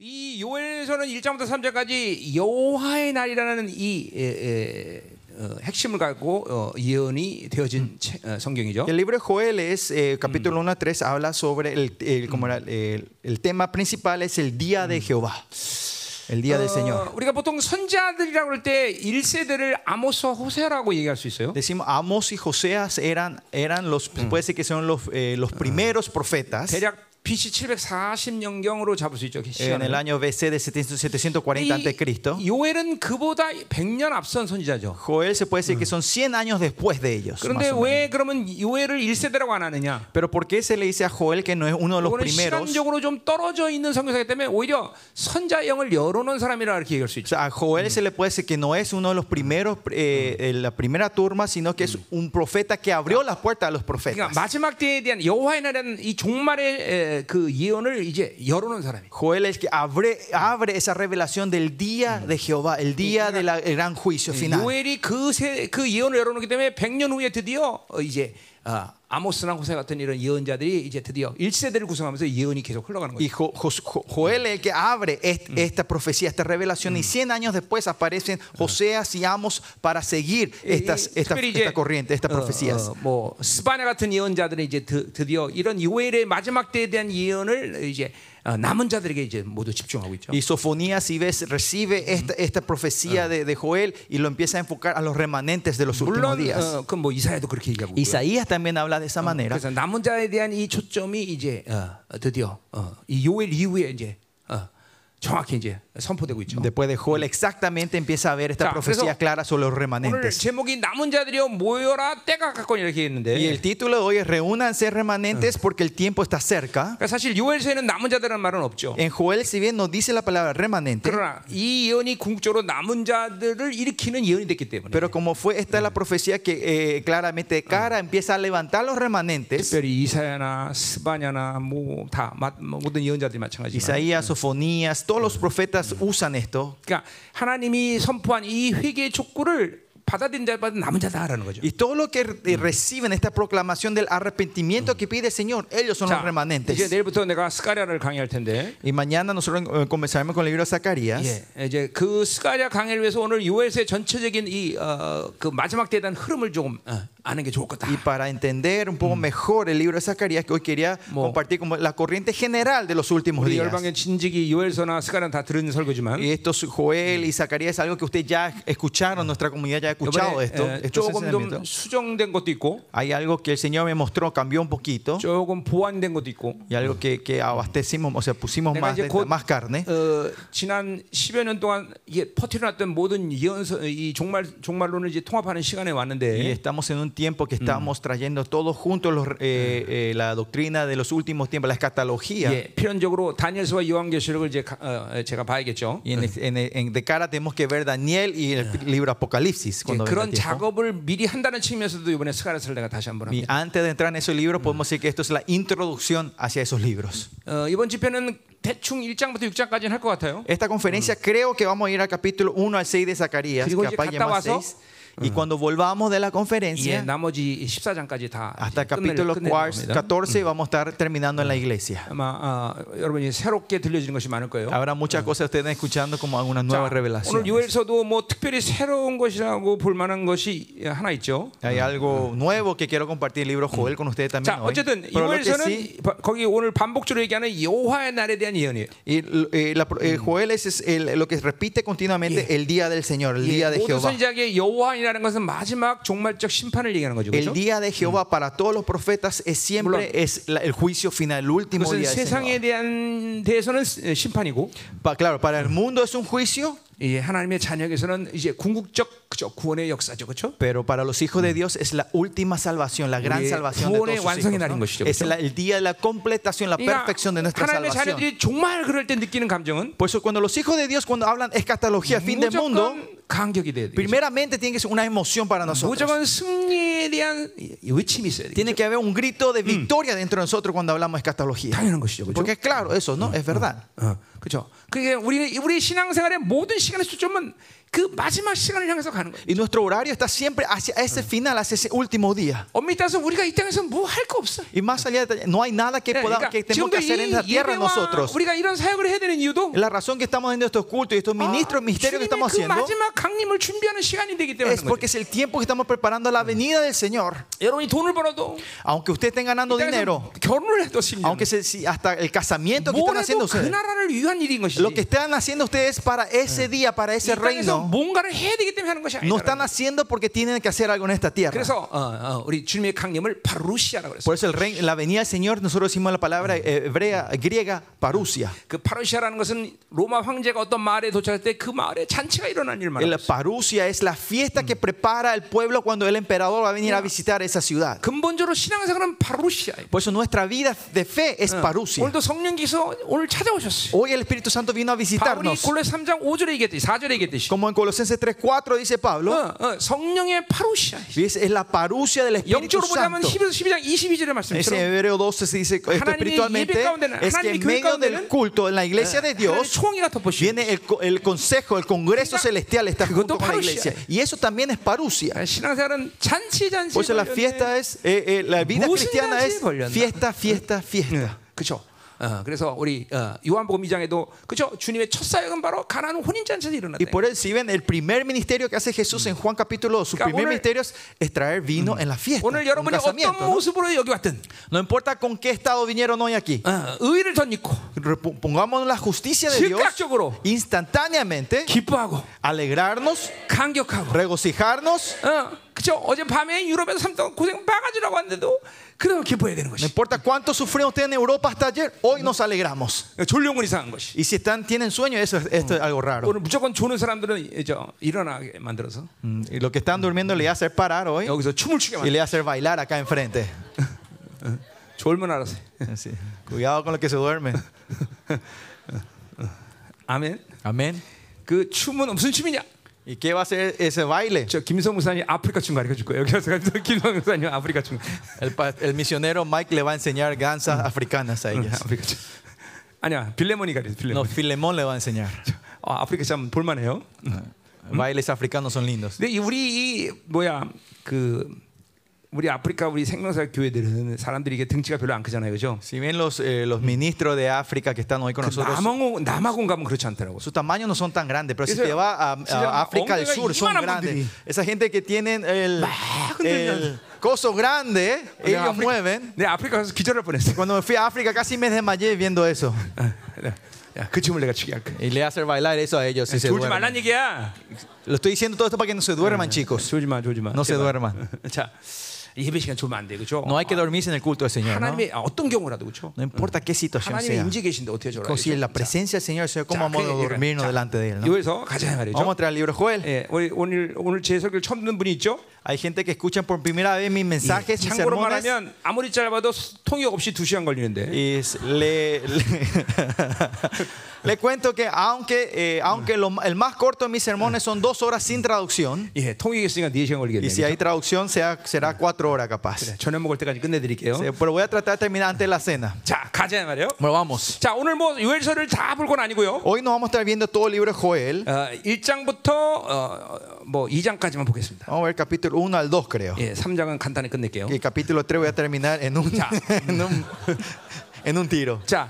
이 요엘서는 1장부터 3장까지 여호와의 날이라는 이 에, 에, 어, 핵심을 갖고 어, 예언이 되어진 체- 어, 성경이죠. El libro de Joel es, eh, capítulo 1 a 3, habla sobre el, el- como era, el- el tema principal es el día de Jehová, el día del Señor. 어, 우리가 보통 선지자들이라고 할 때 1세대를 아모스 호세라고 얘기할 수 있어요. Decimos, Amos y Joseas eran, eran los, puede ser que son los, eh, los primeros profetas 대략 BC 740년경으로 잡을 수 있죠. en el 시간을. año BC de 700 740 a.C. 이 요엘은 그보다 100년 앞선 선지자죠. Joel se puede decir que son 100 años después de ellos. 그런데 más o menos. 왜 그러면 요엘을 1세대라고 안 하느냐? Pero ¿por qué se le dice a Joel que no es uno de los 이거는 primeros? 시간적으로 좀 떨어져 있는 성경사기 때문에 오히려 선자 영을 열어놓은 사람이라 이렇게 얘기할 수 O 있죠. sea, a Joel se le puede decir que no es uno de los primeros, eh, eh, la primera turma, sino que es un profeta que abrió las puertas a los 그러니까 profetas. 마지막 때에 대한 여호와의 날이라는 이 종말의 에, 그 예언을 이제 열어놓은 사람이. Joel es que abre, abre esa revelación del día de Jehová, el día del gran juicio Mm. final. 요엘이 그, 세, 그 예언을 열어놓기 때문에 100년 후에 드디어 어, 이제 어, 아모스나 호세 같은 이런 예언자들이 이제 드디어 1세대를 구성하면서 예언이 계속 흘러가는 Y 거죠. Jo- Jos- Jo- Joel es el que abre est- esta profecía, esta revelación, y 100 años después aparecen Joseas y Amos para seguir estas, 이- esta, 특별히 이제, esta corriente, estas 어, profecías. 어, 뭐 스바냐 같은 예언자들은 이제 드, 드디어 이런 요엘의 마지막 때에 대한 예언을 이제 어, 남은 자들에게 이제 모두 집중하고 있죠. Y Sofonías, si ves, recibe esta, esta profecía de, de Joel y lo empieza a enfocar a los remanentes de los 물론 últimos días. 어, 그뭐 이사야도 그렇게 얘기하고 있고요. Isaías también habla de esa manera. 그래서 남은 자에 대한 이 초점이 이제 어, 어, 드디어 어, 이 요엘 이후에 이제 어, 정확히 이제 선포되고 있죠. Después de Joel, exactamente empieza a ver esta Ya, profecía 그래서 clara sobre los 오늘 remanentes. 제목이 남은 자들이여 모여라 때가 가까운 이렇게 했는데 그러니까 Y el título de hoy es Reúnanse remanentes porque el tiempo está cerca. 그러니까 사실 요엘서에는 남은 자들이라는 말은 없죠. En Joel, si bien no dice la palabra remanente, 그러나 이 예언이 궁극적으로 남은 자들을 일으키는 예언이 됐기 때문에 pero como fue esta es la profecía que eh, claramente de cara empieza a levantar los remantes. 특별히 이사야나 스바냐나 뭐다 모든 예언자들이 마찬가지지만 Isaías, Sofonías, todos los profetas usan esto. 그러니까 하나님이 선포한 이 회개의 촉구를 받아들인 자들은 남은 자다라는 거죠. Y todo lo que eh, reciben esta proclamación del arrepentimiento que pide el Señor, ellos son los 이제 remanentes. 내일부터 내가 스가랴를 강의할 텐데. Y mañana nosotros eh, comenzaremos con el libro de Zacarías. 예, 이제 그 스가랴 강의를 위해서 오늘 요엘서의 전체적인 이 어, 그 마지막 때에 대한 흐름을 조금 어, 아는 게 좋을 거다. Y para entender un poco mejor el libro de Zacarías, que hoy quería Mo. compartir como la corriente general de los últimos 우리 días. 열방의 진직이 요엘서나 스가랴 다 들은 설교지만 Y esto, es Joel y Zacarías, es algo que ustedes ya escucharon, nuestra comunidad ya ha escuchado 이번에 esto. 에, estos 조금 좀 enseñamientos. 수정된 것도 있고 Hay algo que el Señor me mostró, cambió un poquito. 조금 보완된 것도 있고 Y algo que, que abastecimos, o sea, pusimos 아, 내가 más, 이제 de- 곧 más carne. 어, 지난 10여 년 동안 이게 퍼트려놨던 모든 예언서 이 종말 종말론을 이제 통합하는 시간에 Y 왔는데 estamos en un tiempo que estamos trayendo todos juntos los, eh, eh, la doctrina de los últimos tiempos, la escatología. 예, 필연적으로 다니엘서와 요한계시록을 이제 가- 어, 어, 제가 봐야겠죠. Y en, en- en- de cara tenemos que ver Daniel y el libro 이제 Apocalipsis. Cuando 예, venga el 그런 tiempo. 작업을 미리 한다는 측면에서도 이번에 스가랴서를 내가 다시 한번 Y 합니다. antes de entrar en esos libros, podemos decir que esto es la introducción hacia esos libros. 어, 이번 집회는 대충 1장부터 6장까지는 할 것 같아요. Esta conferencia creo que vamos a ir al capítulo 1 al 6 de Zacarías, Digo, capaz ya que más 갔다 와서, 6. Y cuando volvamos de la 예, 아, conferencia, 나머지 14장까지 다 이제 hasta 끝낼- capítulo 끝내는 4, 겁니다. 14 vamos a estar terminando en la iglesia. 아마 어, 여러분이 새롭게 들려지는 것이 많을 거예요. Habrá muchas cosas que estén escuchando como algunas 자, nuevas 아, 오늘 revelaciones. 요엘서도 뭐 특별히 새로운 것이라고 볼 만한 것이 하나 있죠. Hay algo nuevo que quiero compartir el libro Joel con ustedes también 자, hoy. 음, 어쨌든 Pero lo que sí- 요엘서는 바- 거기 오늘 반복적으로 얘기하는 여호와의 날에 대한 예언이에요. Y eh, la- eh, Joel es, es el- lo que repite continuamente el día del Señor, el día de 예, 모든 Jehová. 선지자의 여호와이라는 것은 마지막 종말적 심판을 얘기하는 거죠. El 그렇죠? día de Jehová para todos los profetas es siempre es la- el juicio final, el último 그것은 día del 세상에 Señor. 대한 대해서는 심판이고 Pa- claro, para el mundo es un juicio, 예, 하나님의 자녀에게서는 이제 궁극적 그죠? 구원의 역사죠, 그렇죠? pero para los hijos de Dios es la última salvación, la gran 우리의 salvación de 구원의 todos sus 완성의 hijos, 날인 ¿no? 것이죠, Es 그렇죠? la- el día de la completación, la 그러니까 perfección de nuestra 하나님의 salvación. 자녀들이 정말 그럴 때 느끼는 감정은 Por eso cuando los hijos de Dios cuando hablan escatología, fin del mundo, 무조건 감격이 돼야 되겠죠. Primeramente tiene que ser una emoción para nosotros. 무조건 승리에 대한 외침이 있어야 되겠죠. Tiene que haber un grito de victoria dentro de nosotros cuando hablamos de escatología. 당연한 것이죠. 그렇죠? Porque es claro, eso, ¿no? Es verdad. 어, 그렇죠. 그게 우리 우리 신앙생활의 모든 시간의 초점은 그 마지막 시간을 향해서 가는 거예요. Y nuestro horario está siempre hacia ese final, hacia ese último día. 엄밀히 따서 우리가 이 땅에서 뭐 할 거 없어. Y más allá, de- no hay nada 예, que, podamos, que tenemos que 지금도 이 hacer en esta tierra 뭐 예배와 nosotros. 우리가 이런 사역을 해야 되는 이유도 La razón que estamos haciendo estos cultos y estos ministros, misterios que 주님의 estamos 그 haciendo, 마지막 강림을 준비하는 시간이 되기 때문에 es 그런 거죠. porque es el tiempo que estamos preparando a la venida del Señor. 여러분이 돈을 벌어도 Aunque usted estén 이 ganando 땅에서 dinero, 결혼을 해도 승리. aunque se- si- hasta el casamiento que están haciendo 뭐라도 그 ustedes, 나라를 위한 일인 것이지. lo que están haciendo ustedes para ese día, para 이 ese 땅에서 reino, 뭔가를 해야 되기 때문에 하는 것이 no 아니다. están haciendo porque tienen que hacer algo en esta tierra. 그래서 어, 어, 우리 주님의 강림을 바루시아라고 그랬어요. Por eso el rey- la venida del Señor, nosotros decimos la palabra eh, hebrea, griega, parusia. 그 파루시아라는 것은 로마 황제가 어떤 마을에 도착할 때 그 마을에 잔치가 일어난 일만 La parusia es la fiesta que prepara el pueblo cuando el emperador va a venir a visitar esa ciudad. 근본적으로 신앙생활은 파루시아예요. Por eso nuestra vida de fe es parusia. 오늘도 성령께서 오늘 찾아오셨어요. Hoy el Espíritu Santo vino a 바울이 어? visitarnos. 골로 3장 5절에 얘기했듯이 4절에 얘기했듯이 Como en Colosenses 3:4 dice Pablo, 어, 어, 성령의 파루시아. es es la parusia del Espíritu 영적으로 보자면 Santo. 11, 12장 22절의 Es en 말씀처럼 Hebreo 12 se dice esto 하나님의 espiritualmente 예배 가운데는, es que 하나님의 en 교회 medio del 가운데는 culto en la iglesia de 하나님의 Dios 총이가 덮어씌우고 viene el, co- el consejo, el congreso 그러니까 celestial está 그것도 junto con la parusia. iglesia y eso también es parusia. 아, 신앙생활은 잔치 잔치. Por eso la fiesta es eh, eh, la vida 무슨 cristiana 잔치에 es 걸렸나? fiesta, fiesta, fiesta. 그렇죠. 어, 그래서 우리 어, 요한복음 2장에도 그렇죠. 주님의 첫 사역은 바로 가나안 혼인 잔치에서 일어났다. Y por eso si ven el primer ministerio que hace Jesús en Juan capítulo 2, su 그러니까 primer 오늘- ministerio Mm. es Mm. es traer vino en la fiesta, 오늘 un 여러분이 casamiento. 어떤 ¿no? 모습으로 여기 왔든 No importa con qué estado vinieron hoy aquí. 어, 의를 덧입고 Repo- Pongamos la justicia de Dios 즉각적으로 instantáneamente, 기뻐하고 alegrarnos, 감격하고. regocijarnos. 어, 그렇죠. 어제 밤에 유럽에서 삼 동안 고생 바가지라고 하는데도 그래도 기뻐해야 되는 No 것이. importa cuánto sufrieron ustedes en Europa hasta ayer, hoy nos alegramos. 졸려온 건 이상한 것이. Y si están, tienen sueño, eso es- esto es algo raro. 오늘 무조건 조는 사람들은 이제 일어나게 만들어서 Mm, Y lo que están durmiendo le voy a hacer parar hoy 여기서 춤을 추게 y 만들. le voy a hacer bailar acá enfrente. 졸면 알아서. Así. Cuidado con lo que se duerme. 아멘. Amén. 그 춤은 무슨 춤이냐? ¿Y qué va a hacer ese baile? 저 김성 목사님 아프리카 춤 가르쳐 줄 거예요. 여기 와서 김성 목사님 아프리카 춤. El, pa- el misionero Mike le va a enseñar danzas africanas a ellas. 네, 아프리카 춤. 아니야 빌레몬이 가르쳐. No, 빌레몬. Filemón le va a enseñar. 아, 아프리카 참 볼만해요. Bailes africanos son lindos. 근데 이 우리 이 뭐야 그 우리 아프리카 우리 생명사 교회들은 사람들이 이게 등치가 별로 안 크잖아요, 그죠? Si bien los, eh, los ministros de África que están hoy con 그 nosotros, 남아공 남아공 가면 그렇지 않더라고. sus tamaños no son tan grandes, pero si Eso- te va a, si te- a África del hombre, Sur, son iman한 grandes. 분들이. Esa gente que tienen el, el coso grande, 내가 ellos 아프리카- mueven. 내가 아프리카 가서 기절할 뻔했어. Cuando me fui a África casi me desmayé viendo eso. 야, 그 춤을 내가 추게 할게. Y le voy a hacer bailar eso a ellos. Si se 졸지 duermen. Ah. 말란 얘기야. Lo estoy diciendo todo esto para que no se duerman, chicos. 졸지 마, 졸지 마. No se 제발. duerman. 자, 예배 시간 졸면 안 돼, 그죠? No hay que dormirse en el culto del Señor. ¿no? 하나님의 아, 어떤 경우라도 그렇죠. No importa qué situación 하나님의 sea. 임재 계신데 어떻게 저러? Si en la presencia del Señor, Señor, ¿cómo vamos a dormirnos delante de Él? no? 여기서 가자 말이죠. Vamos a traer el libro de Joel. 예, 오늘 오늘 오늘 제 설교를 처음 듣는 분이 있죠. Hay gente que escucha por primera vez mis mensajes, mis 참고로 sermones. 말하면 아무리 짧아도 수- 통역 없이 두 시간 걸리는데. Y s- le, le, le cuento que aunque, eh, aunque lo- el más corto de mis sermones son dos horas sin traducción, 예, 통역이 있으니까 네 시간 걸리겠네. y si hay traducción sea- será cuatro horas capaz. 그래, 저녁 먹을 때까지 끝내드릴게요. Sí, Pero voy a tratar de terminar antes de la cena. 자, 가자 말이요. Bueno, vamos. 자, 오늘 뭐 요엘서를 다 볼 건 아니고요. Hoy nos vamos a estar viendo todo el libro de Joel. 어, 1장부터 어, 뭐 2장까지만 보겠습니다. Vamos a ver capítulo 1 al 2, creo. 예, 3장은 간단히 끝낼게요. Y el capítulo 3 voy a terminar en un, Ya. en un, en un tiro. 자,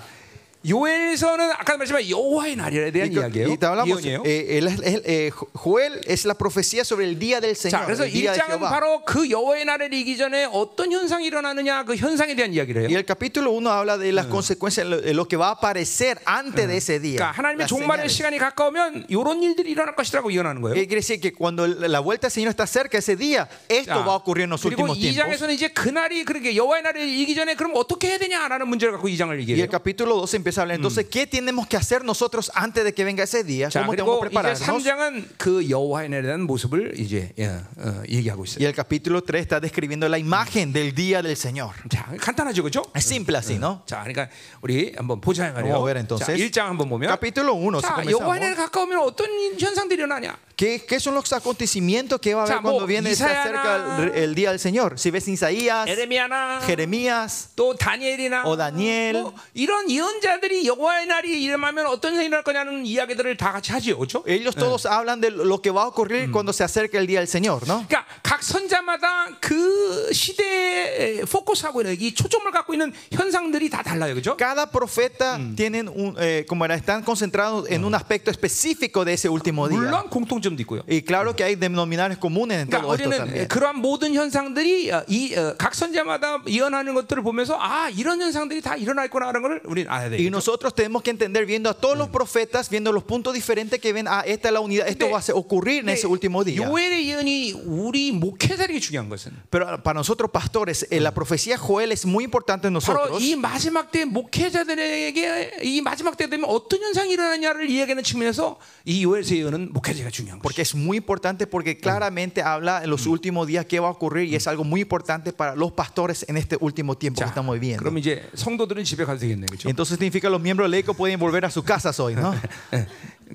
요엘서는 아까 말씀한 여호와의 날에 대한 Y, co- 그러니까 이야기예요. y te hablamos, 예언이에요. eh, él es- él- eh, Jo- Joel es la profecía sobre el día del 자, Señor, 그래서 el día de 1장은 Jehová. 바로 그 여호와의 날을 이기 전에 어떤 현상이 일어나느냐 그 현상에 대한 이야기를 Y 해요. el capítulo 1 habla de las consecuencias, lo, de lo que va a aparecer antes de ese día. 그러니까 하나님의 las 종말의 señales. 시간이 가까우면 이런 일들이 일어날 것이라고 예언하는 Eh, 거예요. Quiere decir que cuando el- la vuelta del Señor está cerca, ese día, esto 자, va a ocurrir en los 그리고 últimos tiempos. 2장에서는 이제 그날이 그렇게 여호와의 날을 이기 전에 그럼 어떻게 해야 되냐라는 문제를 갖고 2장을 Y 얘기해요. el capítulo 2 empieza a hablar. Entonces, ¿qué tenemos que hacer nosotros antes de que venga ese día? 자, ¿Cómo tenemos 그리고 que 이제 prepararnos? 3장은 그 여호와의 날에 대한 모습을 이제 예, 어, 얘기하고 있어요. Y el capítulo 3 está describiendo la imagen del día del Señor. 자, 간단하죠, 그죠? Es simple así, ¿no? 자, 그러니까 우리 한번 보자 이 말이에요. Vamos a ver entonces. 자, 1장 한번 보면 Capítulo 1, 자, 여호와의 날에 가까우면 어떤 현상들이 일어나냐? ¿Qué, qué son los acontecimientos que va a haber 자, 뭐, cuando viene se acerca el, 이사야나- el día del Señor? Si ves Isaías, 에레미야나 Jeremías 또 다니엘이나 o Daniel, 뭐 이런 예언자들이 여호와의 날이 이름하면 어떤 일이 일어날 거냐는 이야기들을 다 같이 하지요, 그렇죠? ellos todos hablan de lo que va a ocurrir cuando se acerca el día del Señor, ¿no? 그러니까 각 선자마다 그 시대에 포커스하고 있는 이 초점을 갖고 있는 현상들이 다 달라요, 그렇죠? Cada profeta tienen un, eh, como era, están concentrados en un aspecto específico de ese último día. 물론 공통점도 있고요. Y claro que hay denominadores comunes en 그러니까 todo esto 어제는 también. 그러한 모든 현상들이 어, 이 어, 각 선자마다 예언하는 것들을 보면서 아 이런 현상들이 다 일어날 거라는 걸 우리는 알아야 Y 돼요. nosotros tenemos que entender, viendo a todos los profetas, viendo los puntos diferentes que ven, ah, esta es la unidad, esto va a ser- ocurrir en ese último día. 요엘의 예언이 우리 목회자에게 중요한 것은 Pero para nosotros pastores, eh, la profecía de Joel es muy importante 바로 en nosotros. 이 마지막 때 목회자들에게 이 마지막 때 되면 어떤 현상이 일어나냐를 이야기하는 측면에서 이 요엘의 예언은 목회자가 중요한 거죠. Porque es muy importante porque claramente habla en los últimos días qué va a ocurrir y es algo muy importante para los pastores en este último tiempo que 자, estamos viviendo. 예. 그럼 이제 성도들은 집에 가도 되겠네, 그렇죠? Entonces significa que los miembros del ECO pueden volver a sus casas hoy, ¿no? 예.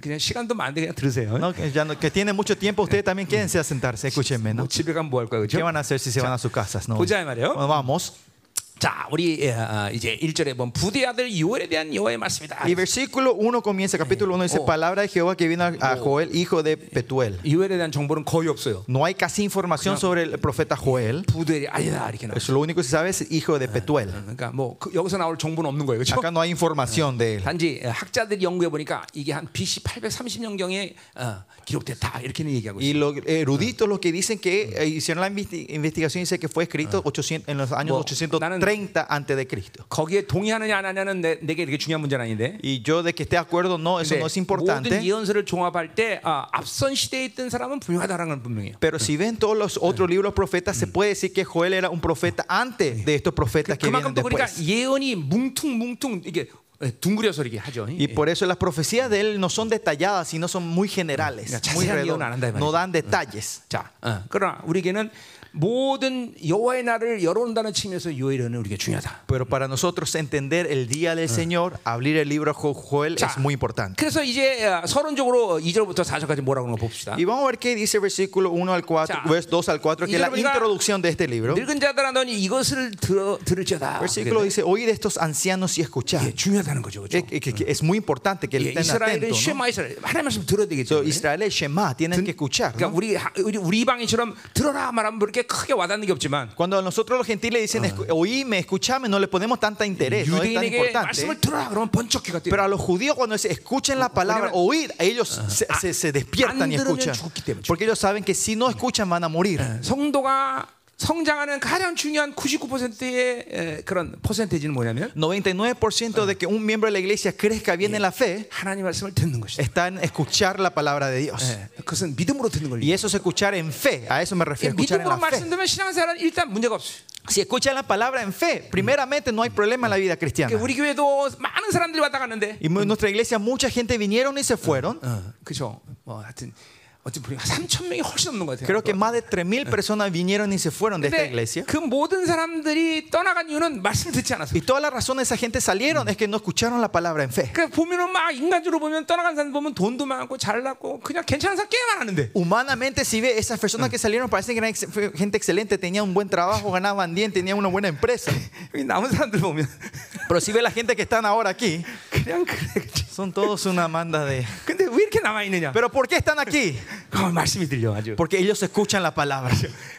그냥 sigan도 많은데 그냥 들으세요. ¿No? Que, ya no- que tienen mucho tiempo, ustedes también quédense a sentarse, escúchenme, 뭐 ¿no? 집에 가면 뭐 할 거야, ¿Qué 그렇죠? van a hacer si se van a sus casas? Pues No. 보자, 이 말이에요. Bueno, vamos. 자, 우리 예, 아, 이제 1절에 본 부대 아들 요엘에 대한 여호와의 말씀이다. Y versículo 1 comienza, capítulo 1 dice, Oh. palabra de Jehová que vino a, a Joel, hijo de Petuel. 요엘에 대한 정보는 거의 없어요. No hay casi información sobre el profeta Joel. 부대 아니다 이렇게 나와. Eso lo único que se sabe es hijo de Petuel. 그러니까 뭐 그- 여기서 나올 정보는 없는 거예요, 그렇죠? Acá no hay información de él. 단지 예, 학자들이 연구해 보니까 이게 한 BC 830년경에 어, 기록됐다 이렇게는 얘기하고 Y 있어요. los eruditos los que dicen que eh, hicieron la investi- investigación dice que fue escrito 800 en los años Bueno, 830 antes de Cristo. 거기에 동의하느냐 안 하냐는 내, 내게 이렇게 중요한 문제는 아닌데. Y yo de que esté de acuerdo no, eso 근데 no es 모든 importante. 예언서를 종합할 때 아, 앞선 시대에 있던 사람은 분명하다라는 건 분명해요. Pero si ven todos los otros libros profetas, se puede decir que Joel era un profeta antes de estos profetas que 그만큼 vienen 또 그러니까 después. 예언이 뭉퉁뭉퉁 이게 예, 둥그려서 이렇게 하죠. Y por eso las profecías de él no son detalladas, sino son muy generales, Ya, muy 자세한 redondas. 예언 안 한다, 이 말이야. no dan detalles. 자, 어, 그러나 우리에게는 모든 여호와의 날을 열어온다는 측면에서 요일은 우리가 중요하다. Pero para nosotros entender el día Ah. del Señor, abrir el libro Jo- Joel Ya. es muy importante. 그래서 이제 어, 서론적으로 2절부터 4절까지 뭐라고 하는 거 봅시다. Y vamos a ver qué dice el versículo 1 al 4, Ya. vers 2 al 4, que es la Mira, mira. introducción de este libro. 늙은 자들아 너는 이것을 들어 들을지어다. Versículo dice, oíd de estos ancianos y escuchad. 예, 중요하다는 거죠. 그렇죠? Eh, que- que- que Ah. Es muy importante que 예, estén 이스라엘은 atentos. ¿no? 쉐마 이스라엘. 하나님 말씀 들어야 되겠죠. So, Israel es Shema, tienen que escuchar. 그러니까 ¿no? 우리 하- 우리 우리 이방인처럼 들어라 말하면 그렇게 크게 와닿는 게 없지만 Cuando a nosotros los gentiles Ah. dicen, escu- oíme, escuchame, no le ponemos tanta 예, interés, no es tan 유대인에게 importante. 말씀을 들어라 그러면 번쩍해가 Pero 뛰어. a los judíos cuando dicen, escuchen la palabra, 왜냐면- oíd, ellos se, se- se despiertan y 안 들으면 escuchan. 죽기 때문에. Porque ellos saben que si no escuchan van a morir. 성도가 성장하는 가장 중요한 99%의 그런 퍼센테이지는 뭐냐면 99% de que un miembro de la iglesia crezca bien en la fe 하나님 말씀을 듣는 것이다. está en escuchar la palabra de Dios. 예, 그것은 믿음으로 듣는 걸 Y 예, eso es escuchar en fe, a eso me refiero, escuchar en 믿음으로 la fe. 말씀드리면 신앙생활은 일단 문제가 없어요. Si escuchan la palabra en fe, primeramente no hay problema en la vida cristiana. 그러니까 우리 교회도 많은 사람들이 왔다 갔는데, Y en nuestra iglesia mucha gente vinieron y se fueron. 어, 그죠? 뭐 하여튼 어찌 보면 3천 명이 훨씬 넘는 것 같아요. Creo que más de 3.000 personas vinieron y se fueron de esta iglesia. 그 모든 사람들이 떠나간 이유는 말씀을 듣지 않았어요. Y toda la razón de esa gente salieron es que no escucharon la palabra en fe. 그러니까 보면은 막 인간적으로 보면 떠나간 사람 보면 돈도 많고 잘났고 그냥 괜찮은 사람 꽤 많았는데 Humanamente, si ve esas personas que salieron, parecen que eran ex- fue gente excelente, tenían un buen trabajo, ganaban bien, tenían una buena empresa. 여기 남은 사람들 보면 Pero si ve la gente que están ahora aquí, 그냥 그래. 그치? son todos una manda de. 근데 왜 이렇게 남아 있느냐? Pero ¿por qué están aquí? 그 말씀이 들려 아주. Porque ellos escuchan la palabra.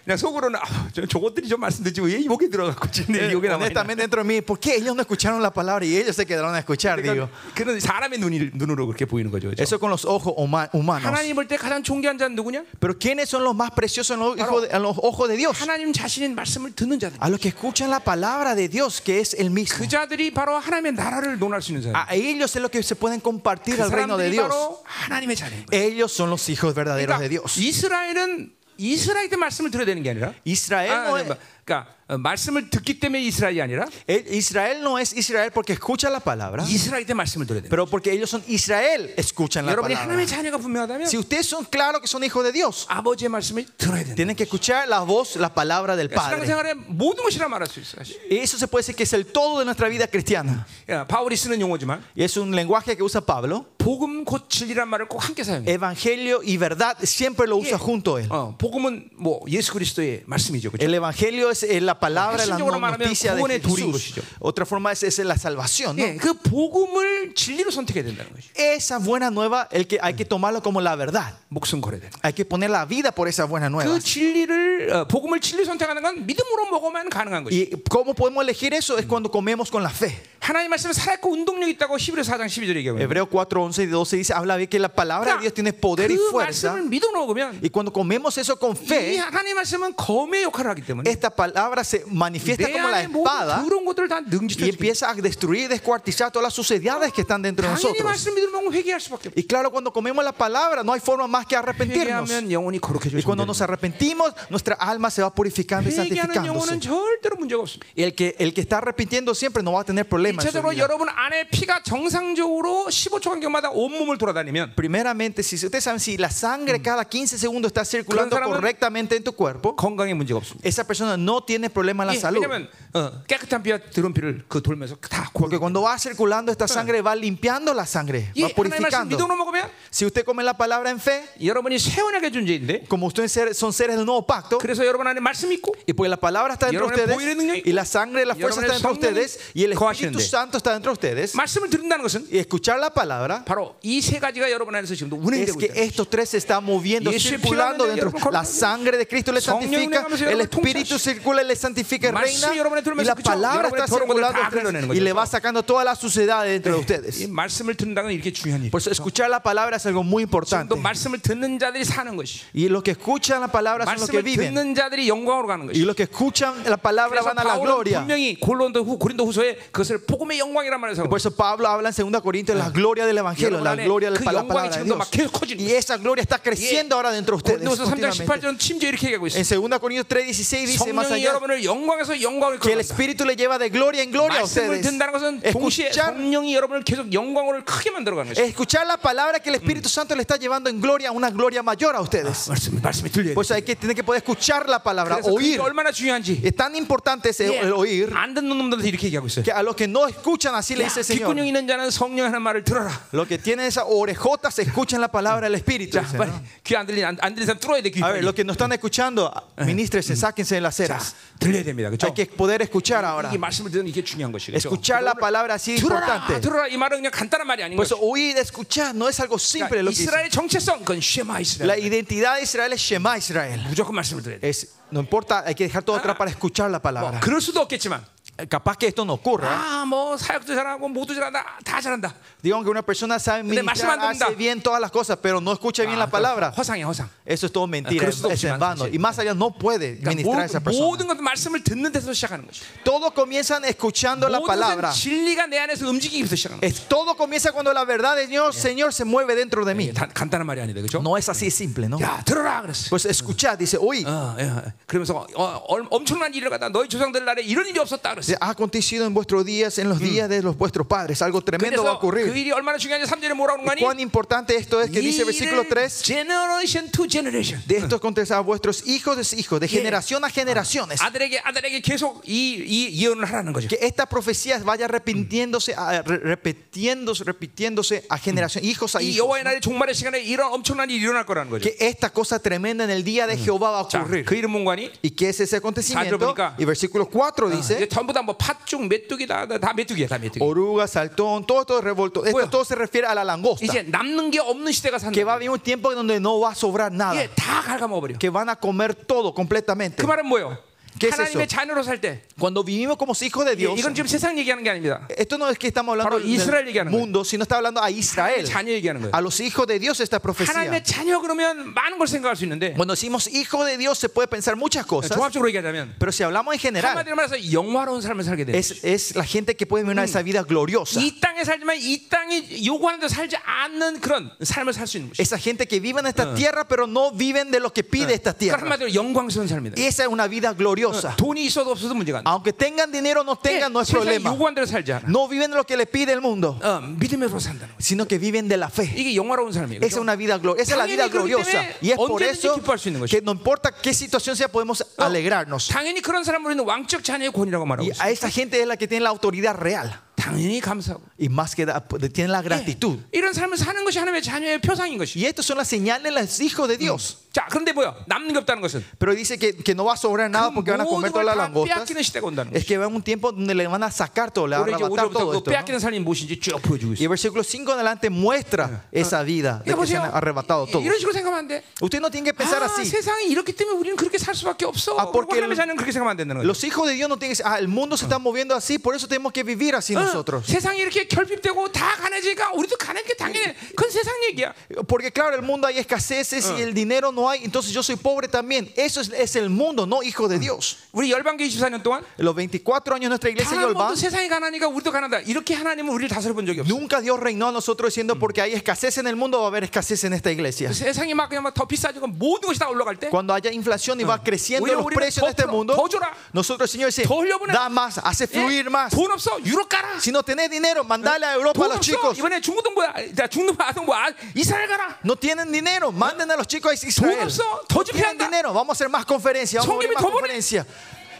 그냥 속으로는 아, 저, 저것들이 좀 말씀 듣지 왜 여기 들어가고 지금 여기 남아 있나? Honestamente, dentro de mí, ¿por qué ellos no escucharon la palabra y ellos se quedaron a escuchar? Digo, 그러니까 그런 사람의 눈이, 눈으로 그렇게 보이는 거죠. 그렇죠? eso con los ojos huma- humanos. 하나님 볼 때 가장 존귀한 자는 누구냐? Pero ¿quiénes son los más preciosos en los, hijos de- en los ojos de Dios? 하나님 자신인 말씀을 듣는 자들. A los que escuchan la palabra de Dios, que es el mismo. 그 자들이 바로 하나님의 나라를 논할 수 있는 사람. A ellos es lo que se pueden compartir 아, 그 al reino de 사람들이 Dios. 바로 하나님의 자녀인 거예요. Ellos son los hijos verdaderos de 그러니까 Dios. 이스라엘은 이스라엘때 말씀을 들어야 되는 게 아니라 Israel 아, no 아니, es- 뭐, 그러니까 어, 말씀을 듣기 때문에 이스라엘이 아니라 El- Israel no es Israel porque escucha la palabra, 이스라엘 때 말씀을 들어야 돼요. pero porque ellos son Israel, escuchan la 여러분이 palabra. 하나님의 자녀가 분명하다면 Si ustedes son claros que son hijos de Dios, 아버지의 말씀을 들어야 된다. 그러니까 tienen que escuchar la voz, la palabra del Padre. 신앙생활의 모든 것이라 말할 수 있어. 사실. Y eso se puede decir que es el todo de nuestra vida cristiana. 야, 예, 바울이 쓰는 용어지만 Y es un lenguaje que usa Pablo. 복음 곧 진리란 말을 꼭 함께 사용해. Evangelio y verdad siempre lo usa junto a él. 어, 복음은 뭐 예수 그리스도의 말씀이죠. 그렇죠? El evangelio es eh, la palabra, la 핵심적으로 no- 말하면 noticia de 구원의 돌인 Jesús. 것이죠. Otra forma es, es la salvación. ¿no? 예, 그 복음을 진리로 선택해야 된다는 거죠. Esa buena nueva, el que hay que tomarlo como la verdad. 목숨 걸어야 되는. 거죠. Hay que poner la vida por esa buena nueva. 그 진리를 어, 복음을 진리로 선택하는 건 믿음으로 먹으면 가능한 거죠. ¿Y cómo podemos elegir eso? Es cuando comemos con la fe. 하나님 말씀은 살아있고 운동력 있다고 히브리 4장 12절에 얘기하고 있어요. Hebreo 4, 11 y 12 dice, habla bien que la palabra Ah, de Dios tiene poder y 그 fuerza. 말씀을 믿음으로 먹으면 Y cuando comemos eso con 이 fe, 하나님 말씀은 검의 역할을 하기 때문에 esta palabra se manifiesta 내 como la 안에 모든 espada 그런 것들을 다 y 능지시켜 empieza a destruir y descuartizar todas las suciedades que están dentro de 당연히 nosotros. 말씀 믿음으로 먹으면 회개할 수밖에 없어요. Y claro, cuando comemos la palabra, no hay forma más que arrepentirnos. 회개하면 영혼이 거룩해져요. Y cuando nos arrepentimos, nuestra alma se va purificando y 회개하는 영혼은 santificándose. 절대로 문제가 없습니다. El que, el que está arrepintiendo siempre no va a tener problemas. en su 대체적으로 vida. 여러분 안에 피가 정상적으로 15초 간격마다 온몸을 돌아다니면 Primeramente, si ustedes saben, si la sangre cada 15 segundos está circulando 그런 사람은- correctamente en tu cuerpo, 뭐 건강에 문제가 없습니다. esa persona no tiene problema en la 예, salud. 왜냐하면 어, 깨끗한 피와 더러운 피를 그 돌면서 다 Porque 고르게 cuando va circulando esta sangre, va limpiando la sangre, 예, va 하나님 말씀 purificando. 믿음으로 먹으면 Si usted come la palabra en fe, 여러분이 세원하게 존재인데 como ustedes ser- son seres del nuevo pacto, 그래서 여러분 안에 말씀 있고 Y porque la palabra está dentro de 여러분의 보이는 ustedes, 능력이 y la sangre, la fuerza está dentro de 여러분의 ustedes, y el 성령이 Espíritu 거하시는데. Santo está dentro de ustedes, 말씀을 듣는다는 것은 y escuchar la palabra 바로 이 세 가지가 여러분 안에서 지금도 es 운행되고 que 있다. estos tres se están moviendo, Y ese circulando pilar de dentro. Dios, por La favor. sangre de Cristo le 성령 santifica, 운행하면서 el 여러분을 Espíritu 통치하시- circula, le santifica, y 말씀이 reina, 여러분을 들으면서 y la 그쵸? palabra 여러분의 está 더러운 것들을 circulando 다 entre 흘려내는 ustedes, 거죠. y le va sacando toda la suciedad dentro 이 de ustedes. 말씀을 듣는다는 건 이렇게 중요한 일. Por eso, escuchar la palabra es algo muy importante. 또 말씀을 듣는 자들이 사는 것이. Y los que escuchan la palabra son los que 말씀을 viven. 듣는 자들이 영광으로 가는 것이. Y los que escuchan la palabra 그래서 van a la 바울은 gloria. 분명히 골론도 후 고린도 후서에 그것을 복음의 영광이란 말을 사용해요. Por eso Pablo habla en 2 Corintios la gloria del Evangelio, la 여러분 안에 gloria de 그 la 영광이 palabra de 지금도 막 계속 Dios. 커지는 Y 거예요. esa gloria está creciendo ahora dentro de ustedes. 고린도서 3장 continuamente. 18절 심지어 이렇게 얘기하고 있어요. En 2 Corintios 3:16 dice más 성령이 allá 여러분을 그 영광에서 영광을 que el 끌어간다. Espíritu le lleva de gloria en gloria a 말씀을 ustedes. 듣는다는 것은 동시에 Escuchar, 성령이 여러분을 계속 영광으로 크게 만들어가는 것이. escuchar la palabra que el Espíritu Santo le está llevando en gloria, una gloria mayor a ustedes. 말씀 말씀이 들려요. Pues hay que tener que poder escuchar la palabra, 그래서 그게 oír. 얼마나 중요한지. Es tan importante ese 예, el oír 안 듣는 놈들한테 이렇게 얘기하고 있어요. que a los que no escuchan así le 야, dice el Señor. 귓구녕 있는 자는 성령 하는 말을 들어라. Los que tienen esas orejotas escuchan la palabra del Espíritu. 자, dice, 빨리 ¿no? 귀안 들리 안, 안 들리는 사람 뚫어야 돼 귀. A ver, 빨리. los que no están escuchando, ministrense, sáquense de las 자, ceras. 들려야 됩니다. 그렇죠? Hay que poder escuchar ahora. 이 말씀을 듣는 이게 중요한 것이죠. 아, Escuchar la palabra así es 들어라, importante. 들어라 이 말은 그냥 간단한 말이 아닌 Por 거죠. eso oír, escuchar no es algo simple lo que dice. 그러니까 이스라엘 정체성 그건 쉐마 La 이스라엘. identidad de Israel es Shema Israel. 무조건 말씀을 들어야 돼. Es, no importa, hay que dejar todo atrás para escuchar la 뭐, palabra. 그럴 수도 없겠지만, Capaz que esto no ocurra. 아, 뭐 사역도 잘하고 모두 잘한다, 다 잘한다. Digan que una persona sabe ministrar, 말씀 안 hace 듣는다. bien todas las cosas, pero no escucha bien la palabra. 아, 허상이야 허상. Eso es todo mentira, 그럴 수도 es en 없지만, vano. 사실. Y más allá no puede 그러니까 ministrar a esa 모, persona. 모든 것도 말씀을 듣는 데서 시작하는 거죠. Todos comienzan escuchando la 모든 것은 palabra. 진리가 내 안에서 움직이기부터 시작하는 거죠. Es, todo comienza cuando la verdad de Dios, Señor, se mueve dentro de mí. 단- 간단한 말이 아니다, 그렇죠? Eh. No es así de simple, ¿no? 야, 들어라 그랬어. Pues escuchar, dice, oí. 어, 예, 예. 그러면서 어, 얼- 엄청난 일을 갖다 너희 조상들 날에 이런 일이 없었다 그랬어. Dice, ha acontecido en vuestros días, en los días de los vuestros padres. Algo tremendo va a 그래서 그 ocurrir. 일이 얼마나 중요한지 3절에 뭐라고 하니? Cuán importante esto es que dice versículo 3. generation to generation. De esto contestará a vuestros hijos de hijos, de generación a generaciones. 아들에게 아들에게 계속 이이 예언을 하라는 거죠. Que estas profecías vaya repitiéndose, a- re- repitiéndose, repitiéndose a generación, hijos a 이 hijos. 여호와의 날의 종말의 시간에 이런 엄청난 일이 일어날 거라는 거죠. Que esta cosa tremenda en el día de Jehová va a 자, ocurrir. 그 이름 뭔가니? ¿Y qué es ese acontecimiento? 보니까- Y versículo 4 이게 dice, 전부 다 뭐 팥죽, 메뚜기다 다, 다 메뚜기야, 다 메뚜기. oruga, saltón, todo esto es revolto. Esto Bueno. todo se refiere a la langosta. 이제 남는 게 없는 시대가 산다. Que va a haber un tiempo en donde no va a sobrar nada. 이게 다 갉아 먹어버려. que van a comer todo completamente. 그 말은 뭐예요? ¿Qué es 하나님의 eso? 자녀로 살 때. Cuando vivimos como hijos de 이게- Dios, 이건 지금 세상 얘기하는 게 아닙니다. esto no es que estamos hablando 바로 이스라엘 del 얘기하는 mundo, sino está hablando a Israel, 자녀 얘기하는 거예요. a los hijos de Dios esta profecía. 하나님의 자녀 그러면 많은 걸 생각할 수 있는데 Cuando decimos hijo de Dios se puede pensar muchas cosas, 종합적으로 얘기하자면 pero si hablamos en general, 한마디로 말해서 영화로운 삶을 살게 돼. es, es la gente que puede vivir una esa vida gloriosa. 이 땅에 살지만 이 땅이 요구하는 대로 살지 않는 그런 삶을 살 수 있는 것이. Esa gente que vive en esta tierra, pero no viven de lo que pide esta 그러니까 tierra. 한마디로 영광스러운 삶이다. Y esa es una vida gloriosa. 돈이 있어도 없어도 문제가 안 돼. Aunque tengan dinero o no Eh, tengan, no es 세상 problema. 요구한 대로 살지 않아. No viven lo que le pide el mundo, 어, 믿음으로 산다는 거지. sino que viven de la fe. 이게 영화로운 삶이에요. Esa es 그죠? una vida gloriosa. Esa es la vida 당연히 그렇기 gloriosa. 때문에 Y es por 언제든지 eso 기뻐할 수 있는 것이죠. que no importa qué situación sea, podemos alegrarnos. 당연히 그런 사람을 우리는 왕적 자녀의 권위라고 말하고 Y 있어요. a esa gente es la que tiene la autoridad real. 당연히 감사하고. Y más que da, tiene la gratitud. 예, 이런 삶을 사는 것이 하나님의 자녀의 표상인 것이. Y estas son las señales de los hijos de Dios. 자, 그런데 뭐야? 남는 게 없다는 것은 Pero dice que, que no va a sobrar nada porque van a comer 모든 todas las 걸다 langostas. 빼앗기는 시대가 온다는 Es 거죠. que va un tiempo donde le van a sacar todo, le van a 우리 이제 arrebatar todo 오늘부터 그 esto. ¿no? 빼앗기는 삶이 무엇인지 쭉 보여주고 Y 있어요. el versículo 5 en adelante muestra esa vida de 이거 예, que se han arrebatado todo. 이런 식으로 생각하면 안 돼. Usted no tiene que pensar 아, así. 세상이 이렇게 때문에 우리는 그렇게 살 수밖에 없어. 아, porque 하나님의 el- 자녀는 그렇게 생각하면 안 된다는 거죠. Los hijos de Dios no tienen que ah, el mundo se está moviendo así, por eso tenemos que vivir así 어, nosotros. 세상이 이렇게 결핍되고 다 가난해지니까 우리도 가난한 게 당연해. 그건 세상 얘기야. Porque claro, el mundo hay escaseces y el dinero no hay, entonces yo soy pobre también. Eso es, es el mundo, no hijo de Dios. 우리 열방계 24년 동안 En los 24 años de nuestra iglesia en 가난한 Yolban, 것도 세상이 가난하니까 우리도 가난하다. 이렇게 하나님은 우리를 다스려 본 적이 없어. nunca Dios reinó a nosotros diciendo porque hay escasez en el mundo va a haber escasez en esta iglesia. 세상이 막 그냥 막 더 비싸지고 모든 것이 다 올라갈 때 Cuando haya inflación y va creciendo ¿eh? Oye, los oye, precios de este otro, mundo, otro. nosotros, Señor, dice, Todo 흘려보내. da más, hace 예? fluir más. 돈 없어 유럽 가라. Si no tenés dinero, mandale a Europa a 돈 los 없어 chicos. 이번에 중고등 뭐야? 자, 중등 아동 뭐 아, 이스라엘 가라. No tienen dinero, manden a los chicos a 돈 Israel. 없어, 더 No tienen 집회한다. dinero, vamos a hacer más conferencias, vamos a 성김이 abrir más 더 보내. conferencias.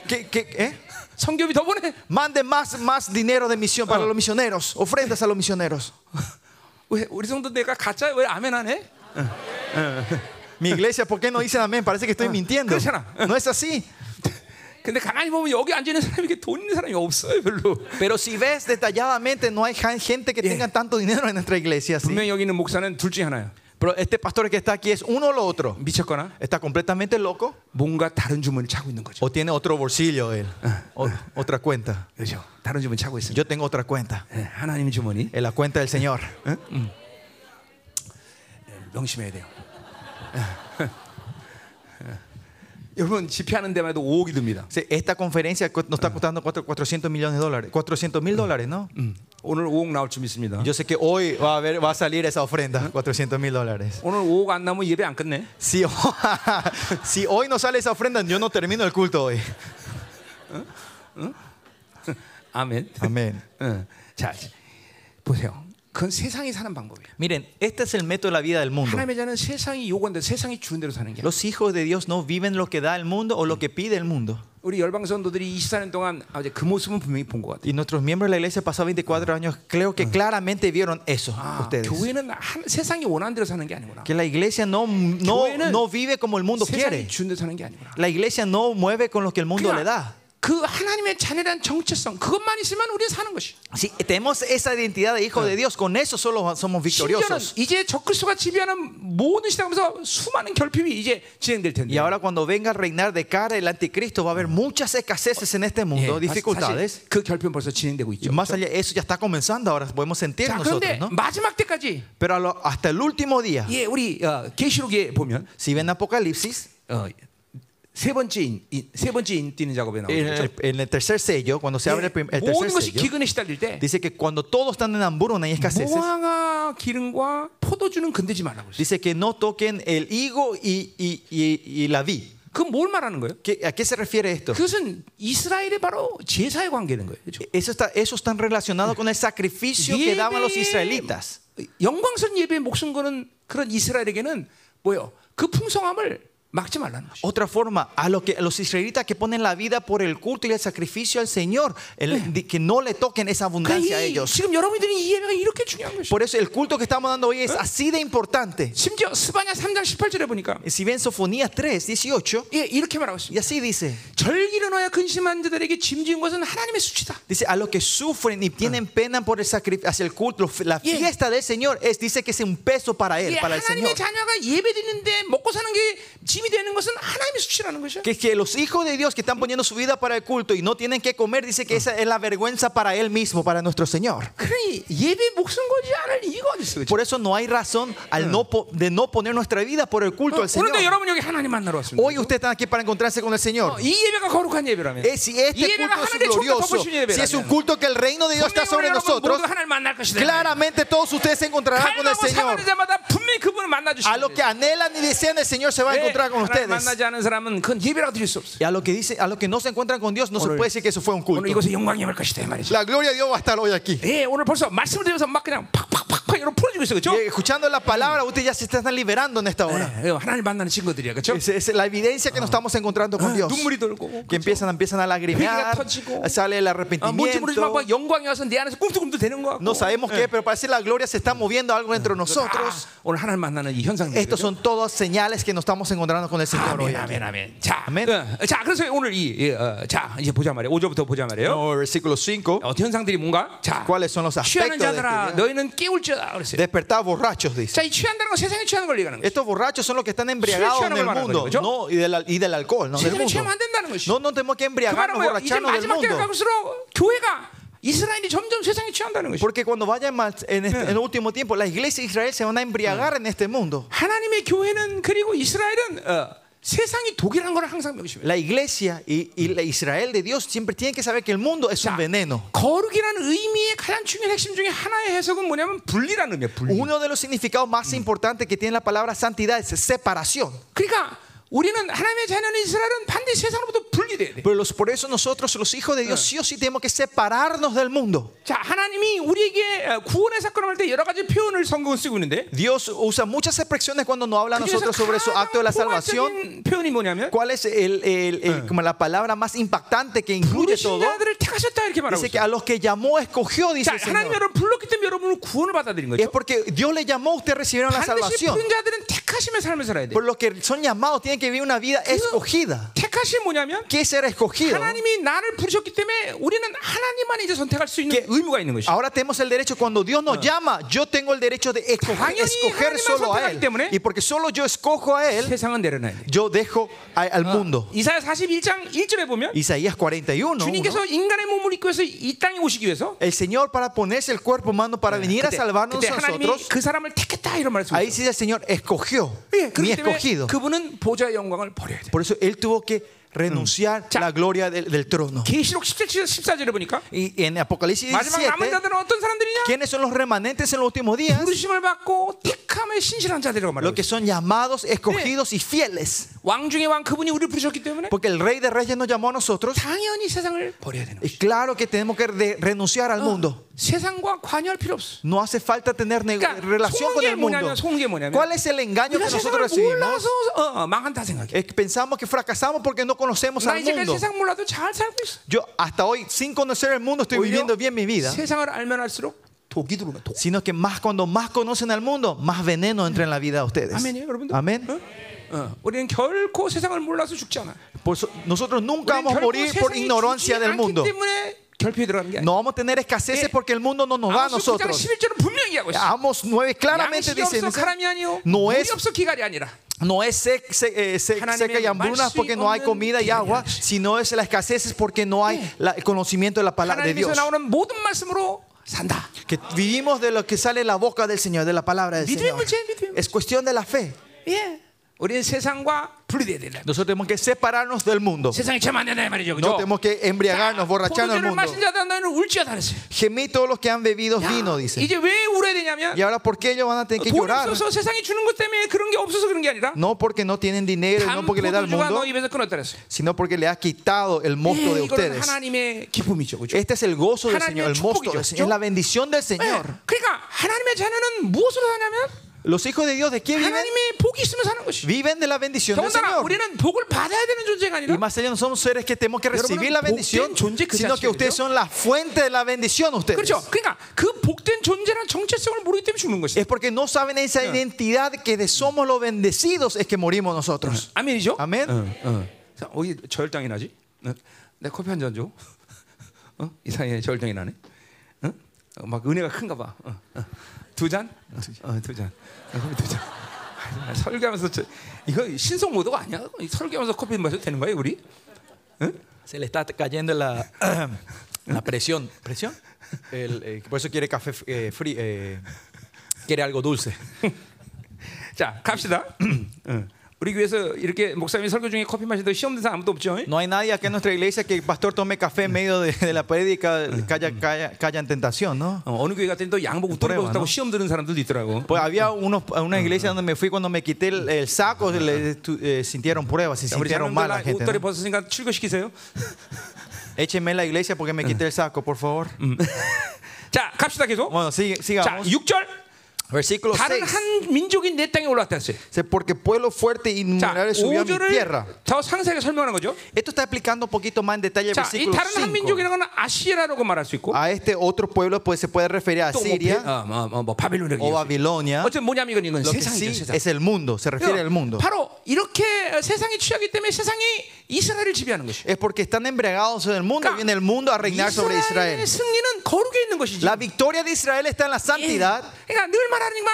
¿Qué- qué- eh? 성교비 더 보내. Manden más, más dinero de misión para Ah. los misioneros, ofrendas a los misioneros. 왜 우리 성도 내가 가짜 왜 아멘 안 해? Mi iglesia, ¿por qué no dicen amén? Parece que estoy mintiendo. 그렇잖아. No es así. 근데 가만히 보면 여기 앉아 있는 사람이 이렇게 돈 있는 사람이 없어요 별로. Pero si ves detalladamente, no hay ja- gente que tenga tanto dinero en nuestra iglesia. ¿sí? 분명 히 여기 있는 목사는 둘 중에 하나야. Pero este pastor que está aquí es uno o lo otro. 미쳤거나 ¿Está completamente loco 뭔가 다른 주문을 차고 있는 거죠. o tiene otro bolsillo él? O- otra cuenta. 그렇죠. 다른 주문 차고 있습니다. Yo tengo otra cuenta. 예, 하나님의 주머니 En la cuenta del Señor. 명심해야 돼요. 예, 예. 여러분 집회하는 데만 해도 5억이 듭니다. Sí, Esta conferencia cu- nos está costando cuatro- 400 millones de dólares. 400 mil dólares, ¿no? 음, 오늘 5억 나올 줄 믿습니다. Yo sé que hoy va a, haber- va a salir esa ofrenda. 400 mil dólares. 오늘 5억 안 나면 예배 안 끝내. Si, ho- si hoy no sale esa ofrenda, yo no termino el culto hoy. 아멘. Amén. 어, 자 보세요. 그건 세상이 사는 방법이에요. Miren, este es el método de la vida del mundo. 하나님의 자는 세상이 요구한데 세상이 주는 대로 사는 게. 아니에요. Los hijos de Dios no viven lo que da el mundo o lo que pide el mundo. 우리 열방 선도들이 24년 동안 아, 이제 그 모습은 분명히 본 것 같아요. Y nuestros miembros de la iglesia pasados 24 años, creo que claramente vieron eso 아, 그- ustedes. 교회는 한- 세상이 원하는 대로 사는 게 아니구나. Que la iglesia no, no, no vive como el mundo 세상이 quiere. 주는 대로 사는 게 아니구나. La iglesia no mueve con lo que el mundo le da. 그 하나님의 자녀란 정체성 그것만 있으면 우리는 사는 것이. Si tenemos esa identidad de hijo de Dios, con eso solo somos 심지어는 victoriosos. 이제 적그리스도가 지배하는 모든 시대하면서 수많은 결핍이 이제 진행될 텐데. Y ahora cuando venga a reinar de cara el anticristo, va a haber muchas escaseces en este 예, mundo, dificultades. 사실 그 결핍 벌써 진행되고 Y 있죠. 그렇죠? más allá, eso ya está comenzando, ahora podemos sentir 자, nosotros, 그런데 ¿no? 마지막 때까지 Pero a lo- hasta el último día, 예, 우리 어, 계시록에 보면 si ven Apocalipsis, 어, 세 번째 인, 인- 세 번째 인 뛰는 작업에 en 나오죠. 그렇죠? 예, el, en el tercer sello, cuando se abre el, 그 prim- el tercer 모든 것이 sello, 기근에 시달릴 때 dice que cuando todos están en hambruna y escaseces, 모항아 기름과 포도주는 건드지 말라고 했어요. dice que no toquen el higo y, y- y- y la vid. 그뭘 말하는 거예요? ¿Qué- ¿A qué se refiere esto? 그것은 이스라엘의 바로 제사의 관계는 거예요. 그렇죠? Eso está, eso está relacionado con el sacrificio que daban los israelitas. 영광스러운 예배에 목숨 거는 그런 이스라엘에게는 뭐요? 그 풍성함을 막지 말라는 것이. Otra forma, a, lo que, a los israelitas que ponen la vida por el culto y el sacrificio al Señor, el- de que no le toquen esa abundancia 그러니까 뭐 a 이, ellos. 지금 여러분들이 이 예배가 이렇게 중요한 것이. Por eso el culto que estamos dando hoy es así de importante. 심지어 스바냐 3장 18절에 보니까 Si ven Sofonías 3, 18, 예, 이렇게 말하고 있습니다. y así dice. 절기를 넣어야 근심한 자들에게 짐진 것은 하나님의 수치다. Dice, a los que sufren y tienen pena por el sacrificio, hacia el culto, la Yeah. fiesta del Señor, es, dice que es un peso para Él, 예, para el 하나님의 Señor. 자녀가 예배드리는데 먹고 사는 게 짐이 되는 것은 하나님의 수치라는 것이야. Que, que los hijos de Dios que están poniendo su vida para el culto y no tienen que comer, dice que esa es la vergüenza para Él mismo, para nuestro Señor. 그러니 예배 목숨 걸지 않을 이유가 어디 그렇죠? 있어? 그죠? Por eso no hay razón al no po- de no poner nuestra vida por el 뭐, culto al 어, 오늘도 Señor. 여러분 여기 하나님 만나러 왔습니다. Hoy ustedes están aquí para encontrarse con el Señor. 이 예배가 거룩한 예배라면 Eh, si 이 este 예배가 culto es un 하나님의 종과 glorioso, 덮으신 si es un 예배라면 culto que el reino de Dios está sobre 분명히 여러분 nosotros, 모두 하나님 만날 것이다. claramente todos ustedes se encontrarán con el 칼로 Señor. 사는 자마다 분명히 그분을 A 만나주시면 lo que anhelan y desean, el Señor se va a 네, encontrar con 하나님 ustedes. 만나지 않은 사람은 그건 예배라고 드릴 수 없어요. Y a lo que dice, a lo que no se encuentran con Dios, no se 오늘- puede decir que eso fue un 오늘 culto. 이곳에 영광이 임할 것이다 이 말이죠. La gloria de Dios va a estar hoy aquí. 예, 오늘 벌써 말씀을 드리면서 막 그냥 팍팍팍팍 여러분 풀어주고 있어요, Y eh, 그렇죠? escuchando la palabra, ustedes ya se están liberando en esta hora. 예, 하나님 만나는 친구들이야, 그렇죠? 어, Es, es la evidencia que nos estamos encontrando con 예, 어, Dios. 눈물이 돌고 Que empiezan, empiezan a lagrimear, 터지고, sale el 아, 뭔지 모르지만 arrepentimiento. 막 영광이 와서 내 안에서 꿈틀꿈틀 되는 거 같고. No sabemos qué, pero parece que la gloria se está moviendo algo dentro de nosotros. 아, 오늘 하나님 만나는 이 현상들. Estos son todas señales que nos estamos encontrando con el Señor hoy. 아멘, aquí. 아멘, 아멘. 자, 아멘. 어, 자, 그래서 오늘 이, 이, 어, 자 이제 보자 말이에요. 5절부터 보자 말이에요. No, versículo 5. 어, 현상들이 뭔가? 자, ¿Cuáles son los 취하는 aspectos de este 자들아, día? 너희는 깨울지어다 그랬어요. Despertar borrachos, dice. 자, 이 취한다는 건 세상에 취하는 걸 얘기하는 거예요. Estos borrachos son los que están embriagados en el Sexualmente mundo hablando, no, y, del, y del alcohol, no del 세상에 mundo. 취하면 안 된다는 것이. No, no tenemos 그 que 말은 embriagarnos, 네. 뭐예요? 이제 borracharnos del 마지막 때가 mundo. 갈수록 교회가 이스라엘이 점점 세상에 취한다는 것이. Porque cuando vayan más en, este- en el último tiempo, la iglesia de Israel se van a embriagar en este mundo. 하나님의 교회는 그리고 이스라엘은 어, 세상이 독이라는 걸 항상 명심해요. La iglesia y, y la Israel de Dios siempre tienen que saber que el mundo es un veneno. 거룩이라는 의미의 가장 중요한 핵심 중에 하나의 해석은 뭐냐면 분리라는 의미예요. 분리. Uno de los significados más importantes que tiene la palabra santidad es separación. 그러니까 우리는 하나님의 자녀는 이스라엘은 반드시 세상으로부터 분리돼야 돼. Pero los- por eso nosotros, los hijos de Dios, sí o sí tenemos que separarnos del mundo. 자, 하나님이 우리에게 어, 구원의 사건을 할 때 여러 가지 표현을 성경은 쓰고 있는데 Dios usa muchas expresiones cuando nos habla a 그중에서 nosotros sobre su acto de la 가장 포괄적인 salvación. 표현이 뭐냐면 ¿Cuál es el, el- el- como la palabra más impactante que incluye 부르신 todo? 자들을 택하셨다 이렇게 말하고 Dice que 있어요. a los que llamó, escogió, dice 자, el 하나님 Señor. 여러분 불렀기 때문에 여러분은 구원을 받아들인 Y es 거죠. porque Dios le llamó, usted recibieron 반드시 la salvación. 부른 자들은 택하심의 삶을 살아야 돼. Por lo que son llamados, tienen que vivir una vida escogida. 택하심 뭐냐면 ¿Qué es ser escogido? 하나님이 나를 부르셨기 때문에 우리는 하나님만 이제 선택할 수 있는 Que- 의무가 있는 것이. Ahora tenemos el derecho, cuando Dios nos llama, yo tengo el derecho de esco- 당연히 escoger 하나님만 solo a 선택하기 Él. 때문에 Y porque solo yo escojo a Él, 세상은 내려놔야 돼. yo dejo a- al mundo. 이사야 41장 1절에 보면 Isaías 41. uno, 주님께서 인간의 몸을 입고 해서 이 땅에 오시기 위해서 El Señor para ponerse el cuerpo humano para venir a 그때, salvarnos 그때 하나님이 nosotros. 그 사람을 택했다 이런 말을 쓰고 Ahí 있어요. sí el Señor escogió, 예, mi 그렇기 때문에 escogido. 그분은 보좌의 영광을 버려야 돼. Por eso Él tuvo que Mm. renunciar 자. a la gloria del, del trono. 계시록 17절 14절에 보니까 Y en Apocalipsis 마지막 17, 남은 자들은 어떤 사람들이냐? ¿quiénes son los remanentes en los últimos días? 부르심을 받고 택함에 신실한 자들이라고 Los 말하고 que 있어요. son llamados, escogidos y fieles. 왕 중의 왕 그분이 우리를 부르셨기 때문에 Porque el Rey de Reyes nos llamó a nosotros. 당연히 세상을 버려야 되는 거예요. Y claro que tenemos que de- renunciar al mundo. 세상과 관여할 필요 없어. No hace falta tener nego- 그러니까 relación con 속은 게 el mundo. 뭐냐면, 속은 게 뭐냐면, ¿Cuál es el engaño que 우리가 세상을 nosotros recibimos? 몰라서 어, 어, 망한다 생각해. Es que pensamos que fracasamos porque no conocemos 나 al 이제까지 mundo. 세상 몰라도 잘 살고 있어. Yo hasta hoy, sin conocer el mundo, estoy viviendo bien mi vida. 세상을 알면 할수록 독이 들어오면 독. Sino que más cuando más conocen al mundo, más veneno entra en la vida de ustedes. 아멘이에요, 여러분들. Amén. eh, 어? 어, 우리는 결코 세상을 몰라서 죽지 않아. Por eso, nosotros nunca 우리는 vamos a 결코 morir por 세상이 ignorancia 죽지 del 않기 mundo. 때문에 결핍에 들어가는 게 아니야. No vamos a tener escaseces Eh, porque el mundo no nos da a 아모스 9장 ah, nosotros. 11절은 분명히 하고 있어. Amos 9 claramente 양식이 dice, 없어 사람이 아니요. no 물이 es, 없어 기갈이 아니라. no es sec- sec- eh, sec- 하나님의 seca y hambruna 말씀이 porque no hay 없는 comida y 기간이 agua, 아니지. sino es la escasez es porque no hay la- el conocimiento de la palabra de 하나님에서 Dios. 나오는 모든 말씀으로 산다. Que vivimos de lo que sale de la boca del Señor, de la palabra del 믿음의 Señor. 문제예요, 믿음의 문제. Es cuestión de la fe. 예. 우리는 세상과 분리돼야 된다. Nosotros tenemos que separarnos del mundo. 세상에 죄만 된다 이 말이죠. No 그죠? tenemos que embriagarnos, borracharnos al 포도주를 mundo. 마신 자다 뭐 너희는 울지어다 그랬어요. Gemí todos los que han bebido vino, dice. 이제 왜 울어야 되냐면 Y ahora, ¿por qué ellos van a tener que 돈이 llorar? 없어서 세상이 주는 것 때문에 그런 게 없어서 그런 게 아니라 No porque no tienen dinero, y 단 no porque le da al 포도주가 mundo, 너 입에서 끊었다 그랬어요. sino porque le ha quitado el mosto de 예, 이거는 ustedes. 하나님의 기쁨이죠. 그죠? 예, Este es el gozo del 하나님의 Señor, el mosto 축복이죠, del Señor, es la bendición del 예, Señor. 그러니까 하나님의 자녀는 무엇으로 사냐면 Los hijos de Dios, ¿de qué viven? 하나님의 복이 있으면 사는 것이. Viven de la bendición del 더군다나 Señor. 우리는 복을 받아야 되는 존재가 Y 아니라 más allá no somos seres que tenemos que recibir la 여러분은 bendición, 복된 존재 그 sino que 자체예요, ustedes son la fuente de la bendición ustedes. 그렇죠. 그러니까 그 복된 존재란 정체성을 모르기 때문에 죽는 것이다. Es porque no saben esa identidad que de somos los bendecidos es que morimos nosotros. 아멘이죠. 아멘. 응, 응. 자, 어디 저혈당이 나지? 응? 내 커피 한 잔 줘. 어? 이상해 저혈당이 나네. 응? 어, 막 은혜가 큰가 봐. 어, 어. 두 잔? 어, 두 잔. 어, 커피 두 잔. 아, 설교하면서 저, 이거 신성 모드가 아니야? 이 설교하면서 커피 마셔도 되는 거야 우리? Ah, Se le está cayendo la, la presión. ¿Presión? El, eh, por eso quiere café eh, frí- eh, quiere algo dulce. 자 갑시다. 응. 어. 우리 교회에서 이렇게 목사님 설교 중에 커피 마시다 시험 든 사람 아무도 없죠? No hay nadie acá en nuestra iglesia que el pastor tome café en medio de, de la prédica, calla, calla, calla en tentación, ¿no? 어, 어느 교회 갔더니 또 양복 옷도 그래요, 입었다고 너? 시험 드는 사람들도 있더라고. Pues había unos, una iglesia donde me fui cuando me quité el, el saco, le, tu- eh, sintieron pruebas y 자, 우리 sintieron mal la 자녀들 gente. 옷다리 ¿no? 벗었으니까 출교시키세요. Échenme en la iglesia porque me quité el saco, por favor. 자, 갑시다 계속. Bueno, sigue- 자, sigamos. 6절. Versículo 다른 6. 한 민족이 내 땅에 올라왔다 했어요. Dice, Porque pueblo fuerte 자, y innumerable subió a mi tierra. 5절을 더 상세하게 설명하는 거죠. Esto está explicando un poquito más en detalle el 자, 이 예, versículo 다른 한 5. 민족이라는 건 아시아라고 말할 수 있고 A este otro pueblo pues, se puede referir a 또 뭐, Siria 뭐, 뭐, 뭐 바빌론 o 이렇게. Babilonia. 어쨌든 뭐냐면 이건, 이건 Lo que 세상이죠, sí 세상. es el mundo, se refiere al mundo. 바로 이렇게 세상이 취하기 때문에 세상이 이스라엘을 지배하는 것이죠. Es porque están embriagados en el mundo, 그러니까 viene el mundo a reinar sobre Israel. 이스라엘의 승리는 거룩에 있는 것이지. La victoria de Israel está en 예. la santidad. 그러니까 늘 말하지만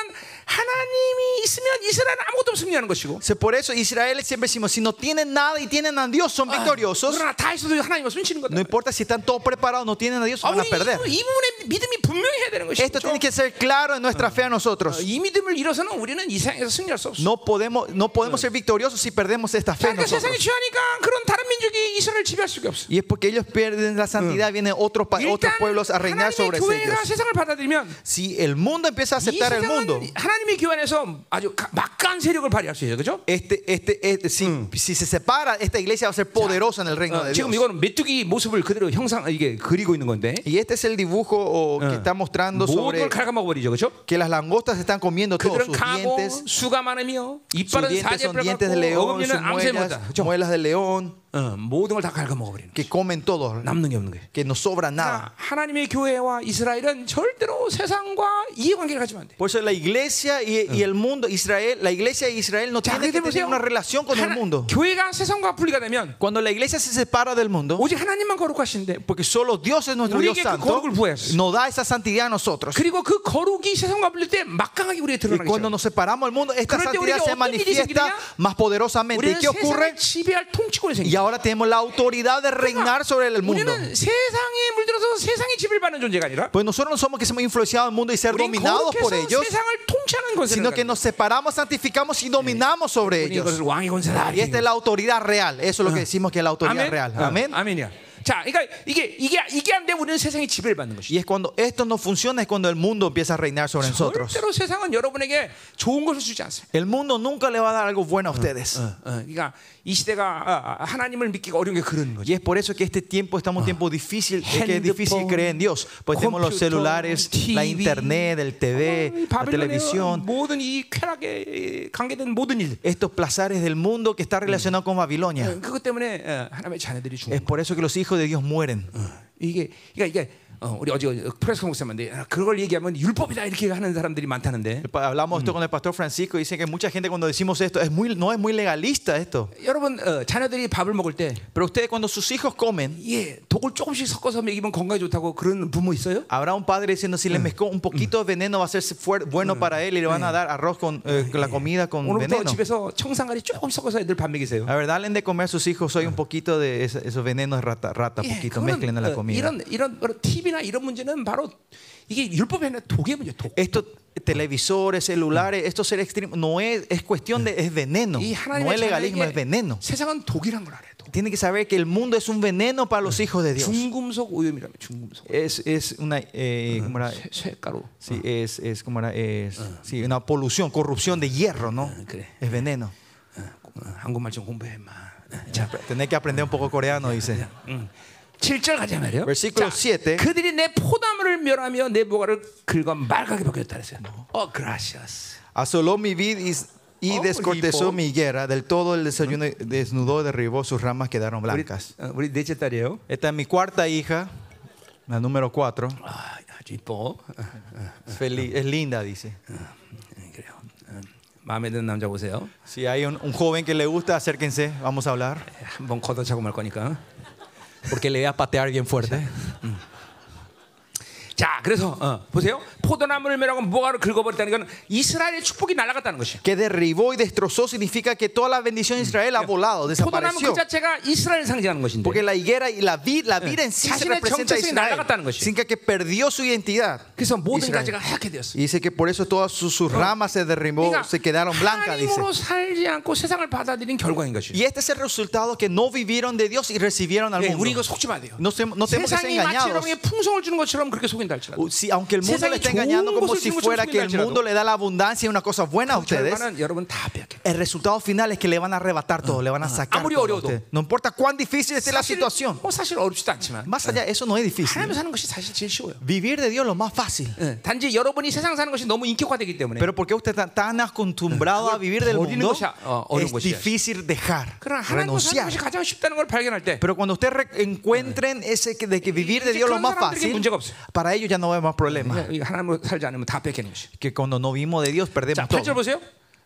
하나님이 있으면 이스라엘은 아무것도 없으면 승리하는 것이고. Se- Por eso Israel siempre decimos, si no tienen nada y tienen a Dios, son victoriosos. 그러나 다 있어도 하나님 없으면 지는 거다. No importa si están todos preparados, no tienen a Dios, 아, van a 우리 perder. 이, 이 부분에 믿음이 분명히 해야 되는 것이죠. Esto tiene que ser claro en nuestra fe a 어, nosotros. 이 믿음을 잃어서는 우리는 이 세상에서 승리할 수 없어. No podemos, no podemos ser victoriosos si perdemos esta fe 자, en 그러니까 세상이 nosotros. 취하니까 그런 다른 민족이 이스라엘 지배할 수가 없어. Y es porque ellos pierden la santidad, vienen otros, pa- otros 일단 pueblos a reinar 하나님의 sobre ellos. 교회가 세상을 받아들이면 Si el mundo empieza a 이 aceptar el mundo, 세상은 하나님의 교회 안에서 아주 가- 막강한 세력을 발휘할 수 있어요. 그죠? este, este, este- si, si se separa, esta iglesia va a ser poderosa en el reino 어, de 지금 Dios. 이거는 메뚜기 모습을 그대로 형상 이게 그리고 있는 건데 Y este es el dibujo o, que está mostrando 모든 sobre 걸 갉아먹어 버리죠. 그죠? que las langostas están comiendo todos 그들은 sus 가고 dientes. 수가 많으며 Sus 이빨은 dientes son 사제뼈 dientes de 같고 león, sus 어금니는 muelas, 암세모다. 그죠? muelas de león, 어, 모든 걸 다 갉아먹어 버리는 que comen todo, 남는 게 없는 거예요. que no sobra 아, nada. 하나님의 교회와 이스라엘은 절대로 세상과 이해관계를 가지면 안 돼. Por eso la iglesia y, y el mundo, Israel, la iglesia de Israel no 자, tiene 그런데 que tener 보세요. una relación con el 하나- mundo. 교회가 세상과 분리가 되면 Cuando la iglesia se separa del mundo, 오직 하나님만 거룩하신데 porque solo Dios es nuestro Dios 우리에게 그 santo, 거룩을 부여하셨어요. nos da esa santidad a nosotros. 그리고 그 거룩이 세상과 분릴 때 막강하게 우리에 Y 드러나게 cuando 돼요. nos separamos del mundo, esta 그럴 때 santidad 우리에게 se 어떤 일이 manifiesta 생기느냐? más poderosamente. ¿Y 우리는 qué ocurre? 세상을 지배할 통치권이 Y 생겨. ahora tenemos la autoridad de reinar sobre el mundo. 우리는 세상에 물들어서 세상의 지배를 받는 존재가 아니라 Pues nosotros no somos que somos influenciados del mundo y ser 우리는 dominados por 거룩해서 ellos, 세상을 통치하는 권세를 sino que 갖는 nos separamos, santificamos y dominamos sobre 거예요. 이것을 ellos. 왕의 권세다. Y esta 이렇게 es la autoridad real. Eso es lo que decimos que es la autoridad real. 아멘. Amén. 어, 아멘이야. 자, 그러니까 이게 이게 이게 안 되면 우리는 세상의 지배를 받는 것이죠. Y es cuando esto no funciona, es cuando el mundo empieza a reinar sobre nosotros. 절대로 세상은 여러분에게 좋은 것을 주지 않습니다. El mundo nunca le va a dar algo bueno a ustedes. 어, 그러니까 이 시대가 아, 아, 하나님을 믿기가 어려운 게 그런 거죠. Y es por eso que este tiempo estamos en un tiempo difícil, es que es difícil Handphone, creer en Dios. Pues tenemos los computer, celulares, la TV, internet, el 어, TV, la 바빌론의 televisión. 모든 이 쾌락에 관계된 모든 일 Estos plazares del mundo que está relacionado con Babilonia. 그것 때문에 어, 하나님의 자녀들이 죽는 Es por eso que los hijos de Dios mueren. 이게 그러니까 이게 어, 우리 어제 프레스 목사님한테 아, 그걸 얘기하면 율법이다 이렇게 하는 사람들이 많다는데 Pa- Hablamos esto con el pastor Francisco y dice que mucha gente cuando decimos esto es muy, no es muy legalista esto. 여러분 어, 자녀들이 밥을 먹을 때 Pero ustedes cuando sus hijos comen, 예, 독을 조금씩 섞어서 먹이면 건강에 좋다고 그런 부모 있어요? habrá un padre diciendo si le mezcló un poquito de veneno va a ser fuer- bueno para él y le van a dar arroz con eh, con la comida con 오늘부터 veneno. 집에서 청산가리 조금 섞어서 애들 밥 먹이세요. La verdad, den de comer a sus hijos hoy un poquito de esa- esos venenos de rata, rata 예, poquito, 그거는, mezclen en la 어, comida. 이런 이런 그런 TV나 이런 문제는 바로 이게 율법이 아니라 독의 문제, 독. Estos televisores, celulares, estos seres extremos, no es, es cuestión de, es veneno. 이 No 하나님의 es legalismo, es 자녀에게 veneno. 세상은 독이란 걸 알아요. 독. Tienen que saber que el mundo es un veneno para los hijos de Dios. 중금속 오염이라며 중금속 Es, es una, eh, ¿cómo era? 쇠- 쇠가루. 어, Sí, es, es, ¿cómo era? Es, sí, una polución, corrupción de hierro, ¿no? creo. Es veneno. 어, 한국말 좀 공부해 마. 어, 자, 네. Tener que aprender un poco coreano, dice. 음. 7절 가자 말이에요. Versículo siete. 그들이 내 포도나무를 멸하며 내 보가를 긁어 말갛게 벗겼다 그랬어요. 어, gracias. Asoló mi vid y, y Oh, descortezó lipo. mi higuera. Del todo el desayuno desnudó, derribó, sus ramas quedaron 우리, blancas. 어, 우리 넷째 딸이에요. Esta es mi cuarta hija, la número cuatro. 아, 아주 이뻐. 어, Es feliz- es linda, dice. 그래요. 어, 마음에 드는 남자 보세요. Si hay un, un joven que le gusta, acérquense, vamos a hablar. 한번 걷어차고 말 거니까. Porque le voy a patear bien fuerte. 자, 그래서 어, 보세요. 포도나무를 매라고 뭐가로 긁어버렸다는 건 이스라엘의 축복이 날아갔다는 것이야. Que derribó y destrozó significa que toda la bendición de Israel ha volado, 포도나무 그 desapareció. 자체가 이스라엘을 상징하는 것인데. Porque la higuera y la vid, la vid en sí se 자신의 representa a 정체성이 Israel. 날아갔다는 것이. Significa que perdió su identidad. 그래서 모든 Israel. 가지가 하얗게 되었어. Y dice que por eso todas sus, sus ramas se derribó, 뭐 se quedaron blancas, dice. 하나님으로 살지 않고 세상을 받아들인 결과인 것이. Y este es el resultado que no vivieron de Dios y recibieron al 예, 우리 이거 mundo. 속지 마야 돼요. No, se- no tenemos que ser 세상이 마치 engañados. 여러분의 풍성을 주는 것처럼 그렇게 속인다 할지라도 O- si- aunque el mundo 세상이 le está engañando 좋은 como 것을 si 주는 fuera 것처럼 que el 생각할지라도 mundo le da la abundancia y una cosa buena a ustedes, 결과는 여러분 다 빼앗겨. el resultado final es que le van a arrebatar todo, le van a sacar Amurio todo a Oriodo. ustedes. No importa cuán difícil esté la 사실, situación. 뭐 사실 어렵지도 않지만 Más allá, eso no es 하나님 difícil. 사는 것이 사실 제일 쉬워요. Vivir de Dios es lo más fácil. 예, 단지 여러분이 세상 사는 것이 너무 인격화되기 때문에 Pero porque usted está tan acostumbrado a vivir del 버리는 mundo, 것이, 어, 어려운 es 것이야. difícil dejar, 그러나 하나님과 사는 renunciar. 것이 가장 쉽다는 걸 발견할 때 Pero cuando ustedes re- encuentren ese que, de que vivir de 이제 Dios lo 그런 más 사람들에게 fácil, 문제가 없어요. para ellos ya no hay más problema. 예, 이 하나님으로 살지 않으면 다 뺏기는 것이. Que cuando no vimos de Dios 자, perdemos 8절 todo. 보세요.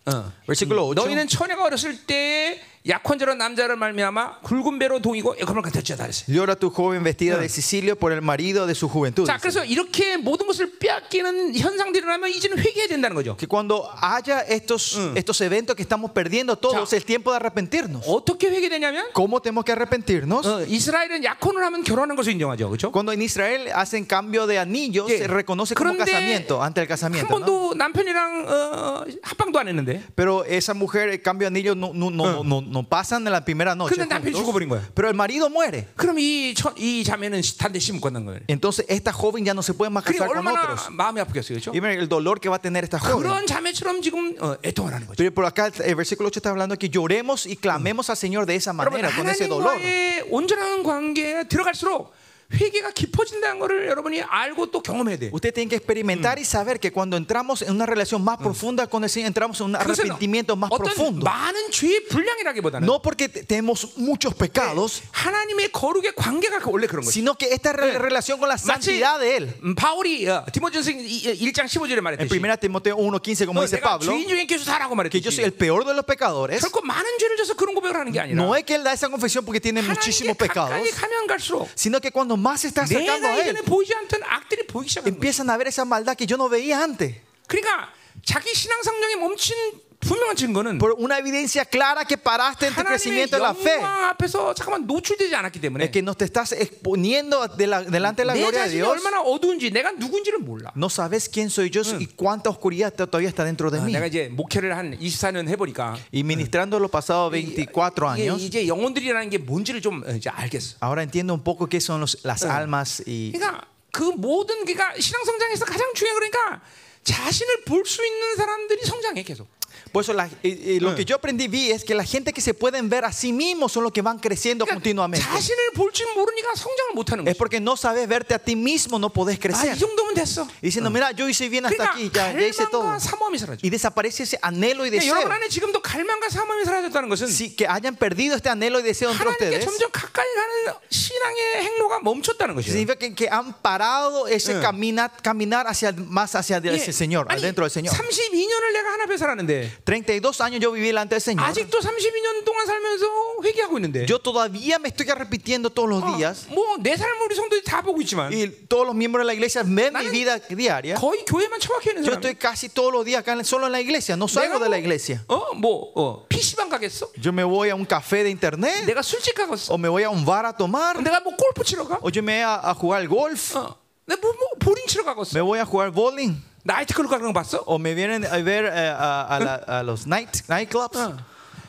어. Versículo 8. 너희는 처녀가 어렸을 때 약혼자로 남자를 말미암아 굵은 배로 동이고 애컴을 같았지 다 했어요. Llora tu joven vestida de Sicilio por el marido de su juventud. 자, 그래서 이렇게 모든 것을 빼앗기는 현상들이 일어나면 이제는 회개해야 된다는 거죠. Que cuando haya estos, estos eventos que estamos perdiendo todos, Ya. es tiempo de arrepentirnos. 어떻게 회개되냐면 ¿Cómo tenemos que arrepentirnos? 어, 이스라엘은 약혼을 하면 결혼한 것을 인정하죠. 그렇죠? Cuando en Israel hacen cambio de anillo, Sí. se reconoce como 그런데 casamiento, ante el 한 casamiento. ¿no? 번도 남편이랑 어, 합방도 안 했는데 Pero esa mujer, el cambio de anillo, no, no, no, no, no pasan en la primera noche. 근데 남편이 juntos. 죽어버린 거야. Pero el marido muere. 그럼 이, 처- 이 자매는 단대 심건난 거예요. Entonces, esta joven ya no se puede más 그게 casar con 얼마나 otros. 마음이 아프겠어요. 그렇죠? Y miren el dolor que va a tener esta joven. 그런 자매처럼 지금 어, 애통을 하는 거죠. Pero por acá el versículo 8 está hablando que lloremos y clamemos al Señor de esa 여러분 manera, con ese dolor. 하나님과의 온전한 관계에 들어갈수록 회개가 깊어진다는 것을 여러분이 알고 또 경험해야 돼. Usted tiene que experimentar y saber que cuando entramos en una relación más profunda con el Señor, entramos en un 그것은 arrepentimiento más 어떤 profundo. 많은 죄의 분량이라기보다는 No porque te- tenemos muchos Eh. pecados, 하나님의 거룩의 관계가 원래 그런 거죠. sino que esta re- Sí. relación con la santidad de Él. 음, 바울이 어, 디모전서 1장 15절에 En 말했듯이 1 Timoteo 1.15, como 너 dice 내가 Pablo, 죄인 중에 계속 사라고 que yo 말했듯이 soy el peor de los pecadores. 결코 많은 죄를 져서 그런 고백을 하는 게 아니라 No es que Él da esa confesión porque tiene 하나님께 muchísimos pecados, 가까이 가면 갈수록 sino que cuando más se está acercando 내가 a Él, 이전에 보이지 않던 악들이 보이기 시작하는 거예요. empiezan a ver esa maldad que yo no veía antes. 그러니까 자기 신앙 성장에 멈춘 분명한 증거는 Por una evidencia clara que paraste en tu 하나님의 crecimiento de la fe. 영광 앞에서 잠깐만 노출되지 않았기 Es 때문에 que no te estás exponiendo de la- delante de la 내 gloria de 자신이 Dios. 얼마나 어두운지 내가 누군지를 몰라. No sabes quién soy yo y cuánta oscuridad to- todavía está dentro de mí. 내가 이제 목회를 한 24년 해보니까 Y ministrando los pasados 24 이게 años, 이제 영혼들이라는 게 뭔지를 좀 어, 이제 알겠어. ahora entiendo un poco qué son los- las almas y 그러니까 그 모든 그러니까 신앙 성장에서 가장 중요한 그러니까 자신을 볼 수 있는 사람들이 성장해 계속. por eso la- y- y lo que yo aprendí vi es que la gente que se pueden ver a sí mismos son los que van creciendo 그러니까 continuamente. 자신을 볼 줄 모르니까 성장을 못 하는 Es 거지. porque no sabes verte a ti mismo, no podés 아, 이 crecer. 정도면 됐어. Diciendo, Ah. mira, yo hice bien hasta aquí, 그러니까 ya, ya hice todo. 갈망과 사모함이 사라져. Y desaparece ese anhelo y 그러니까 deseo. 여러분 안에 지금도 갈망과 사모함이 사라졌다는 것은 Si que hayan perdido este anhelo y deseo entre 하나님께 ustedes. 점점 가까이 가는 신앙의 행로가 멈췄다는 것이에요. Significa que, que han parado ese caminar, caminar hacia, más hacia el 예. Señor, 아니, adentro del Señor. 32년을 내가 하나 앞에 살았는데 32 años yo viví delante del Señor. 아직도 32년 동안 살면서 회개하고 있는데 Yo todavía me estoy arrepintiendo todos los días. 뭐 내 삶을 우리 성도들이 다 보고 있지만 Y todos los miembros de la iglesia ven mi 나는- vida diaria. 거의 교회만 처박혀 있는 Yo 사람. estoy casi todos los días acá en- solo en la iglesia, no salgo de la iglesia. 어뭐어 PC방 가겠어? Yo me voy a un café de internet, 내가 술집 가겠어? o me voy a un bar a tomar, 내가 뭐 골프 치러 가? o yo me voy a, a jugar al golf, 어. 내가 뭐, 뭐 보링 치러 가겠어? me voy a jugar bowling, 나이트클럽 가는 거 봤어? o me vienen a ver eh, a, a la- a los night, nightclubs. 어. Ah.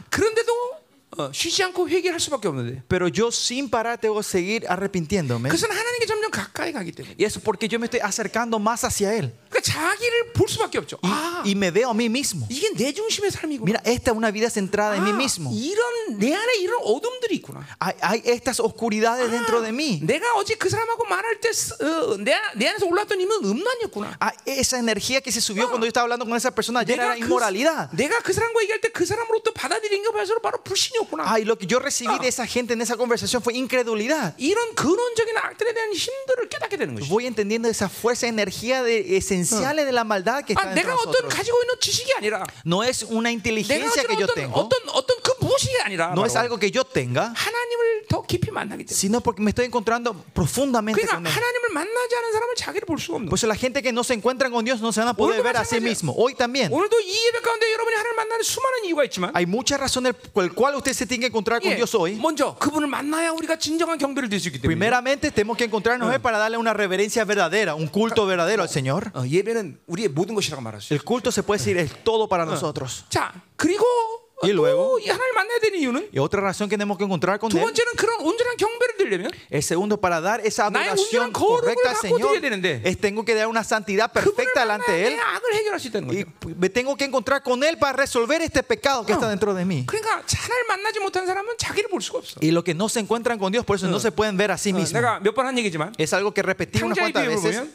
그런데도 어, 쉬지 않고 회개할 수밖에 없는데. Pero yo sin parar tengo que seguir arrepintiéndome. 그것은 하나님께 점점 가까이 가기 때문에. Y eso porque yo me estoy acercando más hacia Él. 그러니까 자기를 볼 수밖에 없죠. 아, Y me veo a mí mismo. 이게 내 중심의 삶이구나. 아, Mira, esta es una vida centrada Ah. en mí mismo. 이런 내 안에 이런 어둠들이 있구나. Hay, hay estas oscuridades dentro de mí. 내가 어제 그 사람하고 말할 때내 내 안에서 올랐던 힘은 음란이었구나. Ah, esa energía que se subió cuando yo estaba hablando con esa persona ayer era 내가 inmoralidad. 그, 내가 그 사람과 얘기할 때 그 사람으로부터 받아들인 게 바로 바로 불신이었구나. Ay, lo que yo recibí de esa gente en esa conversación fue incredulidad. 이런 근원적인 악들에 대한 힘들을 깨닫게 되는 것이죠. Voy entendiendo esa fuerza, energía de, esenciales de la maldad que 아, está dentro 내가 de 어떤 nosotros. 가지고 있는 지식이 아니라 No es una 내가 inteligencia 어떤 que yo 어떤 tengo, 어떤 어떤 그 무엇이 아니라 no es 바로 algo que yo tenga, 하나님을 하나님을 더 깊이 만나기 때문에. sino porque me estoy encontrando profundamente 그러니까 con Él. 하나님을 만나지 않은 사람은 자기를 볼 수가 없는. Por 거예요. eso la gente que no se encuentran con Dios no se van a poder Hoy ver a sí mañana- mismo. Hoy también. 오늘도 이 예배 가운데 여러분이 하나님을 만나는 수많은 이유가 있지만 Hay muchas razones por las cuales usted se tiene que encontrar con 예, Dios hoy. 먼저 그분을 만나야 우리가 진정한 경배를 드릴 수 있기 때문에 Primeramente tenemos que encontrarnos a Él para darle una reverencia verdadera, un culto verdadero al Señor. 어, 예배는 우리의 모든 것이라고 말할 수 있어요. El culto se puede decir es todo para nosotros. 자, 그리고 예, luego. 또이 하나님을 만나야 되는 이유는 Y otra razón que tenemos que encontrar con 두 Él 번째는 그런 온전한 경배를 드리려면 El segundo, para dar esa 나의 adoración 온전한 거룩을 correcta al 갖고 Señor, 드려야 되는데. es tengo que dar una santidad 그분을 perfecta delante 만나야 de 내 Él. 악을 해결할 수 있다는 Y 거죠. me tengo que encontrar con Él para resolver este pecado que está dentro de mí. 그러니까 하나님을 만나지 못한 사람은 자기를 볼 수가 없어. Y lo que no se encuentran con Dios, por eso no se pueden ver a sí 어, mismos. 내가 몇 번 한 얘gi지만 Es algo que repetí unas 탕자의 cuantas 비유를 veces. 보면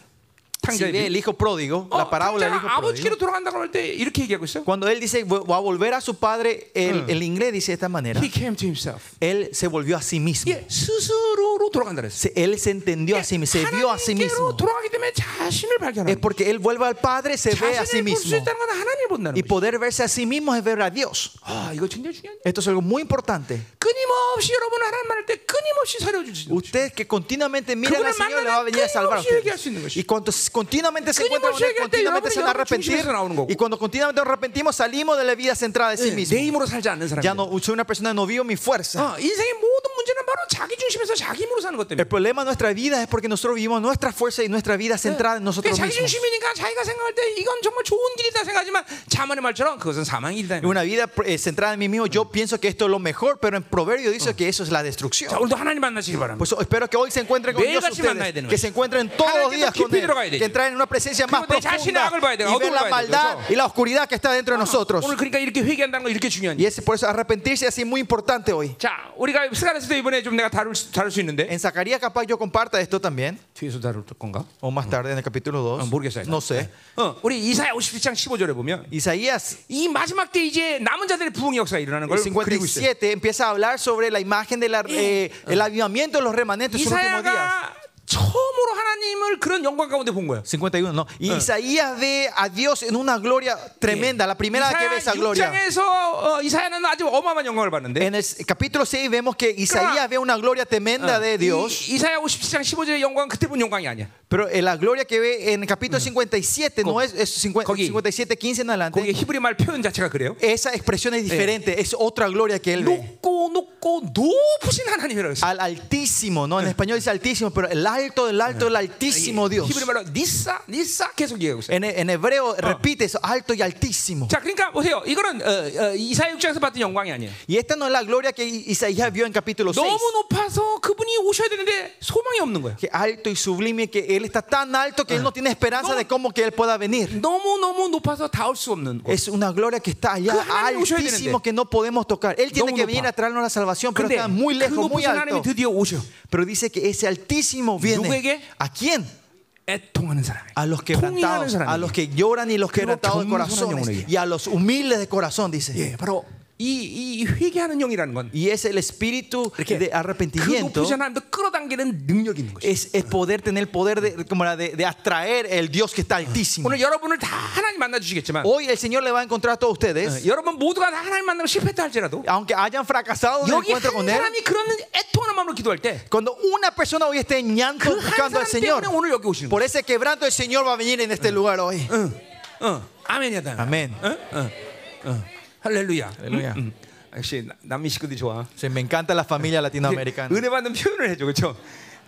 Si 탕자의 ve el 비유. hijo pródigo, 어, la parábola del hijo 탕자가 pródigo. 아버지께로 돌아간다고 할 때 이렇게 얘기하고 있어요. Cuando él dice, "Vo- va a volver a su padre, el, el inglés dice de esta manera: He came to himself. Él se volvió a sí mismo. 예, 스스로로 돌아간다 그랬어. Se- Él se entendió a sí mismo, se vio a sí 하나님께로 mismo. 돌아가기 때문에 자신을 Es 발견하는 거예요. porque él vuelve al padre, se ve a sí 자신을 볼 수 mismo. 있다는 건 하나님을 본다는 Y 거죠. poder verse a sí mismo es ver a Dios. 아, 이거 굉장히 중요한 Esto es algo muy importante. 끊임없이 여러분 하나님 말할 때 끊임없이 사려 주시는 거죠. Usted que continuamente mira 그분을 al Señor le va a 만나면 venir a salvar a 끊임없이 usted. 얘기할 수 있는 것이. Y cuando s- continuamente se encuentra con 끊임없이 él, 얘기할 때 continuamente se 여러분이 va a 여러분 arrepentir. 중심에서 나오는 거고. Y cuando continuamente nos arrepentimos, 사limos de la vida centrada Eh, de sí mismo. 네, 내 힘으로 살지 않는 Ya 사람이에요. no soy una persona no vivo mi fuerza. 어, 인생의 모든 문제는 바로 자기 중심에서 자기 힘으로 사는 것 El 때문에. problema de nuestra vida es porque nosotros vivimos nuestra fuerza y nuestra vida centrada en 그게 nosotros 자기 mismos. 중심이니까 자기가 생각할 때 이건 정말 좋은 길이다 생각하지만 자만의 말처럼 그것은 사망이다. En una vida eh, centrada en mí mismo, yo pienso que esto es lo mejor, pero en Proverbio dice que eso es la 자, destrucción. 오늘도 하나님 만나시길 바랍니다. Pues espero que hoy se encuentren con Dios 매일같이 만나야 ustedes, 되는 que se encuentren todos los 하나님께도 días con 깊이 Él, 들어가야 돼. que entren en una presencia más 그리고 내 자신의 profunda 악을 봐야 돼. y ver 어두운 la 걸 봐야 돼. maldad 그렇죠? y la oscuridad que está dentro de nosotros. 오늘 그러니까 이렇게 회개한다는 건 이렇게 중요한 Y 일. es por eso arrepentirse así muy importante hoy. 자, 우리가 스가랴서도 이번에 좀 내가 다룰 수, 다룰 수 있는데 En Zacarías capaz yo comparta esto también, 뒤에서 다룰 건가? o más tarde en el capítulo 어, 2, 모르겠어요. no sé. 어, 우리 이사야 57장 15절에 보면 Isaías 이 마지막 때 이제 남은 자들의 부흥의 역사가 일어나는 걸 그리고 있어요. 57 empieza a hablar sobre la imagen del el avivamiento de los remanentes en los últimos días. 이사야가 처음으로 하나님을 그런 영광 가운데 본 거예요. 51, no. Y Isaías ve a Dios en una gloria tremenda, la primera vez que ve esa gloria. 6장에서 어, 이사야는 아주 어마어마한 영광을 받는데 En el capítulo 6 vemos que Isaías ve una gloria Ah. tremenda de Dios, 어, 이, 이사야 57장 15절의 영광은 그때 본 영광이 아니야. pero eh, la gloria que ve en el capítulo 57, no es, es 50 거기. 57, 15 en 거기에 adelante, 히브리 말 표현 자체가 그래요. esa expresión es diferente, es otra gloria que él 네. ve. 높고 높고 높으신 하나님이라고 했어요. Al altísimo, ¿no? En español dice altísimo, pero el alto, el alto, el altísimo Dios. 히브리 말로 니사 니사 계속 얘기하고 있어요. En, en hebreo repite eso, alto y altísimo. 자, 그러니까 보세요. 이거는 어, 어, 이사야 6장에서 봤던 영광이 아니에요. Y esta no es la gloria que Isaías vio en capítulo 6. 너무 높아서 그분이 오셔야 되는데 소망이 없는 거예요. Que alto y sublime que él está tan alto que él no tiene esperanza No. de cómo que él pueda venir. 너무 너무 높아서 닿을 수 없는 거. Es una gloria que está allá 그 하나님이 오셔야 altísimo 되는데. que no podemos tocar. Él tiene No, que no, venir pa. a traernos la salvación, pero 근데 está muy 그 lejos, muy 높으신 하나님이 alto. 드디어 오셔. Pero dice que ese altísimo viene. ¿Nuguegue? ¿A quién? 애통하는 사람이. A los 통일하는 quebrantados, a 사람이. los que lloran y los quebrantados de 겸손한 corazones 영혼에게. y a los humildes de corazón, dice. 예, 바로 이이 회개하는 영이라는 건 그 Y es el espíritu de arrepentimiento. 높으신 하나님도 끌어당기는 능력이 있는 것이. Es, es poder tener el poder de, como la de, de atraer el Dios que está altísimo. 오늘 여러분을 다 하나님 만나 주시겠지만 어, Hoy el Señor le va a encontrar a todos ustedes. 여러분 모두가 다 하나님 만나고 실패했다 할지라도 aunque hayan fracasado en el 여기 한 encuentro con Él, 사람이 그런 애통하는 마음으로 기도할 때 그 한 cuando una persona hoy esté en llanto buscando al 그 사람 Señor, 때문에 오늘 여기 오시는 거예요. por ese quebranto el Señor va a venir en este lugar hoy. 응, 어, 아멘이야, 다. 어, 아멘. 응, 응, 응. 어. 할렐루야. 할렐루야. 응, 응. 역시 나- 남미 식구들이 좋아. Se me encanta la familia latinoamericana. 은혜 받는 표현을 해줘, 그렇죠?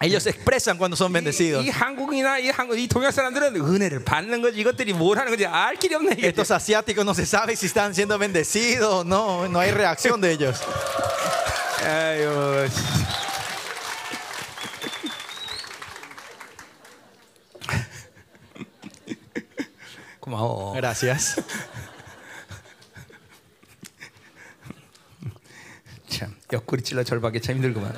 Ellos se expresan cuando son bendecidos. 이 한국이나 이 한국 이 동양 사람들은 은혜를 받는 거지 이것들이 뭘 하는 건지 알 길이 없네 이게. Estos asiáticos no se sabe si están siendo bendecidos o no. No hay reacción de ellos. 아유. 씨. 고마워. Gracias. 참 옆구리 찔러 절박에 참 힘들구만.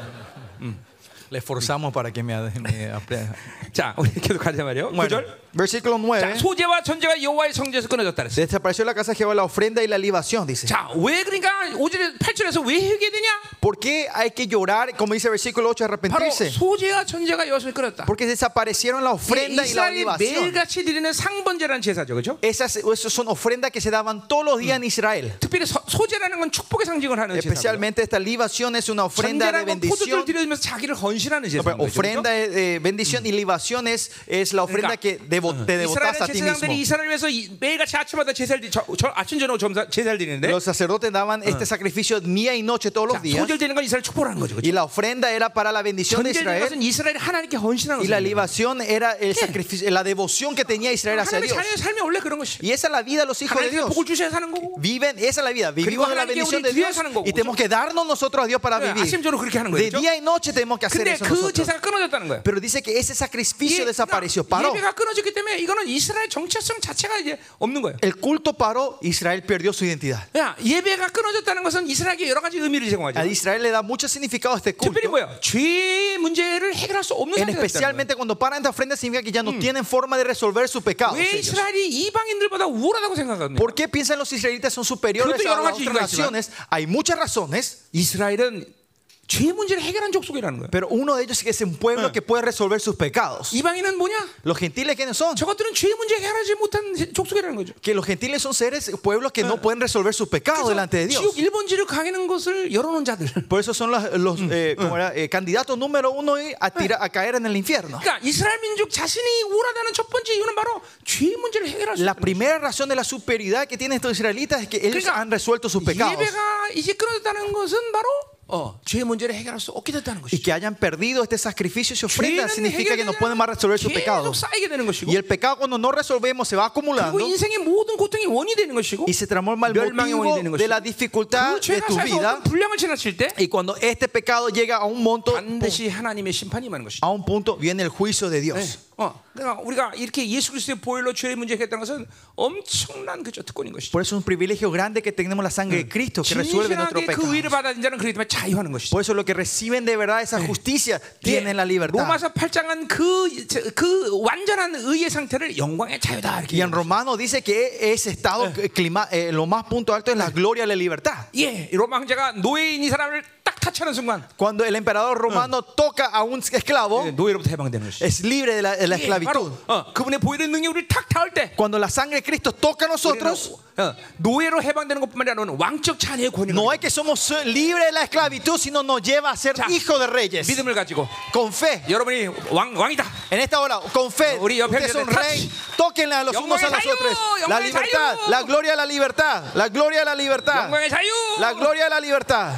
Le esforzamos para que me, me apre- 자, 우리 계속 가자 말이요. 네. Bueno, 9절. versículo 9. 자, 소재와 전제가 여호와의 성전에서 끊어졌다 그랬어요. Desapareció la casa de Jehová la ofrenda y la libación, dice. 자, 왜 그러니까 5절에 8절에서 왜 회개되냐? ¿Por qué hay que llorar, como dice el versículo 8, 바로 arrepentirse? 소재와 전제가 여호와를 끊었다. Porque desaparecieron la ofrenda y la 이스라엘이 libación. 매일같이 드리는 상번제라는 제사죠. 그렇죠? Esas esos son ofrendas que se daban todos los días en Israel. 특별히 소- 소재라는 건 축복의 상징을 하는 제사고요. Especialmente esta libación es una ofrenda de 전제라는 건 포도주를 bendición. 드리면서 자기를 헌신하는 No, pero 제사인 거죠. 그렇죠? ofrenda es de bendición y libación es, es la ofrenda 그러니까, que devo- te 이스라엘 devotas a ti mismo. 제사장들이 이스라엘 위해서 이- 매일같이 아침마다 제사를 드리, 저, 저 아침 저녁 점사, 제사를 드리는데 Los sacerdotes daban este sacrificio día y noche todos los días. 소절되는 건 이스라엘 축복하는 거죠. Y 그렇죠? la ofrenda era para la bendición de 전제되는 Israel. 것은 이스라엘 하나님께 헌신하는 Y la 거죠. libación era el sacrificio, la devoción que tenía Israel hacia 하나님의 Dios. 아, 자녀의 삶이 원래 그런 것이. Y esa es la vida de los hijos de 하나님께 Dios. 복을 주셔야 사는 거고. Viven, esa es la vida. Vivimos de la bendición de Dios y tenemos que darnos nosotros a Dios para 네, 아침 vivir. 저녁 그렇게 하는 De 거죠. día y noche tenemos que hacer 근데 eso 그 nosotros. 제사가 끊어졌다는 거예요. Pero dice que ese sacrificio 이게 desapareció, 그러니까 paró. 예배가 끊어졌기 때문에 이거는 이스라엘 정체성 자체가 이제 없는 거예요. El culto paró, Israel perdió su identidad. 야, 예배가 끊어졌다는 것은 이스라엘에게 여러 가지 의미를 제공하죠. 그 A Israel le da mucho significado a este culto. 특별히 뭐야? 죄의 문제를 해결할 수 없는 En 상태가 있다는 거예요. especialmente cuando paran esta ofrenda significa que ya no tienen forma de resolver sus pecados. 왜 ellos. 이스라엘이 이방인들보다 우월하다고 생각합니까? ¿Por qué piensan los israelitas son superiores 그것도 a 여러 las 가지 otras 이유가 있지만. naciones? Hay muchas razones, 이스라엘은 죄 문제를 해결한 족속이라는 거예요. pero uno de ellos es que es un pueblo que puede resolver sus pecados. 이방인은 뭐냐? ¿Los gentiles quiénes son? 저것들은 죄 문제 해결하지 못한 족속이라는 거죠. Que los gentiles son seres, pueblos que no pueden resolver sus pecados 그래서 delante de Dios. 지옥 일본지를 강하는 것을 열어놓은 자들. Por eso son los, los, eh, ¿cómo era? Eh, candidatos número uno a, tira- a caer en el infierno. 그러니까 이스라엘 민족 자신이 우월하다는 첫 번째 이유는 바로 죄 문제를 해결할 수 있다는 La 거예요. primera razón de la superioridad que tienen estos israelitas es que ellos 그러니까 han resuelto sus pecados 예배가 이제 끊어졌다는 것은 바로 어, 죄 문제를 해결할 수 없게 됐다는 y 것이죠. que hayan perdido este sacrificio y ofrenda 죄는 significa que no 해결되지 pueden más resolver sus 않으면 계속 pecados. 쌓이게 되는 것이고 Y el pecado cuando no resolvemos se va acumulando 그리고 인생의 모든 고통이 원이 되는 것이고 y se transforma el 멸망의 원이 되는 motivo 것이고 de la dificultad 그 de 죄가 tu 쌓여서 vida. 어떤 분량을 지나칠 때 Y cuando este pecado llega a un monto, 반드시 하나님의 심판이 임하는 것이죠. a un punto, viene el juicio de Dios. 어, 그러니까 우리가 이렇게 예수 그리스도의 보혈로 죄의 문제를 했다는 것은 엄청난 그저 특권인 것이죠. Por eso es un privilegio grande que tenemos la Mm. sangre de Cristo que resuelve nuestro 진실하게 그 pecado. 의를 받아들인 자는 그렇기 때문에 자유하는 것이죠. Por eso lo que reciben de verdad esa justicia tienen la libertad. 로마서 8장은 그, 그 완전한 의의 상태를 영광의 자유다 이렇게. Y en Romano dice que ese estado clima- eh, lo más punto alto es la gloria de la libertad. 예, 로마 황제가 노예인 이 사람을 딱 타치하는 순간 Cuando el emperador romano toca a un esclavo, 예, 노예로부터 해방되는 것이죠. es libre de la, de 예, la 바로 esclavitud. 어, 그분의 보혈의 능력을 우리를 탁 닿을 때 Cuando la sangre de Cristo toca a 우리는, nosotros, 어, 노예로 해방되는 것뿐만 아니라 왕적 자녀의 권위를 no es que somos libres de la esclavitud, sino nos lleva a ser Ya. hijos de reyes. 믿음을 가지고 Con fe, 여러분이 왕, 왕이다 en esta hora, con fe, Uri, yo ustedes son pienso que- rey. Tóquenle a los Yo unos a voy los a otros. yo La voy a libertad, yo. la gloria de la libertad, la gloria de la libertad, 영광의 자유 la gloria de la libertad.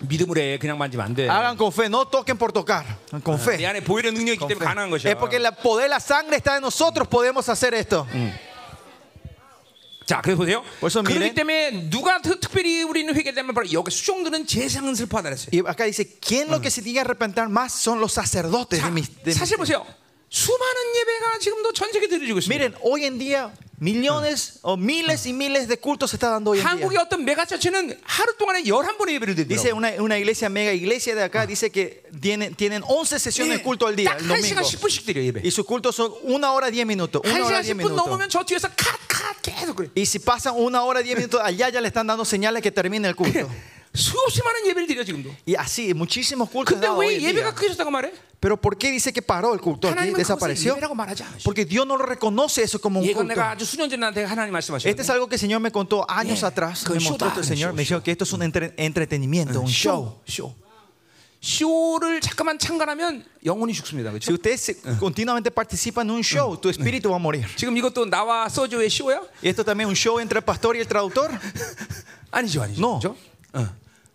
믿음으로 해 그냥 만지면 안돼 Hagan con fe, no toquen por tocar. Con 내 fe. 안에 보혈의 능력이 있기 con 때문에 fe. 가능한 것이야 Es porque el poder de la sangre está en nosotros, podemos hacer esto. 자 그래서 보세요 벌써 그렇기 미래? 때문에 누가 특, 특별히 우리는 회개되면 바로 여기 수종들은 재상은 슬퍼하다 그랬어요 Y acá dice, ¿quién lo que se tiene que arrepentir más son los sacerdotes de 자, mis, de mis- 사실 보세요 수많은 예배가 지금도 전 세계 들어지고 있습니다 Miren, hoy en día millones o miles y miles de cultos se está dando hoy en 한국의 día. 어떤 메가처치는 하루 동안에 11번의 예배를 Dice 드리더라고요 una, una iglesia, mega iglesia de acá, dice que tienen, tienen 11 Eh, sesiones de culto al día, el 예. 딱1 domingo. 시간 10분씩 드려 예배 Y sus cultos son una hora 10 minutos. Una 1시간 hora 10 10분 minutos. 넘으면 저 뒤에서 컷컷 계속 그래 Y si pasan una hora 10 minutos, allá ya le están dando señales que termine el culto. 수없이 많은 예배를 드려 지금도 Y así, muchísimos cultos 근데 dados hoy 왜 en día. 그 예배가 크셨다고 말해? Pero ¿por qué dice que paró el culto aquí? 하나님은 그것을 ¿Desapareció? 예배라고 말하지 않으시죠 Porque Dios no lo reconoce eso como un 예건 culto. 내가 아주 수년 전에 나한테 하나님 Este es 말씀하셨는데 algo que el Señor me contó años Yeah. atrás. Que Me show mostró da, este Señor. show, Me dijo que esto es un entre- entretenimiento, un show. 쇼, 쇼. 쇼를 잠깐만 참관하면 영혼이 죽습니다. Si 그렇죠? ustedes se- continuamente participan en un show, tu espíritu va a morir. 지금 이것도 나와 서주의 쇼야? ¿Y esto también es un show entre el pastor y el traductor? 아니죠, 아니죠. No. 그렇죠? 어,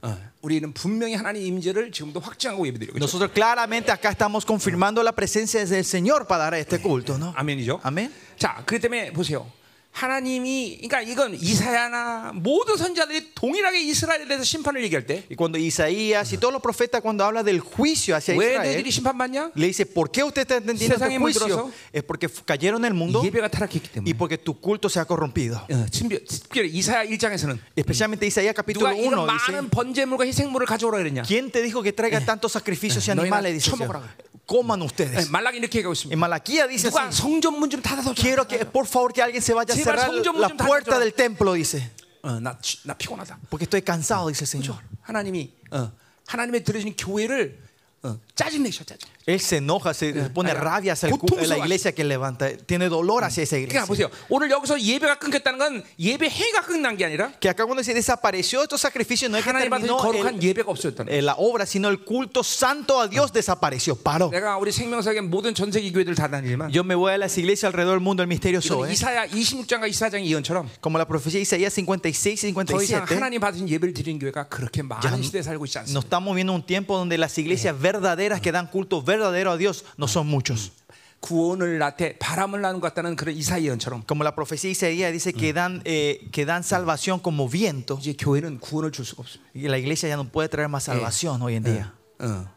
어. 우리는 분명히 하나님 임재를 지금도 확증하고 예배드리고 있죠. Nosotros claramente acá estamos confirmando la presencia del Señor para dar este culto, ¿no? 아멘이죠. 아멘. 자, 그렇기 때문에 보세요. 하나님이 그러니까 이건 이사야나 모든 선자들이 동일하게 이스라엘에 대해서 심판을 얘기할 때 왜 Y cuando Isaías y todos los profetas cuando habla del juicio hacia 너희들이 Israel, 심판받냐? le dice, ¿por qué usted está entendiendo este 세상에 juicio? 물들어서 Es porque f- cayeron en el mundo 예배가 타락했기 y 때문에. porque tu culto se ha corrompido. 어, 특별- 특별히 이사야 1장에서는 Especialmente Isaías 누가 capítulo 이런 1 dice, 많은 번제물과 희생물을 가져오라 그랬냐? ¿Quién te dijo que traiga tantos sacrificios y Eh, no hay nada. Eh, animales? Dice el Chomokura. Señor. coman ustedes. 네, 말라기 이렇게 얘기하고 있습니다. En Malaquía dice 누가 así, 성전 문 좀 닫아서 quiero que por favor que alguien se vaya a Sí, cerrar Barça, un- un- la un- puerta un- del templo, dice, 어, 나, 쥐- 나 피곤하다. porque estoy cansado, dice el Señor. 하나님이 어, 하나님의 들어주신 교회를 어, 짜증내셔 짜증. Él se enoja, se pone Ahora, rabia hacia el cu- gotumso la vas. iglesia que levanta, tiene dolor hacia esa 그러니까 보세요. iglesia. 오늘 여기서 예배가 끊겼다는 건 예배 행위가 끊난 게 아니라 Que acá cuando se desapareció estos sacrificios, no es que 하나님 앞에 terminó 거룩한 el- 예배가 없어졌다는. 거예요. eh, la obra, sino el culto santo a Dios desapareció, paró. 내가 우리 생명사의 모든 전 세계 교회들 다 다니지만 Yo me voy a las iglesias alrededor del mundo, el misterio 이건 soy. 이사야 26장과 24장의 예언처럼 Como la profecía de Isaías 56 y 더 이상 57. 하나님 받으신 예배를 드리는 교회가 그렇게 많은 시대에 살고 있지 않습니다. Nos estamos viendo un tiempo donde las iglesias verdaderas que dan culto verdadero a Dios no son muchos. 구원을 나태 바람을 나는 것 같다는 그런 이사야 예언처럼 Como la profecía de Isaías dice que dan, eh, que dan salvación como viento, 이제 교회는 구원을 줄 수가 없습니다. y la iglesia ya no puede traer más salvación hoy en día. 어.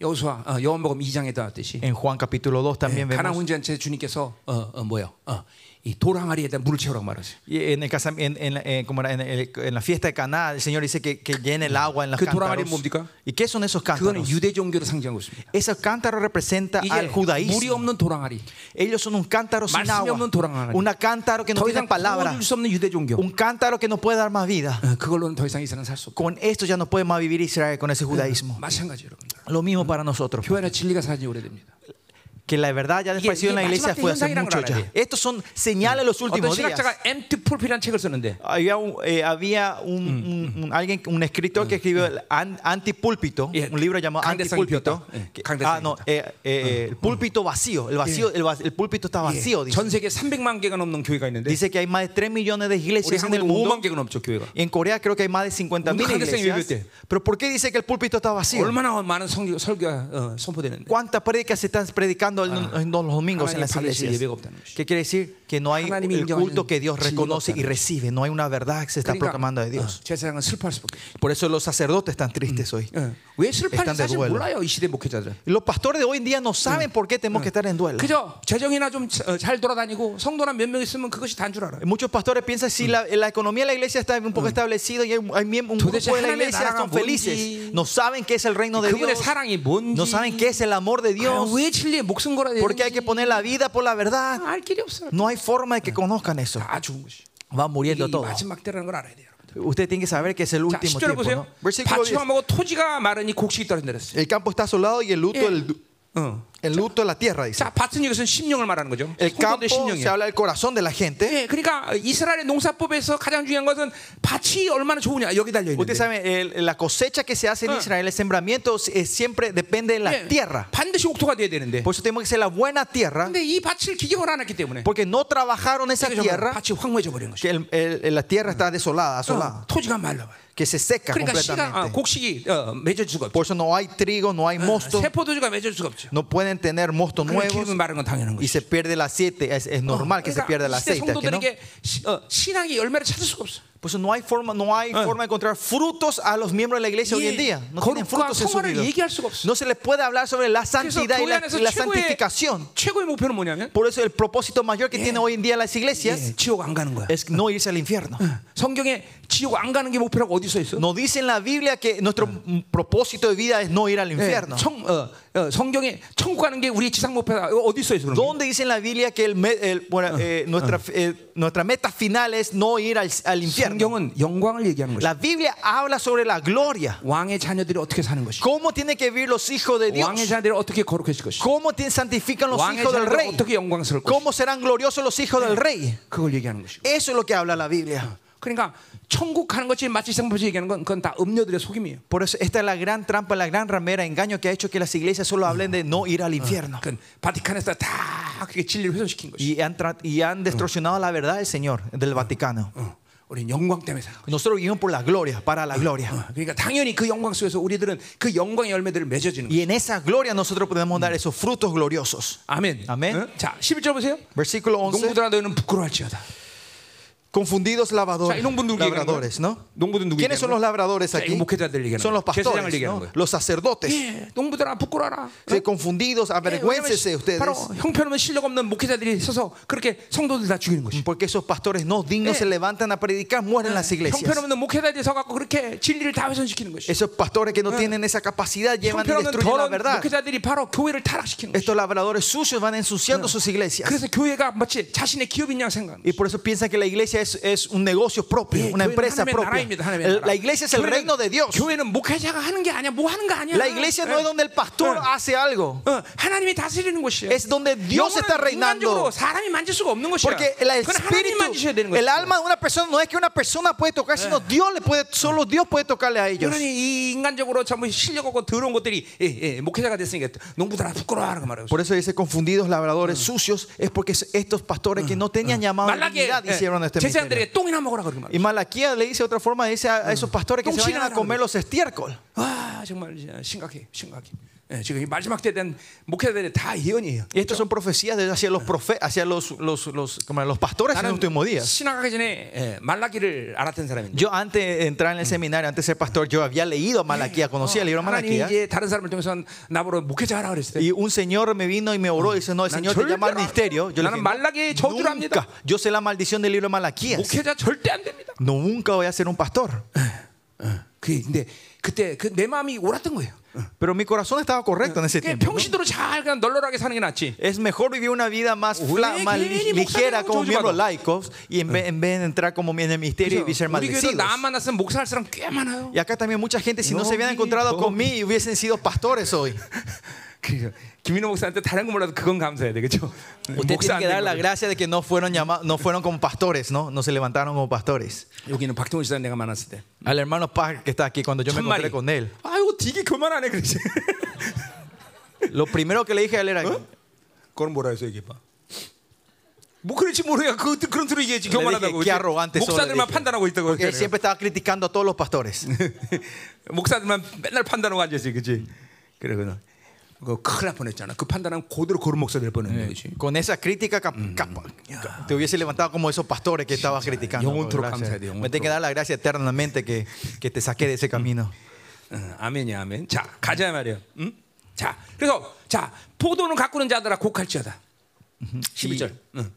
여호수아 어, 요한복음 2장에 나왔듯이 En Juan capítulo 2 también 가나 vemos. 훈제한테 주님께서 어, 어, 뭐요? 어, 이 돌항아리에다 물을 채우라고 말하세요. y En, el casam- en, en la- eh, como era, en el- en la fiesta de Caná, el Señor dice que, que llene el agua en las ¿Qué 돌아가리 cántaros. 뭡니까? ¿Y qué son esos 그거는 cántaros? 유대 종교를 상징하고 있습니다. Esos cántaros representan 이게 al 물이 judaísmo. 없는 돌항아리, Ellos son un cántaro sin 말씀이 agua, 없는 돌아가리. un cántaro que no 더 tiene 이상 palabra, 구워줄 수 없는 유대 종교. un cántaro que no puede dar más vida. 어, 그걸로는 더 이상 이스라엘 살수 없고 Con esto ya no puede más vivir Israel con ese judaísmo. 마찬가지 여러분들. Lo mismo para nosotros. 교회나 진리가 사라진 지 오래됩니다. Que la verdad ya desapareció en la iglesia fue hace mucho ya. Estos son señales de los 어떤 últimos días. 신학자가 엠트 폴피라는 책을 썼는데 Había un, eh, había un, un- un- alguien, un escritor que escribió el an- Antipúlpito, Yeah. un libro llamado Candace Antipúlpito. Sanguiota. que- Eh, Candace Ah, no, eh, eh, el púlpito vacío. El, vacío el, va- el púlpito está vacío. 예, Dice. 전 세계 300만 개가 넘는 교회가 있는데 Dice que hay más de 3 millones de 우리 iglesias en el 한국은 mundo. 5만 개가 넘죠 교회가. En Corea creo que hay más de 50 mil Un Candace iglesias. Sanguiota. Pero ¿por qué dice que el púlpito está vacío? 얼마나 많은 성, 설교가 어, 선포되는데 ¿Cuántas prédicas se están predicando en, en los domingos en las 하나님 받으실 iglesias? 예배가 없다는 것이죠. ¿Qué quiere decir? Que no hay 하나님이 el 인정하는 culto que Dios 진리가 reconoce y 없다는 recibe. No hay una verdad que se está proclamando de 어, Dios. 제사장은 슬퍼할 수밖에. 없어요. Por eso los sacerdotes están tristes hoy. 예. 왜 슬퍼하는지 Están de 사실 duelo. 몰라요 이 시대 목회자들. Los pastores de hoy en día no saben por qué tenemos que estar en duelo. 그죠? 재정이나 좀 어, 잘 돌아다니고 성도나 몇 명 있으면 그것이 단 줄 알아요. Muchos pastores piensan si la, la economía de la iglesia está un poco establecida y hay, un- hay miemb- un Entonces, grupo de la ha나님의 iglesia 나라가 son felices. 뭔지, No saben qué es el reino de 그분의 Dios. 아, 사랑이 뭔지. No saben qué es el amor de 아, Dios. 왜 진리에 목숨 걸어야 ¿Por qué hay que 되는지 poner la vida por la verdad? 알 길이 없어요. No hay forma de que conozcan eso. 다 죽은 것이. Va 이게 muriendo 이 todo. 마지막 때라는 걸 알아야 돼요. 여러분들. Usted tiene que saber que es el 자, 10절을 último tiempo. ¿no? 보세요. Versículo 10. 밭이황하고 토지가 마르니 곡식이 떨어진다 그랬어요. El campo está asolado y el luto, el, 어. 예, el luto de la tierra, dice. 자, 밭은 여기서는 심령을 말하는 거죠. El campo 혼돈된 se 심령이에요. habla del corazón de la gente. 예, 그러니까 이스라엘의 농사법에서 가장 중요한 것은 밭이 얼마나 좋으냐 여기 달려 있는데. Usted sabe, el- la cosecha que se hace en Ah. Israel, el sembramiento, eh, siempre depende de la tierra. 예. 반드시 옥토가 돼야 되는데. Por eso tenemos que ser la buena tierra, 근데 이 밭을 기경을 안 했기 때문에 porque no trabajaron esa 그래서 정말 tierra, 밭이 황무해져 버린 것이. que el- el- la tierra está desolada, asolada, 어, 토지가 말라봐요. que se seca 그러니까 씨가 아, completamente. 곡식이 어, 맺어질 수가 없죠. Por eso no hay trigo, no hay mosto, 세포도주가 맺어질 수가 없죠. no pueden tener mosto 그런 nuevos 기름이 마른 건 당연한 y 거죠. se pierde el aceite. Es, Ah, es normal que se pierda el 그러니까 이 시대 aceite. ¿a que no? 성도들에게 시- 어, 신앙의 열매를 찾을 수가 없어. Por eso no hay forma, no hay forma de encontrar frutos a los miembros de la iglesia hoy en 예, día. No tienen 거룩과 frutos en su 성화를 vida. 얘기할 수가 없어. No se les puede hablar sobre la 그래서 santidad y 교회 la, 안에서 y la 최고의 santificación. 최고의 목표는 뭐냐면 Por eso el propósito mayor que tiene hoy en día las 예, iglesias 지옥 안 가는 거야. es no irse al infierno. Ah. 성경에 지옥 안 가는 게 목표라고 어디 써 있어? No dice en la Biblia que nuestro mm, propósito de vida es no ir al 예, infierno. 청, 어, 어, 성경에 천국 가는 게 우리 지상 목표다. 이거 어디 써 있어? 그런 게? ¿Dónde dice en la Biblia que el me- el- bueno, eh, nuestra, eh, nuestra meta final es no ir al, al infierno? 성경은 영광을 얘기하는 것이. La Biblia habla sobre la gloria. 왕의 자녀들이 어떻게 사는 것이. ¿Cómo tienen que vivir los hijos 왕의 de Dios? 자녀들이 어떻게 거룩해질 것이. ¿Cómo tienen- santifican los 왕의 hijos del 자녀들이 rey? 어떻게 영광스러울 것이. ¿Cómo serán gloriosos los hijos del rey? 그걸 얘기하는 것이. Eso es lo que habla la Biblia. 그러니까 천국 가는 것이 마치 생법에서 얘기하는 건 그건 다 음녀들의 속임이에요. Por eso esta es la gran trampa, la gran ramera, engaño que ha hecho que las iglesias solo hablen de no ir al infierno. 그건 바티칸에서 다 그게 진리를 훼손시킨 것이. Y han, tra- y han distorsionado la verdad del Señor, del Vaticano. 어, 우리는 영광 때문에 살아. Nosotros vivimos por la gloria, para la gloria. 그러니까 당연히 그 영광 속에서 우리들은 그 영광의 열매들을 맺어지는 거예요. Y en esa gloria nosotros podemos dar esos frutos gloriosos. 아멘. 아멘. 어? 자, 11절 보세요. Versículo 11. 농부들아 너희는 부끄러워할지어다. Confundidos 자, 이 lavadores, 농부는 누구 얘기하는 labradores, 거예요? ¿no? 농부는 누구 ¿Quiénes 얘기하는 son los labradores 자, aquí? 이 목회자들 얘기하는 Son los 거예요. 제사장을 pastores, 얘기하는 ¿no? 거예요. los sacerdotes. 예, 농부들아 부끄러라. 예, Sí, confundidos, avergüéncese ustedes. 바로 형편없는 실력 없는 목회자들이 서서 그렇게 성도들 다 죽이는 것이. Porque esos pastores no dignos Eh. se levantan a predicar, mueren las iglesias. 형편없는 목회자들이 서갖고 그렇게 진리를 다 훼손시키는 것이. Esos pastores que no tienen esa capacidad llevan y 형편없는 destruyen la 더러운 verdad. 목회자들이 바로 교회를 타락시키는 것이. Estos labradores sucios van ensuciando sus iglesias. 그래서 교회가 마치 자신의 기업인 양 생각하는 Y por eso piensan que la iglesia es, es un negocio propio, 예, una 교회는 empresa 하나님의 propia. 나라입니다, 하나님의 El- 나라. La iglesia es el 교회는- reino de Dios. 교회는 목회자가 하는 게 아니야. 뭐 하는 거 아니야. La iglesia no 예. es donde el pastor 예. hace algo. 어, 하나님이 다스리는 곳이에요. Es donde Dios 영혼은 está reinando. 인간적으로 사람이 만질 수가 없는 것이야. Porque el 그건 하나님 만지셔야 되는 espíritu, el 것이야. alma de una persona no es que una persona puede tocar, sino Dios le puede, solo Dios puede tocarle a ellos. 그러니 이 인간적으로 전부 실력 없고 더러운 것들이 예, 예, 목회자가 됐으니까 농부들아 부끄러워하는 거 말이에요. Por eso dice confundidos labradores sucios, es porque estos pastores que no tenían llamado a 말라게 예, dignidad hicieron este misterio. 제사장들에게 똥이나 먹으라 그러게 말이야. Y Malaquía le dice de otra forma, dice a, a esos pastores que se vayan a comer los estiércol. 아 정말 이제 심각해, 심각해. 예, 지금 이 마지막 때에 대한 목회자들의 다 예언이에요. Y estas son profecías de Dios hacia los profe- hacia los, los, los, como los pastores en los últimos días. 신학하기 전에 예, 말라기를 알았던 사람인데. Yo antes de entrar en el seminario, antes de ser pastor, yo había leído Malaquía, conocía el libro 하나님이 Malaquía. 이제 다른 사람을 통해서 나보러 목회자 하라 그랬을 때 Y un señor me vino y me oró y dice, no, el Nan señor te llama al 절대로- misterio. Yo le 나는 dije, 말라기의 "No, 저주를 nunca. 합니다. Yo sé la maldición del libro de Malaquías. 목회자 절대 안 됩니다. No, nunca voy a ser un pastor. 그 근데 그때 그 내 마음이 옳았던 거예요. Pero mi corazón estaba correcto en ese 그냥 tiempo. ¿no? 평신도로 잘 그냥 널널하게 사는 게 낫지. Es mejor vivir una vida más, fla- Oye, más que ni li- ligera 목사님은 como miembros 저주받아. laicos y en vez, en vez de entrar como en el misterio y ser 그렇죠? 우리 교회도 maldecidos. 나 만났으면 목사할 사람 꽤 많아요. Y acá también mucha gente, si no, se hubieran No, encontrado no. conmigo, hubiesen sido pastores hoy. 그러니까 김민호 목사한테 다른 거 몰라도 그건 감사해야 돼, 그렇죠? Usted tiene que dar la 거 gracia de que no fueron, llama- no fueron como pastores, ¿no? No se levantaron como pastores. 여기는 박정훈 시장 내가 만났을 때. Al hermano Paz que está aquí, cuando yo me 뭐 encontré con él, 아이고 되게 교만하네 그러지. lo primero que le dije a él ¿Eh? era, 그건 뭐라 해서 얘기해 봐. 뭐 그런지 모르야 그 그런 소리 얘기했지 Le dije, 교만하다고. "Qué arrogante soy", le 목사들만 dije. 판단하고 있다고. porque él 그러잖아요. siempre estaba criticando a todos los pastores. 목사들만 맨날 판단하고 앉아 있어, 그렇지? 그러거든. 그 큰일 날 뻔했잖아. 그 판단은 고대로 고른 목사 될 뻔했네, 그렇지? Con esa crítica, cap- Mm. cap- te hubiese levantado como esos pastores que estabas criticando. 영혼 ¿no? 들어 Gracias. 감사해야 돼, 영혼 Me tengo que 들어. dar la gracia eternamente que, que te saqué de Mm. ese camino. 응, 아멘이야, 아멘. 자, 가자 말이야. 응? 자, 그래서 자, 포도는 가꾸는 자들아 곡할지어다. 11절. 응.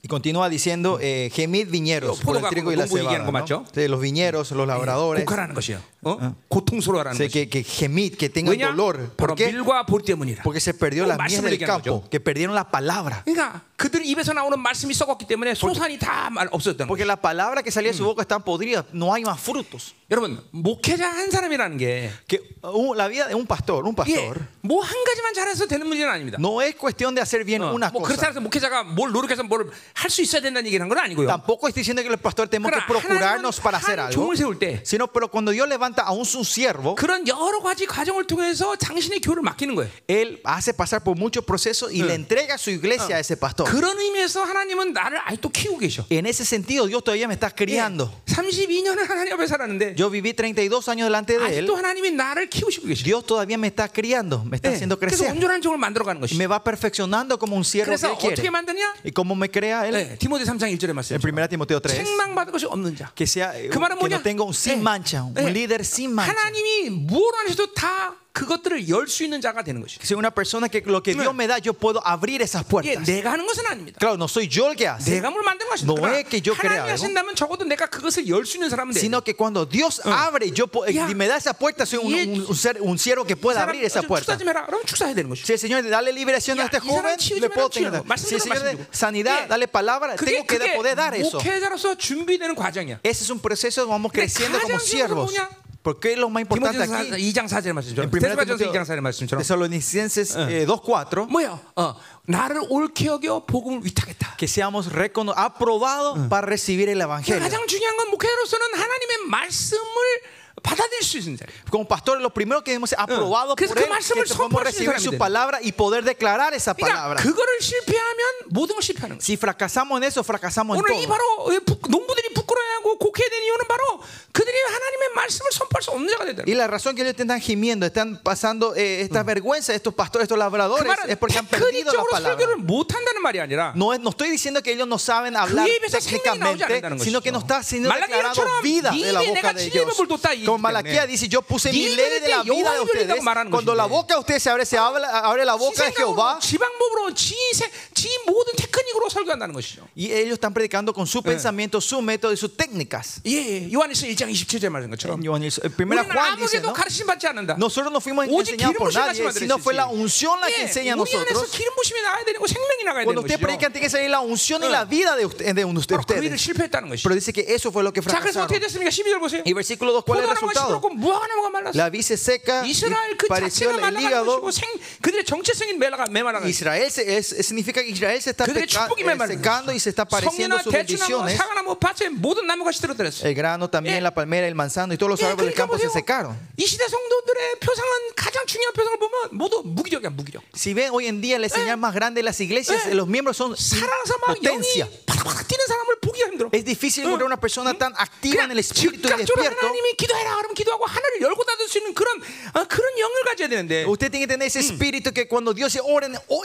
Y continúa diciendo, eh, gemid viñeros, Yo, por el puro trigo y la gago- gumbo cebada. guillermo, ¿no? macho. Eh, Sí, los viñeros, los labradores. 곡하라는 것이요. 어? 고통스러워라는 Sí, 것이. que, que gemid, que tengan 왜냐? dolor. 바로 ¿Por qué? 밀과 볼 때문이라. Porque se perdió la miel 말씀을 del 얘기하는 거죠. campo, que perdieron la palabra. 그러니까 그들 입에서 나오는 말씀이 썩었기 때문에 소산이 다 말- 없었던 거예요. Porque la palabra que salía de su boca están podridas, no hay más frutos. 여러분 목회자 한 사람이라는 게 Que uh, la vida de un pastor, un 이게 pastor, 뭐 한 가지만 잘해서 되는 문제는 아닙니다. no es cuestión de hacer bien 어, una 뭐 그렇다 cosa. 해서 목회자가 뭘 노력해서 뭘 할 수 있어야 된다는 얘기를 한 건 아니고요. Tampoco estoy diciendo que el pastor tenemos que 그러나 하나님은 procurarnos para hacer 한 algo, 종을 세울 때 sino pero cuando Dios levanta a un su siervo, 그런 여러 가지 과정을 통해서 당신의 교를 맡기는 거예요. él hace pasar por muchos procesos y le entrega su iglesia a ese pastor. 그런 의미에서 하나님은 나를 아직도 키우고 계셔. 예. En ese sentido, Dios todavía me está criando. 32년을 하나님 앞에 살았는데 Yo viví 32 años delante de él. 아직도 하나님이 나를 키우시고 계시죠. Dios todavía me está criando, Eh, me está haciendo 그래서 crecer. 온전한 종을 만들어가는 Y 것이. me va perfeccionando como un siervo que 그래서 él 어떻게 quiere. 만드냐? Y como me crea él, 네, 디모데 3장 1절의 말씀. en 1 Timoteo 3, 책망받은 것이 없는 자. que, sea, eh, 그 말은 que 뭐냐? no tenga un sin 네. mancha, un 네. líder sin mancha. 하나님이 무엇 안 해도 다 그것들을 열 수 있는 자가 되는 것이. Que sea una persona que lo que Eh. Dios me da, yo puedo abrir esas 이게 puertas. 내가 하는 것은 아닙니다. Claro, no soy yo el que hace, 내가 뭘 만든 것이 No 아니라 es que yo crea 하나님이 algo. 하신다면 적어도 내가 그것을 열 수 있는 사람은 돼. sino que cuando Dios abre, yo po- Eh. Ya. y me da esa puerta, soy un, Y- un, un ser- un siervo que pueda abrir esa 축사 puerta. 좀 해라. 그럼 축사해야 되는 것이. Si el Señor dale liberación Ya, a este y será joven, chido, le yo puedo me lo tener. chido. Si el Señor Marcelo, de Marcelo. sanidad, Yeah. dale palabra, 예. 그게 tengo que 그게 poder dar eso. 목회자로서 준비되는 과정이야. Ese es un proceso, vamos Pero creciendo como 가장 siervos. 중요한 건 Porque es lo más importante 디모데전서 aquí. 2장 4절의 말씀처럼. En 1 테스바전서 2장 4절의 Timoteo, 말씀처럼. Tesalonicenses eh, 2.4 뭐야? 어, 나를 옳게 여겨 복음을 위탁했다. que seamos recono- aprobados para recibir el 그러니까 Evangelio. 가장 중요한 건 목회자로서는 하나님의 말씀을 받아들일 수 있는 자예요. Como pastores, lo primero que debemos ser aprobados 그래서 por 그 él, 말씀을 que podemos 선포할 수 있는 recibir su 사람이 palabra y poder declarar esa 그러니까 palabra. 그거를 실패하면 모든 걸 실패하는 거예요. Si fracasamos en eso, fracasamos en 오늘 이 todo. 바로 이 부- 농부들이 부끄러워하고 곡해된 이유는 바로 그들이 하나님의 말씀을 선포할 수 없는 자가 되다는 Y la razón que ellos están gimiendo, están pasando eh, esta vergüenza, estos pastores, estos labradores, es 그 말은 porque han perdido la 테크닉적으로 palabra. 설교를 못 한다는 말이 아니라 No, es- no estoy diciendo que ellos no saben hablar 그 입에서 생명이 나오지 técnicamente, 않는다는 sino que no 것이죠. está siendo 말라기아처럼 declarado vida de la 네 boca 입에 de 내가 ellos. 진리를 불도 따 이기 때문에. Como Malaquía dice, yo puse mi 네 ley de la 입에 vida de 여호와의 ustedes. 윤리라고 말하는 Cuando la 것인데. boca de ustedes se abre, se abre, abre la boca de Jehová. 지생각으로 지방법으로 지세 지 모든 테크닉으로 설교한다는 것이죠. Y ellos están predicando con su pensamiento, su método y sus técnicas. 예, 예. 요한일서 1장 27절에 말한 것처럼 Juan dice- eh, Primera 우리는 Juan dice, 아무에게도 ¿no? 가르침 받지 않는다. Nosotros no fuimos 오직 enseñados 기름 por 부심 nadie, 말씀만 sino fue la unción la 들으시지. 예, que enseña a 우리 안에서 nosotros. 기름 부심이 나가야 되고 생명이 나가야 Cuando 되는 usted 것이죠. predica, tiene que salir la unción y Eh. la vida de, usted- de un- de 바로 그 일을 ustedes. 실패했다는 것이죠. Pero dice que eso fue lo que 자, 그래서 fracasaron. 어떻게 됐습니까? 12절 보세요. Y versículo 2, ¿cuál es el 포도나무가 resultado? 시들었고 무화과나무가 말랐어. La vid se seca, y 이스라엘 그 pareció 자체가 el 말라가는 hígado. 것이고 생, 그들의 정체성이 메마라가 메마라가. Israel se- es- significa que Israel se está 그들의 peca- 축복이 eh, 메마라는 secando y se está 것이죠. pareciendo 성리나 sus 대추나무, bendiciones. 예, 사과나무, 밭에 모든 나무가 시들어들었어. El grano también, Eh. la palmera, el manzano y todos los 예, árboles del 그러니까 campo se 보세요. secaron. 이 시대 성도들의 표상은 가장 중요한 표상을 보면 모두 무기력이야 무기력. Si ven hoy en día la señal más grande de las iglesias, Eh. los miembros son 사랑해서 막 영이 potencia. 팍팍 뛰는 사람을 보기가 힘들어. Es difícil encontrar una persona tan activa en 그냥 el espíritu y 즉각적으로 despierto. 하나님이 기도해라 그러면 기도하고 하늘을 열고 닫을 수 있는 그런 어, 그런 영을 가져야 되는데. Eh. Usted tiene que tener ese espíritu que cuando Dios se ore, o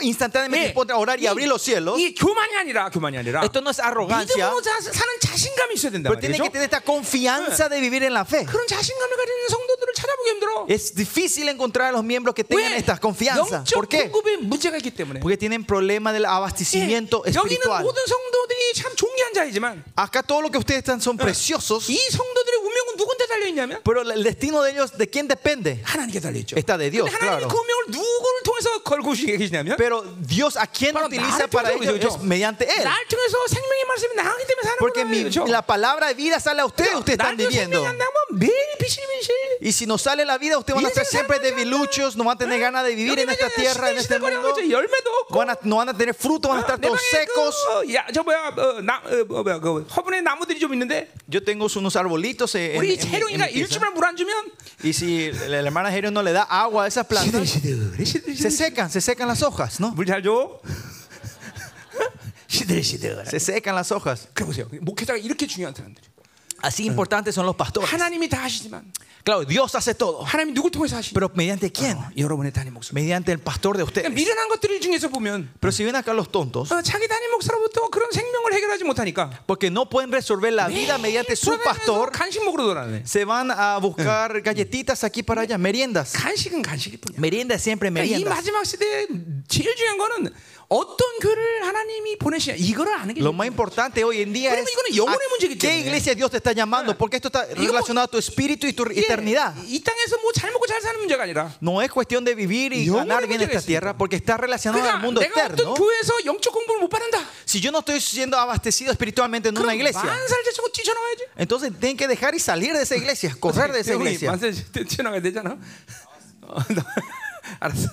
예, instantáneamente se pone a orar y abrir los cielos. 이 교만이 아니라 교만이 아니라 Esto no es arrogancia, 믿음으로 자- 사는 자신감이 있어야 된다 pero tiene 말이죠. que tener esta confianza de vivir en la fe. 그런 자신감을 가지는 성도들을 찾아보기 힘들어. Es difícil encontrar a los miembros que tengan 왜? esta 예, confianza. ¿Por 영적 qué? 공급에 문제가 있기 때문에. Porque tienen problema del 예, abastecimiento 여기는 espiritual. 모든 성도들이 참 존귀한 자이지만 Acá todo lo que ustedes están Ah. son preciosos, 이 성도들의 운명은 누군데 달려 있냐면 pero el destino de ellos, ¿de quién depende? 하나님께 달려 있죠. Está de Dios, 하나님 claro. 그 운명을 누구를 통해서 걸고 계시냐면 Pero Dios, ¿a quién Bueno, utiliza nada, para pues, yo- yo- ellos? yo- Es mediante Él. 날 통해서 생명의 말씀이 나가기 때문에 사는 Porque mi- 거예요. 그렇죠? la palabra de vida sale a ustedes, ustedes están 날 통해서 viviendo. 생명이 안 나면 매일 비실비실. Y si no sale la vida, ustedes van a estar siempre debiluchos, no van a tener ganas de vivir en esta tierra, en este mundo. 열매도 없고. 아, Van a- no van a tener fruto, van a estar 내 todos 방에 secos. 그, 어, 야, 저 뭐야, 어, 나, 어, 뭐, 뭐야, 그 허브의 나무들이 좀 있는데 Yo tengo unos arbolitos en, en- 우리 en mi- en mi 재롱이가 pieza. 일주일만 물 안 주면 Y si la la hermana Jero no le da agua a esas plantas, 시들시들, 시들시들. se secan, se secan las hojas, ¿no? 물잘 줘. 시들시들. Se secan las hojas. 그래 보세요. 목회자가 이렇게 중요한 사람들이. Así importantes son los pastores. 하나님이 다 하시지만 Claro, Dios hace todo. 하나님이 누굴 통해서 하시냐? Pero ¿mediante quién? 여러분의 단임 목사. Mediante el pastor de 그러니까 ustedes. 미련한 것들 중에서 보면 Pero si ven acá los tontos, 어, 자기 단임 목사로부터 그런 생명을 해결하지 못하니까 porque no pueden resolver la vida mediante su 돌아다니면서 pastor, 간식 먹으러 돌아다네. se van a buscar galletitas aquí para allá, meriendas. 간식은 간식일 뿐이야. Merienda es siempre 그러니까 이 merienda. 마지막 시대에 제일 중요한 거는 어떤 교를 하나님이 보내시냐 이거를 아는 게 Lo 제일 más importante hoy en día es 그러면 이거는 영혼의 문제이기 a qué 때문에. iglesia Dios te está llamando, porque esto está relacionado a tu espíritu y tu 중요해. eternidad. 이 땅에서 뭐 잘 먹고 잘 사는 문제가 아니라 No es cuestión de vivir y 영혼의 ganar bien esta 문제가 tierra, porque está relacionado al 그러니까 mundo 내가 어떤 eterno. 교회에서 영적 공부를 못 받는다 Si yo no estoy siendo abastecido espiritualmente en una 그럼 iglesia, 만살 제쳐고 뛰쳐나와야지 entonces tienen que dejar y salir de esa iglesia, correr de esa 우리 iglesia. 어, 만살 제쳐 뛰쳐나가야 되잖아 어, 나- 알았어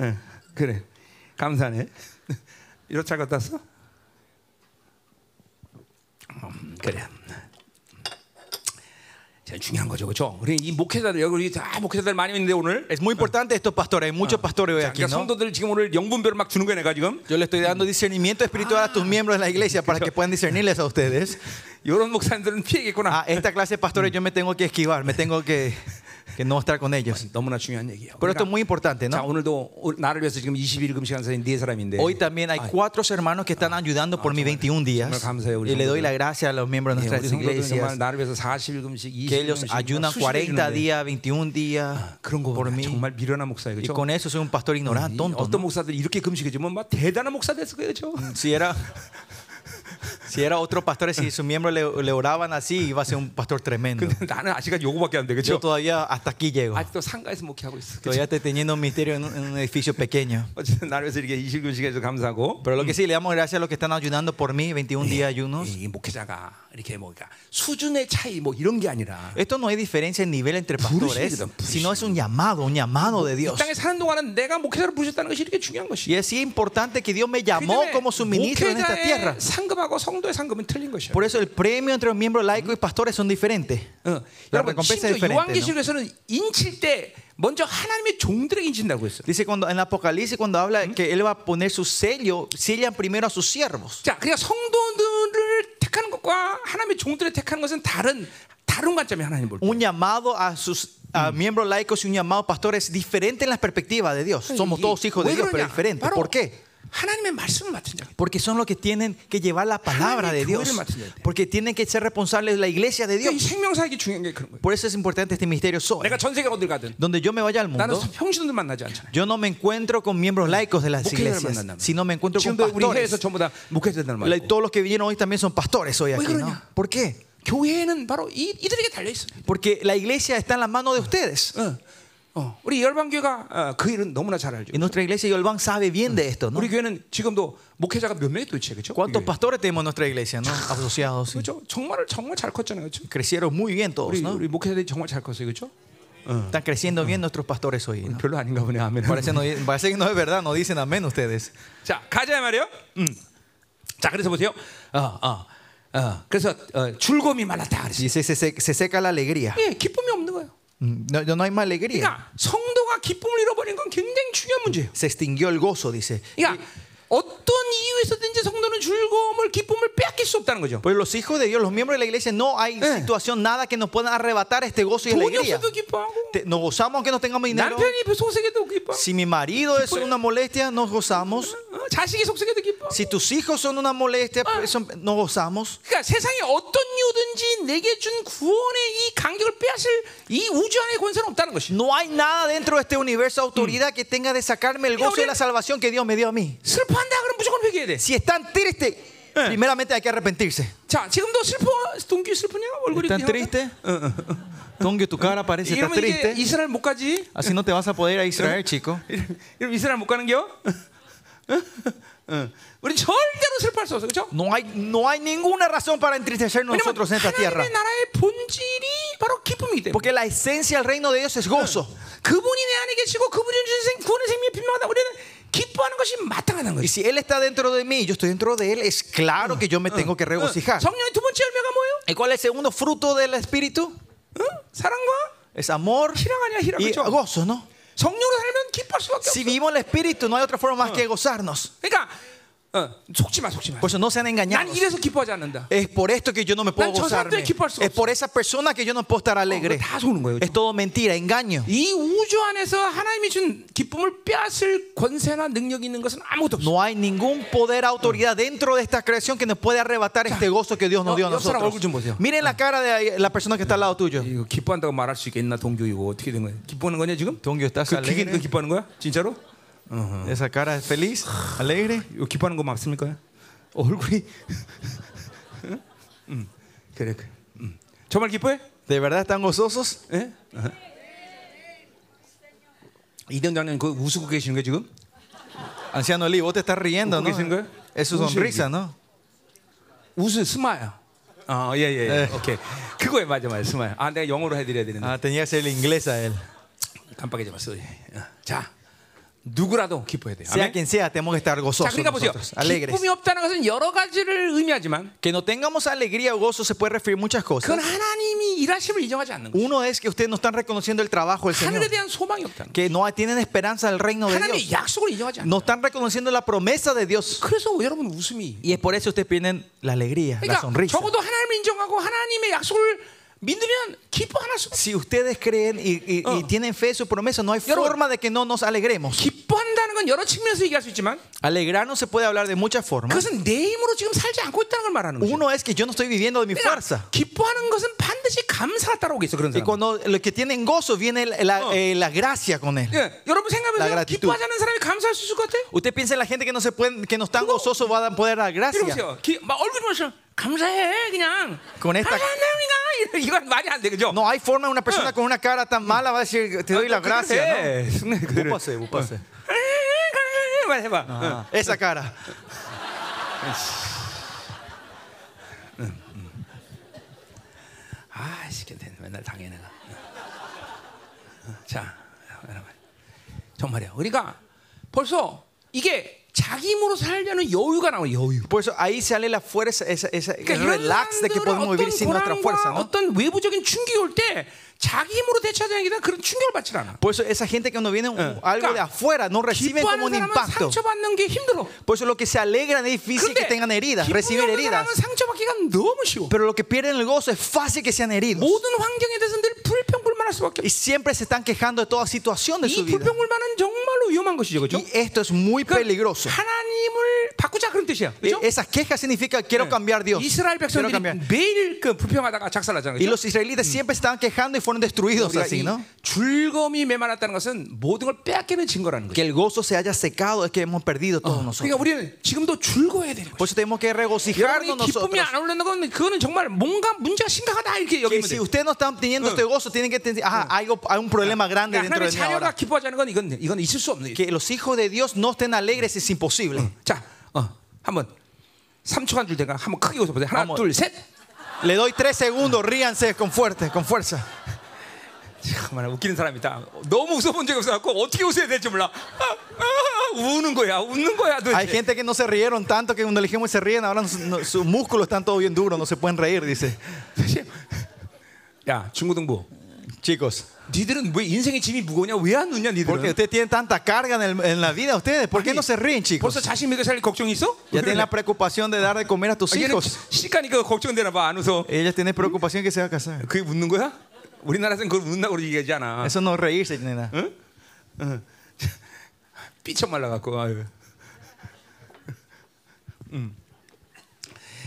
예, 그래 감사하네 이렇게 잘 갔다 왔어? 음, 그래. 제일 중요한 거죠, 그렇죠? 그래 이 목회자들 여기 다 목회자들 많이 있는데 오늘 Es muy importante estos pastores, hay muchos pastores hoy 자, aquí, 그러니까 ¿no? 성도들 지금 오늘 영분별을 막 주는 거야 내가 지금 Yo le estoy dando discernimiento espiritual a tus miembros de la iglesia para que puedan discernirles a ustedes. 이런 목사님들은 피해겠구나. A esta clase de pastores yo me tengo que esquivar, me tengo que, que no estar con ellos. 너무나 중요한 얘기예요. 그러니까 Pero esto es muy importante, 자 ¿no? 오늘도 오- 나를 위해서 지금 21 금식한 사람이 네 사람인데 Hoy también hay 아, cuatro hermanos que están ayudando por mis 21 días. Y le doy la gracia a los miembros de 예, 우리 nuestras 성도들은 정말 iglesias. 나를 위해서 40일 금식, 20일 Que ellos 금식 ayunan 40 días, 21 días 그런 거 por 보면 mí. 아, 정말 미련한 목사예요, Y 그렇죠? con eso soy un pastor ignorante, tonto. 어떤 ¿no? 목사들 이렇게 금식해주면 막 대단한 목사 됐을 거예요, 그렇죠? Si era, si era otro pastor, si sus miembros le, le oraban así, iba a ser un pastor tremendo. 근데 나는 아직까지 요거밖에 안 돼, Yo 그렇죠? todavía hasta aquí llego. 아직도 상가에서 목회하고 있어. 그렇죠? Todavía estoy teniendo un misterio en un, en un edificio pequeño. 어쨌든 나를 위해서 이렇게 20 금식해서 감사하고. Pero lo que sí, le damos gracias a los que están ayudando por mí, 21 Eh, días de ayunos. 음, 이 목회자가 이렇게 뭐그러 수준의 차이 뭐 이런 게 아니라 Esto no hay diferencia en nivel entre pastores, Purísimo, purísimo. sino es un llamado, un llamado de 이 Dios. 땅에 사는 동안은 내가 목회자를 부르셨다는 것이 이렇게 중요한 것이. Y es importante que Dios me 그 llamó 때문에 como su ministro en esta tierra. 목회자의 상급하고 성도의 상급은 틀린 것이에요. Por eso el premio entre los miembros laicos y pastores son diferentes. 어, La 여러분 recompensa 심지어 es diferente. ¿no? 요한계시록에서는 인칠 때 먼저 하나님의 종들에게 인친다고 했어요. Dice cuando en Apocalipsis cuando habla que él va a poner su sello, sellan primero a sus siervos. 자, 그러니까 성도들을 택하는 것과 하나님의 종들을 택하는 것은 다른 다른 관점에 하나님 볼 때. Un llamado a sus a miembros laicos y un llamado a pastores diferente en las perspectivas de Dios. Somos 이게 todos hijos de 왜 Dios, pero 그러냐? diferentes. 바로 ¿Por qué? 하나님의 말씀을 맡은 자. Porque son los que tienen que llevar la palabra de Dios. Porque tienen que ser responsables de la iglesia de 그러니까 이 Dios. 생명사역이 중요한 게 그런 거예요. Por eso es importante este misterio soy. 내가 전 세계 어딜 가든 Donde yo me vaya al 나는 mundo, 평신도들 만나지 않잖아요. yo no me encuentro con miembros laicos de las 목회자를 iglesias, 만난다면. sino me encuentro con 지금도 우리 회에서 pastores. 전부 다 목회자들 La- 만나고. Todos los que vinieron hoy también son pastores hoy aquí, ¿no? 그러냐? ¿Por qué? 교회는 바로 이, 이들에게 달려 있습니다. Porque la iglesia está en las manos de ustedes. 어, 어, 우리 열방교회가 어, 그 일은 너무나 잘 알죠. Y nuestra iglesia y Olván sabe bien de esto, ¿no? 우리 교회는 지금도 목회자가 몇 명이 도대체 그렇죠? ¿Cuántos pastores tenemos en nuestra iglesia, no? Asociados. sí. 그렇죠. 정말 정말 잘 컸잖아요, 그렇죠? Crecieron muy bien todos, 우리, ¿no? 우리 목회자들이 정말 잘 컸어요, 그렇죠? Están creciendo bien nuestros pastores hoy, ¿no? 별로 아닌가 보네, 아멘. Parece, no- parece que no es verdad, no dicen amén ustedes. 자 가자 말이요. 음. 자 그래서 보세요. 어, 어, 어. 그래서 어, 줄곰이 말랐다 그랬어요. Dice, se, se- se seca la alegría. 예, 기쁨이 없는 거예요. Mm, No, no hay más alegría. 그러니까 성도가 기쁨을 잃어버린 건 굉장히 중요한 문제예요. Se extinguió el gozo, dice. 그러니까 어떤 이유에서든지 성도는 즐거움을 기쁨을 빼앗길 수 없다는 거죠. Pues los hijos de Dios, los miembros de la iglesia, no hay Eh. situación, nada que nos pueda arrebatar este gozo y 돈이 alegría. 없어도 기뻐하고 Te- nos gozamos aunque no tengamos dinero. 남편이 그 속세게도 기뻐하고 Si mi marido es una molestia, nos gozamos. 어, 자식이 속세게도 기뻐하고 Si tus hijos son una molestia, pues, son- nos gozamos. 그러니까 세상에 어떤 이유든지 내게 준 구원의 이 간격을 빼앗을 이 우주 안에 권세는 없다는 것이 No hay nada dentro de este universo autoridad que tenga de sacarme el gozo y la salvación que Dios me dio a mí. 슬퍼한다 그러면 무조건 회개해야 돼. Si están tristes, primeramente hay que arrepentirse. 자 지금도 슬퍼 동규 슬프냐 얼굴이 ¿Están 그냥- tristes? Tongue, tu cara parece estar 이러면 이제 triste. 이스라엘 못 가지. Así no te vas a poder ir a Israel, chico. 이러면 이스라엘 못 가는 게요. 우리 절대로 슬퍼할 수 없어, 그렇죠? No hay, no hay ninguna razón para entristecernos 왜냐면 nosotros en esta tierra. 하나님의 나라의 본질이 바로 기쁨이기 때문에. Porque la esencia del reino de Dios es gozo. 그분이 내 안에 계시고 그분이 주신 생- 구원의 생명이 분명하다. 우리는 기뻐하는 것이 마땅하다는 Y 거지. si Él está dentro de mí y yo estoy dentro de Él, es claro que yo me tengo que regocijar. 성령의 두 번째 열매가 뭐예요? ¿Y cuál es el segundo fruto del Espíritu? 응? 사랑과 Es amor 희락 아니야, 희락 y 그렇죠? gozo, ¿no? 성령으로 살면 기뻐할 수밖에 없어. Si vivimos el Espíritu, no hay otra forma Ah. más que gozarnos. 그러니까 어, 속지 마, 속지 마. Por eso no sean 난 engañados. 이래서 기뻐하지 않는다. Es por esto que yo no me puedo 난 저 gozarme. 사람들 기뻐할 수 Es 없어. por esa persona que yo no puedo estar alegre. 다 속는 거예요. Es todo mentira, engaño. 이 우주 안에서 하나님이 준 기쁨을 빼앗을 권세나 능력이 있는 것은 아무것도 없어. No hay ningún poder, autoridad dentro de esta creación que nos puede arrebatar este gozo que Dios nos no, dio a yo solo nosotros. orgullo un poquito. Miren la cara de ahí- la persona que está al lado tuyo. 이거 기뻐한다고 말할 수 있겠나 동규이고 어떻게 된 거야? 기뻐하는 거냐 지금? 동규, estás 그 기계 alegre? 그 기뻐하는 거야? 진짜로? Esa cara es feliz, alegre. 이거 기뻐하는 거 맞습니까? 어, 얼굴이 응? 음, 그래 그래. 음. 정말 기뻐해? ¿De verdad están gozosos? 예? 어허. 이동 장님 그 우스고 계시는 거 지금? Anciano Eli, vos te estás riendo, ¿no? ¿Qué dicen? Es su Un sonrisa, ¿no? 우스 스마일. 아, 예, 예, 예. 네. 오케이. 그거에 맞아, 맞아, 스마일. 아, 내가 영어로 해드려야 되는데. Ah, tenía que ser el inglés a él. 깜빡이지 마세요. 예, 자, 누구라도 기뻐해야 돼요. Sea 아멘. quien sea, tenemos que estar 자, gozosos, 그러니까 보세요. nosotros, alegres. 기쁨이 없다는 것은 여러 가지를 의미하지만 Que no tengamos alegría o gozo se puede referir muchas 그건 cosas. 하나님이 일하심을 인정하지 않는 거예요. Uno es que ustedes no están reconociendo el trabajo del Señor, 하늘에 대한 소망이 없다는 que no tienen esperanza del reino 거예요. de 하나님의 Dios, 약속을 인정하지 않는 거예요. no están reconociendo la promesa de Dios. 그래서 여러분 웃음이 Y es por eso ustedes piden la alegría, la 그러니까 sonrisa. 적어도 하나님을 인정하고 하나님의 약속을 믿으면 기뻐 하나 수 Si ustedes creen y, y- y Ah. tienen fe en su promesa, no hay Pero- forma de que no nos alegremos. 기뻐한다는 건 여러 측면에서 얘기할 수 있지만 Alegrarnos se puede hablar de muchas formas. 그것은 내 힘으로 지금 살지 않고 있다는 걸 말하는 거죠. Uno es que yo no estoy viviendo de mi 그러니까 fuerza. 기뻐하는 것은 반드시 감사가 따라오게 있어 그런 Y 사람. cuando los que tienen gozo viene la, Ah. eh, la gracia con él. 예, 여러분 La 생각해보세요. gratitud. 기뻐하지 않는 사람이 감사할 수 있을 것 같아요? Usted piensa en la gente que no se pueden, que no están gozosos va a poder dar gracia. 이러세요. 막 얼굴 보면서 감사해 그냥. 그건 했다. 감사합니다. 이런- 이건 말이 안 돼, 그죠? 어, No hay forma de una persona con una cara tan mala va a decir te Ah, doy la gracia. 그래. 승리 ¿no? Vos 그대로. pasé, vos pasé. 네, 말 해봐. 응. Ah, Esa cara. 아, 시켰네. 맨날 당해 내가. 응. 자, 여러분. 정말이야. 우리가 벌써 이게 자, 자기 힘으로 살려는 여유가 나와 여유. Por eso ahí sale la fuerza, esa, esa, el 그러니까 이런 relax de que 사람들은 podemos vivir 어떤 sin nuestra fuerza. 고난과 ¿no? 어떤 외부적인 충격이 올 때 자기 힘으로 대처하자는 게 그런 충격을 받질 않아. Por eso esa gente que cuando viene un- algo de afuera 그러니까 no reciben 기뻐하는 como un 사람은 impacto. 상처받는 게 힘들어. Por eso lo que se alegran es difícil que 근데 tengan heridas, recibir 기쁨이 없는 heridas. 사람은 상처받기가 너무 쉬워. Pero lo que pierden el gozo es fácil que sean heridos. 모든 환경에 대해서 늘 불평불만할 수밖에 Y 없어. siempre se están quejando de toda situación de su 이 vida. 불평불만은 정말로 위험한 것이죠, 그렇죠? Y esto es muy peligroso. 하나님을 바꾸자 그런 뜻이야, E- 그렇죠? Esas quejas significa quiero cambiar Dios. 이스라엘 Quiero 백성들이 cambiar. 매일 그 불평하다가 작살나잖아요. Y 그죠? los israelitas siempre estaban quejando mm. y fueron destruidos 우리가 así, 이 ¿no? 줄검이 메말랐다는 것은 모든 걸 빼앗기는 증거라는 Que 거죠. el gozo se haya secado es que hemos perdido todos 그러니까 nosotros. 우리는 지금도 줄거야 되는 거죠. Por eso tenemos que regocijarnos 여러분이 기쁨이 nosotros. 안 오르는 건 그거는 정말 뭔가 문제가 심각하다 이렇게 Que 여기면 si 돼요. ustedes no están teniendo este gozo, tienen que tener, ah, hay, o- hay un problema grande 그러니까 dentro 하나님의 de mí 자녀가 ahora. 기뻐하자는 건 이건 이건 있을 수 없는 일. Que los hijos de Dios no estén alegres es imposible. 자, 어, 한번 3초간 줄 테니까 한번 크게 웃어보세요. 하나, 한번. 둘, 셋. Le doy tres segundos, ríanse con fuerte, con fuerza. 잠깐만 웃기는 사람이다. 너무 웃어본 적이 없어갖고 어떻게 웃어야 될지 몰라. 아, 아, 우는 거야, 웃는 거야. 도대체. Hay gente que no se rieron tanto que cuando le dijimos se ríen, ahora sus no- sus músculos están todos bien duros, no se pueden reír, dice. 도대체. 야, 중고등부. Chicos, 니들은 왜 인생의 짐이 무거냐? 왜 안 웃냐, 니들은? porque ustedes tienen tanta carga en, el- en la vida, ustedes, ¿por qué no se ríen, chicos? 벌써 자신 믿어 살릴 걱정이 있어? Ya tienen 아, la preocupación de dar de comer a tus 얘는 hijos. 시집가니까 걱정되나 봐, 안 웃어. Ellas tienen preocupación que se va a casar. 그게 웃는 거야? 우리나라에서는 그걸 웃는다고 얘기하지 않아. Eso no es reírse, nena. 삐쳐 말라갖고 아유. 음.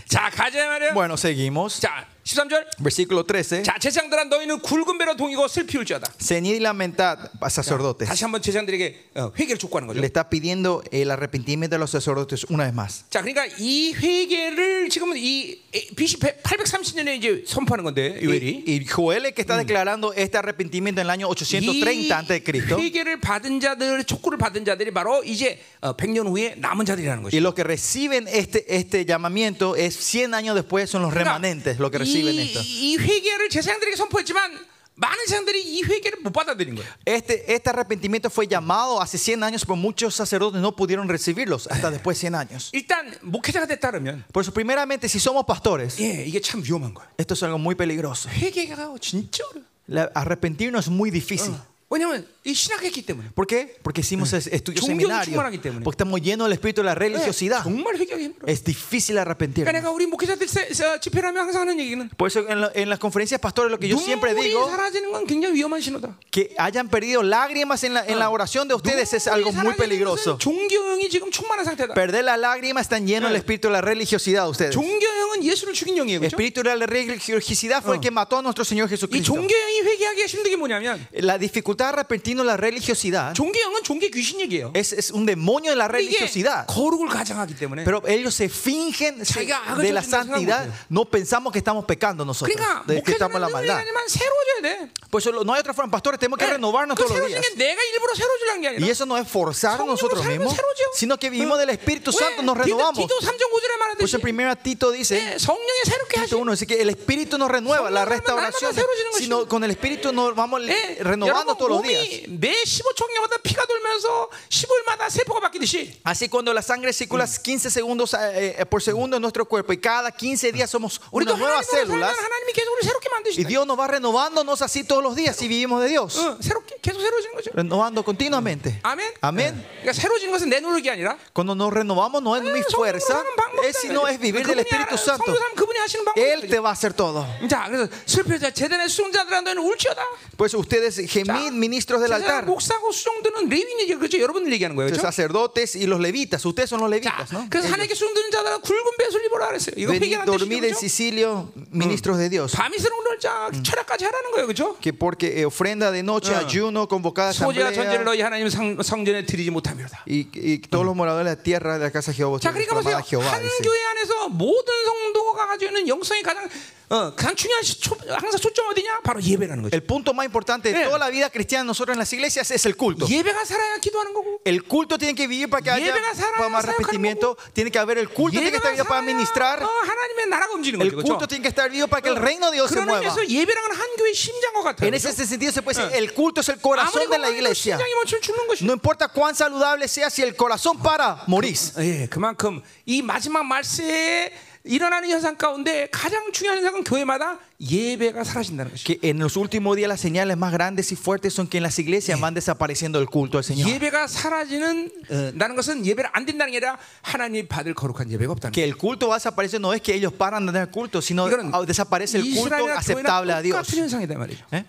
자 가자 말이야. Bueno, seguimos. 자 13절. Versículo 13. 자 제장들아 너희는 굵은 배로 동이고 슬피 울지어다. Ceñid y lamentad, pa- sacerdotes. 다시 한번 제장들에게 어, 회개를 촉구하는 거죠. Le está pidiendo el arrepentimiento de los sacerdotes una vez más. 자 그러니까 이 회개를 지금은 이 에- BC 830년에 이제 선포하는 건데 요엘이 Y, y Joel es que está declarando este arrepentimiento en el año 이 830 antes de Cristo. 회개를 받은 자들 촉구를 받은 자들이 바로 이제 어, 100년 후에 남은 자들이라는 Y 거죠. los que reciben este, este llamamiento es 100 años después, son los remanentes los que 그러니까 reciben 이, esto. 이 회개를 제사장들에게 선포했지만 많은 제사장들이 이 회개를 못 받아들인 거예요. Este, este arrepentimiento fue llamado hace 100 años, pero muchos sacerdotes no pudieron recibirlos hasta después de 100 años. 일단 목회자가 됐다면 Por eso, primeramente, si somos pastores, 예 이게 참 위험한 거야. esto es algo muy peligroso. 회개가 진짜 어려. La- arrepentirnos es muy difícil. Ah. 왜냐면 이 신학했기 때문에. ¿Por qué? Porque hicimos es- estudios Chungyong seminarios. chungman하기 때문에. Porque estamos llenos del espíritu de la 예, religiosidad. 정말 회개하기 힘들어. Es difícil 그러니까 arrepentirnos. 내가 우리 목회자들 세- 세- 집회를 하면 항상 하는 얘기는 Por eso, en, la- en las conferencias pastores, lo que yo siempre 눈물이 digo. 사라지는 건 굉장히 위험한 신호다. que hayan perdido lágrimas en la, en la oración de ustedes es algo muy peligroso. 종교형이 지금 충만한 상태다. Perder las lágrimas están llenos del espíritu de la religiosidad de ustedes. 종교형은 예수를 죽인 영이에요. El 그렇죠? espíritu de la religiosidad fue el que mató a nuestro Señor 이 Jesucristo. 종교형이 회개하기 힘든 게 뭐냐면 La dificultad de arrepentirnos de la religiosidad 종교형은 종교 귀신 얘기예요. es, es un demonio de la 이게 religiosidad. 거룩을 가장하기 때문에 Pero ellos se fingen se- 자기가 악을 de la 저지른다는 santidad. 생각 No pensamos que estamos pecando nosotros, 그러니까 de que estamos en 목회자는 la maldad. 늘리지만 새로워져야 돼. Por eso lo- no Eh, hay otra forma, pastores, tenemos que renovarnos 그 todos los 새로워진 días. 게 내가 일부러 새로워지는 게 Y 아니라 eso no es forzar a 성령으로 nosotros 살면 mismos, 새로워져. sino que vivimos del Espíritu Santo, Eh, nos 왜? renovamos. 디도 3.5절에 Por 말하듯이 eso en primera Tito dice, 예, 성령에 새롭게 하시 Tito 1 dice que el espíritu nos renueva, la Somos restauración, hermanos, hermanos, sino con el espíritu nos Eh, vamos 예, renovando 여러분 todos los días. 몸이 매 15초마다 피가 돌면서 15일마다 세포가 바뀌듯이 Así cuando la sangre circula 15 segundos eh, eh, por segundo en nuestro cuerpo y cada 15 días somos 우리도 unas nuevas 하나님으로 células 살면 하나님이 계속 우리 새롭게 y 만드시다 Dios nos va renovándonos así todos los días si vivimos de Dios, 어, 새롭게 계속 새로워지는 거죠 renovando continuamente. 아멘 Amén. 그러니까 새로워지는 것은 내 노력이 아니라 Cuando nos renovamos no es mi 성령으로 fuerza, 사는 방법이다. es sino es vivir del 그분이 Espíritu 알아- Santo. 성령 사람 그분이 하시는 Él te 방법이죠 va a hacer todo. 자 그래서 슬프자 재단의 수종자들아 너희는 울지어다 Pues ustedes, gemid, ministros del 재단 altar, 목사고 수종들은 레위인이죠 그렇죠 여러분들 얘기하는 거예요 los 그렇죠 sacerdotes y los levitas, ustedes son los 자, levitas, ¿no? 그래서 하나님께 숨드는 자들은 굵은 배수를 입어라 그랬어요. 이거 Venid, 회개하는 dormid en 뜻이죠. 그렇죠? Sicilio, ministros de Dios. 밤이스러운 놀자 음. 철학까지 하라는 거예요, 그렇죠? Que porque eh, ofrenda de noche, ayuno, convocada 소재와 전제를 asamblea 너희 하나님 성, 성전에 드리지 못함이로다. y, y todos los moradores de la tierra de la casa de Jehová, 자, ustedes 그러니까 clamad 보세요. a Jehová. 한 dice. 교회 안에서 모든 성도가 가지고 있는 영성이 가장 어, 가장 중요한 시- 초, 항상 초점 어디냐? 바로 예배라는 거죠. El punto más importante de Eh. toda la vida cristiana de nosotros en las iglesias es el culto. 예배가 살아야 기도하는 거고. El culto tiene que vivir para que haya Yebe가 살아야 para más 사역하는 arrepentimiento. Tiene que haber el culto, tiene que estar vivo para ministrar. 어, 하나님의 나라가 움직이는 El 거죠. 그렇죠? culto tiene que estar vivo para que el reino de Dios se 그런 mueva. 의미에서 예배랑은 한 교회 의 심장과 같아요. En ese 그렇죠? sentido se puede decir, el culto es el corazón 아무리 de la 건강해도 iglesia. 심장이 멈추면 죽는 것이. No importa cuán saludable sea, si el corazón para, morís. 예, 그만큼 이 마지막 말세에 일어나는 현상 가운데 가장 중요한 현상은 교회마다 예배가 사라진다는 것이죠. Que en los últimos días las señales más grandes y fuertes son que en las iglesias van desapareciendo el culto al Señor. 예배가 사라지는 어, 나는 것은 예배를 안 된다는 게 아니라 하나님이 받을 거룩한 예배가 없다는 Que el culto va a desaparecer no es que ellos paran de tener culto, sino 이거는 ah, desaparece el culto 이스라엘이나 aceptable 교회나 a Dios. 똑같은 현상이다 말이죠. ¿Eh?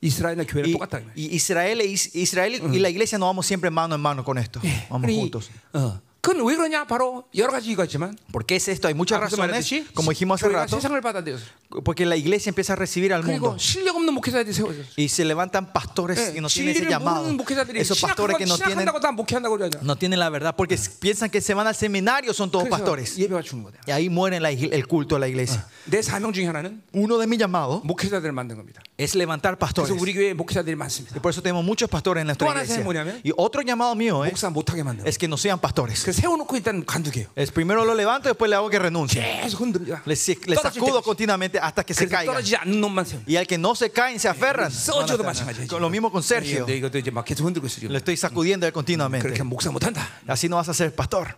이스라엘이나 교회는 Y, 똑같다 이 말이죠. y Israel, e is- Israel y la iglesia no vamos siempre mano en mano con esto. 예, Vamos 그러니, juntos. 어, 그건 왜 그러냐? 바로 여러 가지 이유가 있지만 ¿Por qué es esto? Hay muchas 앞서 razones, 말했듯이 como dijimos hace 교회가 rato, 세상을 받아들여서 porque la iglesia empieza a recibir al mundo. 그리고 실력 없는 목회자들이 세워져서 Y se levantan pastores 예, que no tienen ese 진리를 llamado. 모르는 목회자들이 Esos pastores que no tienen, 신학한다고 다 목회한다고 그러잖아. no tienen la verdad porque piensan que se van al seminario, son todos 그래서 pastores. 예배가 죽는 거다. Y ahí mueren la ig- el culto a la iglesia. 내 사명 중에 하나는 Uno de mis llamados 목회자들을 만든 겁니다. es levantar pastores. 그래서 우리 Y 교회에 목회자들이 많습니다. por eso tenemos muchos pastores en nuestra 또 하나 iglesia. 사람이 뭐냐면 Y otro llamado mío es, 목사 못하게 만드는 es que no sean pastores. 그 세워놓고 일단 간두게요. Es primero lo levanto, después le hago que renuncie. 계속 흔들려. Les, les 떨어질 sacudo 때까지. continuamente hasta que se 그래서 caigan. 떨어지지 않는 놈만 세워. Y al que no se caen, se aferran. 써줘도 Van a estar- 마찬가지예요. con Lo mismo con Sergio. 네, 이것도 이제 막 계속 흔들고 있어 지금. Lo estoy sacudiendo él 그렇게 continuamente. 하면 목사 못한다. Así no vas a ser pastor.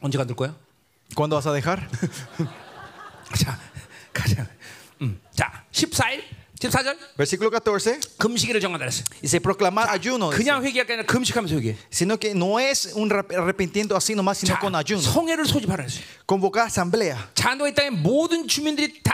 언제 간둘 거야? ¿Cuándo vas a dejar? 자, 가자. 음. 자, 14일, 14절 Versículo 14. 금식일을 정한다 그랬어. 요 Y se proclamar ayuno. dice. 그냥 회개할 게 아니라 금식하면서 회개. Sino que no es un rap- arrepentimiento así nomás, sino 자, con ayuno. 성회를 소집하라 그랬어. 요 Convocar asamblea. 잔도의 땅의 모든 주민들이 다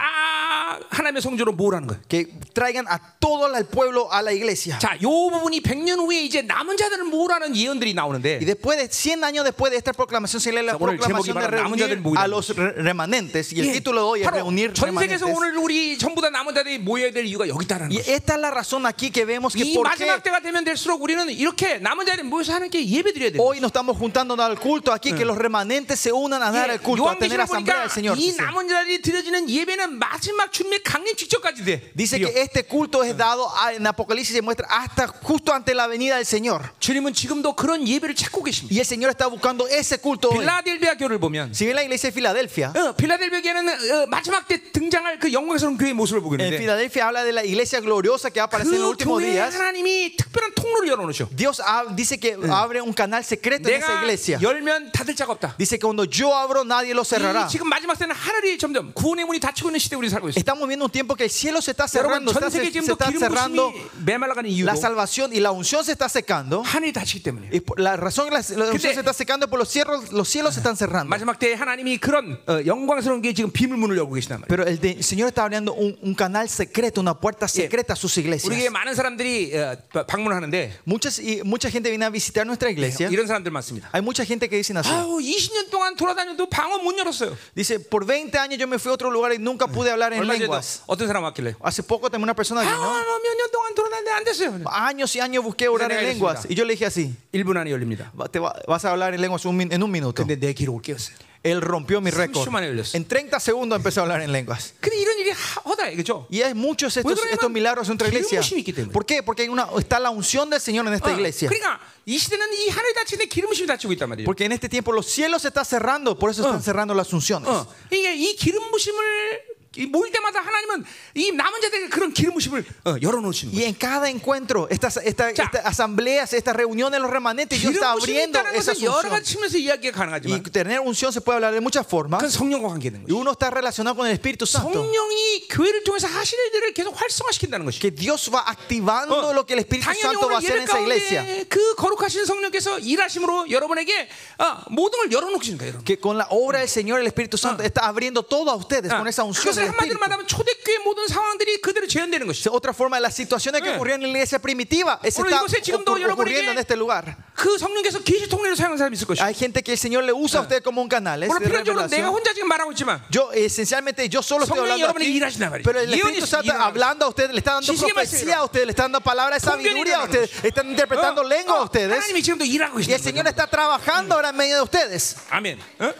하나님의 성전으로 모으라는 거예요. Que traigan a todo el pueblo a la iglesia. 자, 요 부분이 100년 후에 이제 남은 자들을 모으라는 예언들이 Y 나오는데 después de 100 años después de esta proclamación, se lee la 자, 오늘 proclamación 제목이 de 바로 남은 자들 reunir 모이라는 a los re- remanentes. Y el 예, título de hoy es reunir 바로 전 remanentes. 세계에서 오늘 우리 전부 다 남은 자들이 모여야 될 이유가 여기 있다라는 Y 거예요. esta es la razón aquí que vemos que 이 por qué 마지막 때가 되면 될수록 우리는 이렇게 남은 자들이 모여서 하나님께 예배드려야 돼요. hoy nos estamos juntando al culto aquí, que los remanentes se unan a dar el culto, a 예, tener 요한계시록 asamblea 보니까 al Señor. 이 dice. 남은 자들이 드려지는 예배는 마지막 주님의 강림 직전까지 돼. Dice 드려. que este culto es dado a- en Apocalipsis se muestra hasta justo ante la venida del Señor. 주님은 지금도 그런 예배를 찾고 계십니다. Y el Señor está buscando ese culto hoy. 빌라델비아 교를 보면 Si bien la iglesia de Filadelfia, 어, 빌라델비아 교회는 어, 마지막 때 등장할 그 영광스러운 교회의 모습을 보게 en 되는데 Filadelfia habla de la iglesia gloriosa que va a aparecer en los 그 últimos 교회에 días. 하나님이 특별한 통로를 열어놓으셔. Dios ab- dice que abre un canal secreto en esa 내가 iglesia. 열면 닫을 자가 없다. Dice que cuando yo abro, nadie lo cerrará. 이 지금 마지막 때는 하늘이 점점 구원의 문이 닫히고 있는 시대 우리 살고 있어. Estamos viendo un tiempo que el cielo se está 여러분 cerrando, está- 전 se, 네, 세계 se 지금도 está 기름 cerrando. 부심이 메말라가는 이유도 La salvación y la unción se está secando. 하늘이 닫히기 때문이에요. Y por- la razón que la, la 근데- unción se está secando es por los cielos, los cielos se están cerrando. 마지막 때 하나님이 그런 어, 영광스러운 게 지금 비밀문을 열고 계시단 말이에요. Pero el, de- el Señor está abriendo un, un canal secreto, una puerta secreta a sus 우리에게 iglesias. 많은 사람들이 어, 바- 방문하는데 Muchas, y mucha gente viene a visitar nuestra iglesia. 이런 사람들 많습니다. Hay mucha gente que dicen así. 아우 20년 동안 돌아다녀도 방언 못 열었어요. Dice, por 20 años yo me fui a otro lugar y nunca pude hablar en 얼마 전에도 lenguas. 어떤 사람 왔길래 Hace poco también una 아, persona vino. 방언 몇년 동안 돌아다녔는데 안 됐어요. Años y años busqué orar en Dice, lenguas. Y yo le dije así, 1분 안에 열립니다. "Va- te va- vas a hablar en lenguas un min- en un minuto. 근데 내 기록을 깨웠어요. Él rompió mi 30 récord. 만에 열렸어. En 30 segundos empezó a hablar en lenguas. 근데 이런 일이 하- 허다해 그죠? Y hay muchos estos, 그러냐면 estos milagros en nuestra iglesia. 기름부심이 있기 때문에. ¿Por qué? Porque hay una, está la unción del Señor en Ah, esta iglesia. 그러니까 이 시대는 이 하늘 닫히는데 기름심이 닫히고 있단 말이에요. Porque en este tiempo los cielos se están cerrando, por eso están cerrando las unciones. 어, 이게 이 기름부심을 이 모일 때마다 하나님은 이 남은 자들에게 그런 기름부심을 어, 열어놓으시는 Y 거예요. en cada encuentro, estas, estas, 자. estas asambleas, estas reuniones de los 예, remanentes, Dios está 기름부심이 abriendo 있다는 esa 것은 여러 unción. 가지 측면에서 이야기가 그 Y 가능하지만 tener unción se puede hablar de muchas 그건 formas. 성령과 관계된 Y 거죠. uno está relacionado con el Espíritu Santo. 성령이 교회를 통해서 하실 일들을 계속 활성화시킨다는 것이. Que Dios va activando 어, lo que el Espíritu 당연히 Santo 오늘 va a hacer en 예배 esa iglesia. 가운데 그 거룩하신 성령께서 일하심으로 여러분에게 어, 모든 걸 열어놓으시는 거예요. 여러분. Que con la obra del Señor, el Espíritu Santo está abriendo todo a ustedes 아, con esa unción. 그것을 Del 한마디로 Espíritu. 말하면 초대교회 모든 상황들이 그대로 재현되는 것이죠. Es Otra forma, las situaciones que 예. ocurrieron en la iglesia primitiva, es 오늘 está 이곳에 지금도 ocur- 여러분에게- ocurriendo en este lugar. 그 성령께서 계시 통로를 사용하는 사람이 있을 것이고. Hay gente que el Señor le usa a usted como un canal. es 물론 de 필연적으로 내가 revelación. 혼자 지금 아, 말하고 있지만 Yo esencialmente yo solo estoy 성령이 hablando 여러분에게 aquí, 일하신단 말이에요. pero el 예언이 Espíritu Santo 일어나는 hablando a ustedes, le está dando 지식의 말씀이 profecía a ustedes, le está dando palabras 통변이 de sabiduría 일어나는 a ustedes, están interpretando 어, lengua a 어, ustedes 하나님이 지금도 일하고 y el 계시는 Señor 거죠. está trabajando ahora en medio de ustedes. 아멘. 어?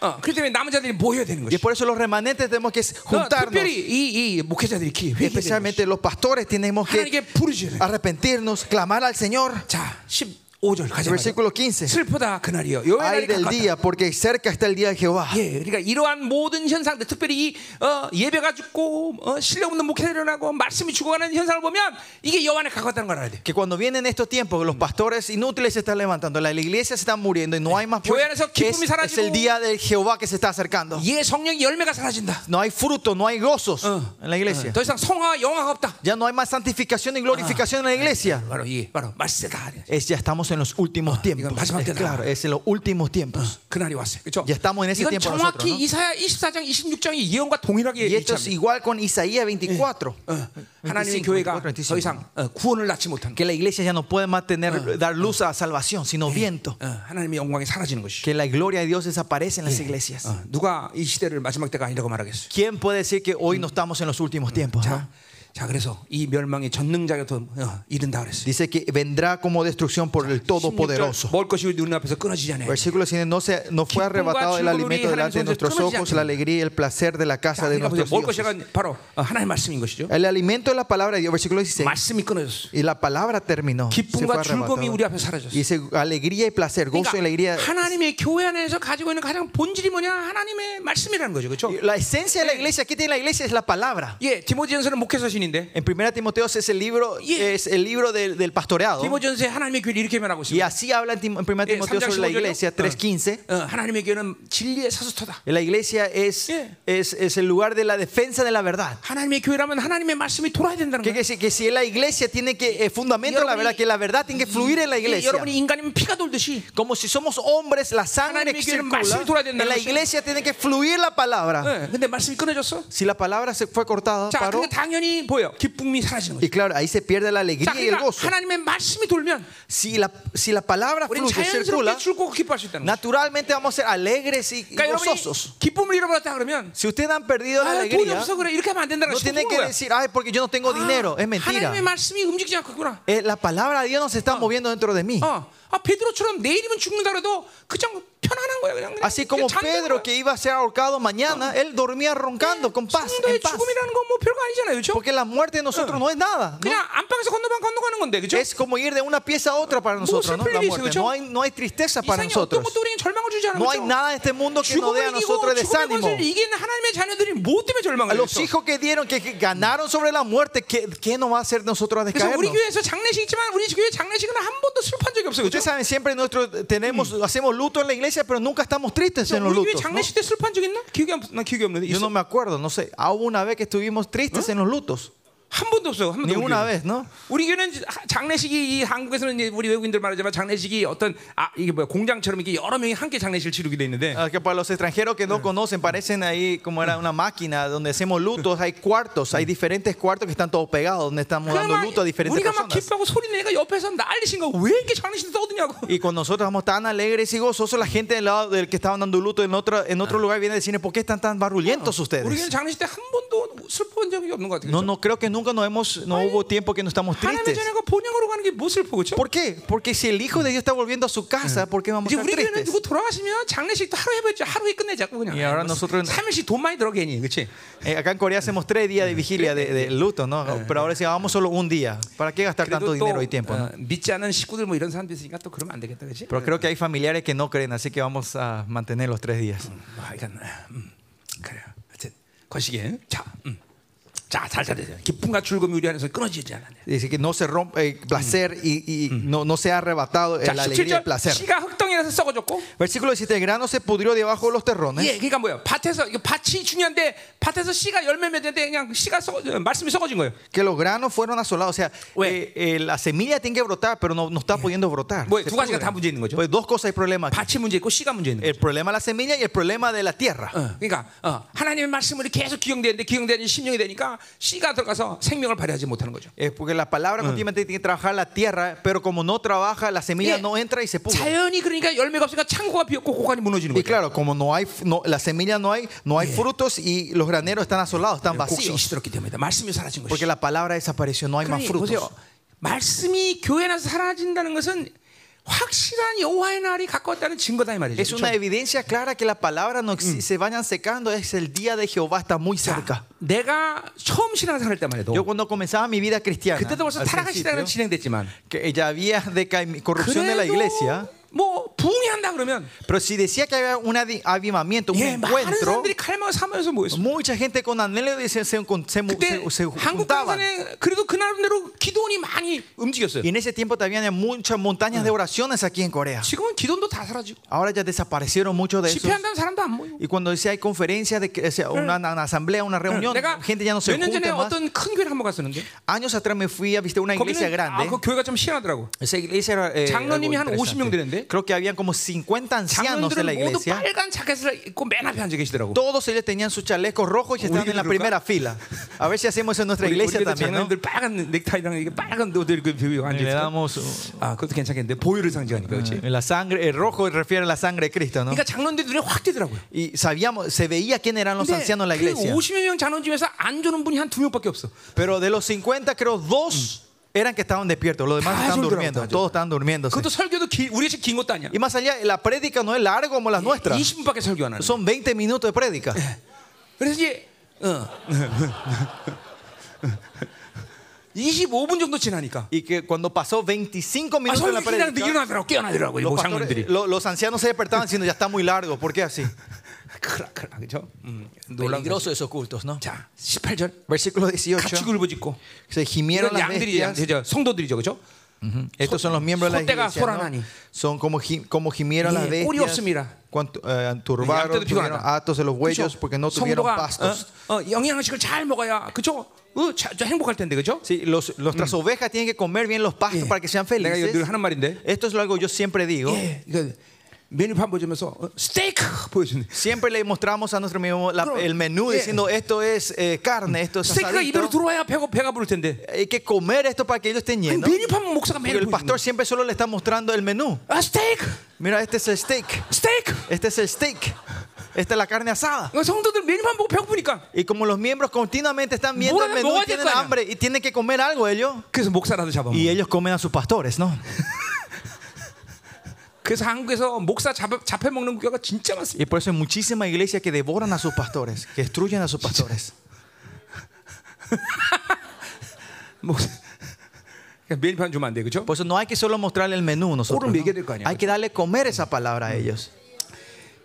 어, 그렇기 때문에 남은 자들이 모여야 되는 Y 것이. es por eso los remanentes tenemos que 어, juntarnos. 특별히 이, 이 목회자들이 기- 회개해야 되는 것이. Especialmente los pastores tenemos que 하나님께 부르셔야 돼. arrepentirnos, clamar al Señor. 자, 15절 가자. Versículo 15. 슬프다 그날이요. 요의 Ay 날이 del 가깝다. día, porque cerca está el día de Jehová. 예, 그러니까 이러한 모든 현상들, 특별히 이, 어, 예배가 죽고 어, 실력 없는 목회자 일어나고 말씀이 죽어가는 현상을 보면 이게 여호와에 가깝다는 걸 알아야 돼. Que cuando vienen estos tiempos, los pastores inútiles se están levantando, la iglesia se está muriendo y no hay más Yo era eso, que es, 기쁨이 사라지고. es el día de Jehová que se está acercando. 예, 성령 열매가 사라진다. No hay fruto, no hay gozos 어, en la iglesia. 더 이상 성화 영화가 없다. Ya no hay más santificación y glorificación en la iglesia. 바로 이 바로 말세다. Es, ya estamos en los últimos tiempos. más Es que nada. claro, es en los últimos tiempos. 그날이 왔어요. 그렇죠? Ya estamos en ese 이건 tiempo 정확히 nosotros, ¿no? 이사야 24장 26장이 예언과 동일하게 Y Eh. esto es 일치합니다. igual con Isaías 24. 어, 하나님의 25, 교회가 25. 더 이상 어, 구원을 낳지 못한 Que la iglesia ya no puede más tener, dar luz a salvación, sino viento. 어, 하나님의 영광이 사라지는 것이. Que la gloria de Dios desaparece en las iglesias. 어, 누가 이 시대를 마지막 때가 아니라고 말하겠어요? ¿Quién puede decir que hoy no estamos en los últimos tiempos? no? 자, 자 그래서 이 멸망의 전능자가 더 어, 이른다 그랬어요. Dice que vendrá como destrucción por el 16절, Todopoderoso. 먹을 것이 우리 눈앞에서 끊어지지 않아요. Versículo 100, no, se, no fue arrebatado el alimento delante de nuestros ojos, la alegría y el placer de la casa 자, de 그러니까 보세요. nuestros 먹을 dioses. 것이란 바로 어, 하나님의 말씀인 것이죠. El alimento de la palabra de Dios, versículo 16. 말씀이 끊어졌어. Y la palabra terminó. se fue 기쁨과 arrebatado. 즐거움이 우리 앞에 사라졌어. Y dice alegría y placer, gozo y alegría. 그러니까 하나님의 교회 안에서 가지고 있는 가장 본질이 뭐냐? 하나님의 말씀이라는 거죠. 그렇죠? La esencia de la iglesia, ¿qué tiene la iglesia? Es la palabra. 예, 디모데전서는 목회서신인데 En 1 Timoteo es el libro, es el libro del, del pastoreado. 디모전서에 하나님의 교회를 이렇게 말하고 Y 있습니다. así habla en Tim- en 1 예, Timoteo 3장 sobre la iglesia 15절이요. 3.15. 어, 어, 하나님의 교회는 진리의 사수터다. La iglesia es, Yeah. es, es el lugar de la defensa de la verdad. 하나님의 교회라면 하나님의 말씀이 돌아야 된다는 Que, 거예요. que, si- que si es la iglesia tiene que eh, fundamento Y- la verdad, que la verdad tiene que fluir en la 이- iglesia. 예, 여러분이 인간이면 피가 돌듯이 Como si somos hombres, la sangre 하나님의 que 교회는 circula, 말씀이 돌아야 된다는 en la 것이에요. iglesia tiene Eh. que fluir la palabra. 예, 근데 말씀이 끊어졌어? Si la palabra se fue cortada, 자, paró, 그게 당연히 보여. 기쁨이 사라지는 y 거죠. claro, ahí se pierde la 자, alegría y el 그러니까 gozo. 하나님의 말씀이 돌면 Si la, si la palabra 우리는 fluye, circula, 자연스럽게 출고 기뻐할 수 있다는 거죠. naturalmente vamos a ser alegres y, y 그러니까 gozosos. 여러분이 기쁨을 잃어버렸다 그러면 Si ustedes han perdido la 아, 돈이 alegría, 없어 그래 이렇게 하면 안 된다는 no 거야. tienen que 거야. decir, ay, porque yo no Ah, tengo dinero. Es mentira. 아, 하나님의 말씀이 움직이지 않겠구나. Eh, la palabra de Dios nos está moviendo dentro de mí. 어, 아 베드로처럼 내일이면 죽는다 그래도 그냥 편안한 거야 그냥. 그냥 Así como 아, 그냥 잠드는 Pedro 거야. que iba a ser ahorcado mañana, él dormía roncando con paz, en 성도의 paz. 죽음이라는 건 뭐 별거 아니잖아요, 그렇죠? Porque la muerte de nosotros no es nada. ¿no? 그냥 안방에서 건너방 건너가는 건데, 그렇죠? Es como ir de una pieza a otra para nosotros, ¿no? La muerte. No hay, no hay tristeza para 이상이 어떤 nosotros. 것도 우리는 절망을 주지 않아, No hay 그렇죠? nada en este mundo que nos dé a 죽음을 이기고 nosotros 죽음의 desánimo. 권세를 이기는 하나님의 자녀들이 뭐 때문에 A 절망을 los 했어? hijos que dieron, que, que ganaron sobre la muerte, ¿qué, qué nos va a hacer nosotros a 그래서 우리 descaernos? 교회에서 장례식 있지만 우리 교회 장례식은 한 번도 슬퍼한 적이 없어요, Ustedes 그렇죠? saben, siempre nosotros tenemos, hacemos luto en la iglesia, pero nunca estamos tristes en los 우리 교회 lutos. Mm. ¿no? 장례식 때 슬퍼한 적 있나? 기억이 안, 나 기억이 없는데 Yo 있어? no me acuerdo, no sé. Ah, Hubo una vez que estuvimos tristes en los lutos. 한 번도 없어요, 한 번도 Ni 네, 우리 una 교회는. vez, ¿Ah? ¿no? 우리 교회는 하- 장례식이 이 한국에서는 이제 우리 외국인들 말하자면 장례식이 어떤 아 이게 뭐야 공장처럼 이렇게 여러 명이 함께 장례식을 치르게 돼 있는데 Ah, Que para los extranjeros que no conocen, parecen ahí como era una máquina donde hacemos lutos. Hay cuartos, hay diferentes cuartos que están todos pegados, donde estamos 그냥 dando 막 luto a diferentes 우리가 막 personas. 기뻐하고 소리 내가 옆에서 난리신 거왜 이렇게 장례식 떠드냐고 Y cuando nosotros estamos tan alegres y gozosos, la gente del lado del que estaban dando luto en otro, en otro lugar viene a decir, ¿por qué están tan barullentos 우리 교회는 ustedes? 장례식 때 한 번도 슬퍼한 적이 없는 것 같아요. No, no creo que nunca nos hemos, no hubo tiempo que no estamos 하나님의 tristes. 자녀가 본향으로 가는 게 뭐 슬퍼 그렇죠? ¿Por qué? Porque si el Hijo de Dios está volviendo a su casa, ¿por qué vamos 이제 a estar 우리 교회는 tristes? 누구 돌아가시면 장례식도 하루 해봤자 하루에 끝내자고 그냥. 뭐 예, ahora nosotros- 3일씩 돈 많이 들어 괜히 그렇지? Eh, acá en Corea hacemos tres días de vigilia de, de luto, ¿no? Pero ahora decimos, vamos solo un día. ¿Para qué gastar tanto 그래도 또 dinero y tiempo? no? 어, 믿지 않은 식구들 뭐 이런 사람도 있으니까 또 그러면 안 되겠다 그렇지? Pero creo que hay familiares que no creen, así que vamos a mantener los tres días. 아, 이건 음, 그래요. 하여튼 거시기에 자, 음. 자, 잘 잘해요. 기쁨과 즐거움이 우리 안에서 끊어지지 않았네. Dice que no se rompe el placer y, y no, no se ha arrebatado eh, 자, la alegría y el 17절 placer. 씨가 흙덩이라서 썩어졌고, Versículo 17, el grano se pudrió debajo de los terrones. 예, 그러니까 뭐예요? 밭에서 이거 밭이 중요한데 밭에서 씨가 열매 맺는데 그냥 씨가 썩어, 말씀이 썩어진 거예요. Que los granos fueron asolados. O sea, Güey. eh, eh, la semilla tiene que brotar, pero no, no está pudiendo brotar. Güey, Se 두 가지가 pudre. 다 문제 있는 거죠. Pues dos cosas hay problema. aquí. 밭이 문제 있고 씨가 문제 있는 거예요. El problema de la semilla y el problema de la tierra. 어, 그러니까 어, 하나님의 말씀으로 계속 기용되는데 기용되니 심령이 되니까 씨가 들어가서 생명을 발휘하지 못하는 거죠. Es porque la palabra continuamente tiene que trabajar la tierra, pero como no trabaja, la semilla Yeah. no entra y se pudre. 자연이 그러니까 열매가 없으니까 창고가 비었고 고관이 무너지는 Y 거죠. claro, como no hay no- la semilla no hay, no hay frutos y los graneros están asolados, están 곡식이 vacíos, 시들었기 때문이다. 말씀이 사라진 것이. porque la palabra desapareció, no hay más 그러니 보세요. frutos. 말씀이 교회 나서 사라진다는 것은 확실한 여호와의 날이 가까웠다는 증거다 이 말이죠. Es una 그렇죠? evidencia clara que la palabra no exi- se vayan secando, es el día de Jehová, está muy cerca. 내가 처음 신앙생활 때만 해도 Yo cuando comenzaba mi vida cristiana, 그때도 벌써 al 타락한 시대는 principio, 진행됐지만 que ya había decaim- corrupción de la iglesia, 그래도 뭐 부흥이 한다 그러면 pero si decía que había un adi- avivamiento, un 예, 많은 encuentro, 사람들이 칼망을 삼으면서 모였어. mucha gente con anhelo de se, se, encon- se, mu- 그때 se- se 한국 juntaban. 당선에 그래도 그 나름대로 기도원이 많이 움직였어요. Y en ese tiempo también había muchas montañas de oraciones aquí en Corea. 지금은 기도원도 다 사라지고 Ahora ya desaparecieron muchos de esos. 집회한다는 사람도 안 모여. Y cuando decía hay conferencias, de, que- o sea, una, una asamblea, una reunión, 내가 gente ya no se 몇 년 전에 junta más. 어떤 큰 교회를 한번 갔었는데 Años atrás me fui a visitar una iglesia 거기는 아, grande. 그 교회가 좀 희한하더라고. Esa iglesia era. eh, 장로님이 algo 한 50명 interesante. 되는데? Creo que habían como 50 ancianos de la 장로들은 모두 iglesia. 빨간 자켓을 입고 맨 앞에 앉아 계시더라고. Todos ellos tenían sus chalecos rojos y estaban en la ¿Uriel primera fila. A ver si hacemos en nuestra 우리, iglesia 우리도 también, ¿no? 장로님들 빨간 넥타이랑 이게 빨간 옷들 그 비비고 네, 앉아 뭐. 있어. damos. uh, 아, 그것도 괜찮겠는데 보혈을 상징하니까 그렇지. La sangre, el rojo refiere a la sangre de Cristo, ¿no? 그러니까 장로님들 눈에 확 띄더라고요. Y sabíamos, se veía quién eran los 근데 ancianos de la 그 iglesia. 50여 명 장로님 중에서 안 주는 분이 한 두 명밖에 없어. Pero de los 50, creo, dos eran que estaban despiertos. Los demás Ah, estaban yo creo, durmiendo. yo Todos estaban durmiendo. 그것도 설교도 기, 우리 같이 긴 것도 아니야. Y más allá, la prédica no es larga como las nuestras. 20분밖에 설교 안 하는. Son 20 minutos de prédica. 그래서 이제 어. 25분 정도 지나니까 Y que cuando pasó 25 아, minutos de la 성경이랑 prédica, 일어나더라고 깨어나더라고 los, 이 pastores- 장로님들이. lo- los ancianos se despertaban diciendo, ya está muy largo, ¿por qué así? 크라크라 그죠? 음, 놀라운 사실. Peligroso esos cultos, ¿no? 자, 18절 Versículo 같이 18. 굴부짖고 Se gimieron 이건 las 그렇죠. 양들이 bestias. 양, 저, 성도들이죠, 그죠? Estos son los miembros de la 소떼가 iglesia. ¿no? 소란하니. Son como, gi- como gimieron las 예, 꼴이 bestias. 없습니다. Cuanto, eh, turbaron, 양떼도 tuvieron 피곤하다. atos de los bueyes 그죠? porque no tuvieron 성도가, pastos. 어, 어, 영양식을 잘 먹어야 그죠? 어, 자, 저 행복할 텐데 그죠? Sí, los, nuestras ovejas tienen que comer bien los pastos 예. para que sean 내가 이거 늘 felices. 하는 말인데. Esto es algo que yo siempre digo. 예, 그러니까 메뉴판 보여주면서 어, 스테이크 보여주네. Siempre le mostramos a nuestro mismo la- Bro, el menú yeah. diciendo esto es eh, carne, esto es 스테이크가 입으로 asadito. 들어와야 배가 배가 부를 텐데. Hay que comer esto para que ellos estén 아니, llenos. 메뉴판 목사가 Porque 메뉴 el 보여주는 pastor siempre solo le está mostrando el menú. 거야. 아, 스테이크, Mira, este es el steak. 스테이크. Este es el steak. Esta es la carne asada. 그러니까 성도들 메뉴판 보고 배고프니까. Y como los miembros continuamente están viendo el Bueno, menú no y vaya tienen caña. hambre y tienen que comer algo ellos. 그래서 목사라도 잡아먹어. Y ellos comen a sus pastores, ¿no? 그래서 한국에서 목사 잡아, 잡혀 먹는 국가가 진짜 많습니다. Y por eso hay muchísimas iglesias que devoran a sus pastores, que destruyen a sus pastores. 목사. 그러니까 메뉴판 주면 안 돼, 그렇죠? Por eso no hay que solo mostrarle el menú nosotros. Oro ¿no? me quiere caña. Hay que darle comer esa palabra a ellos.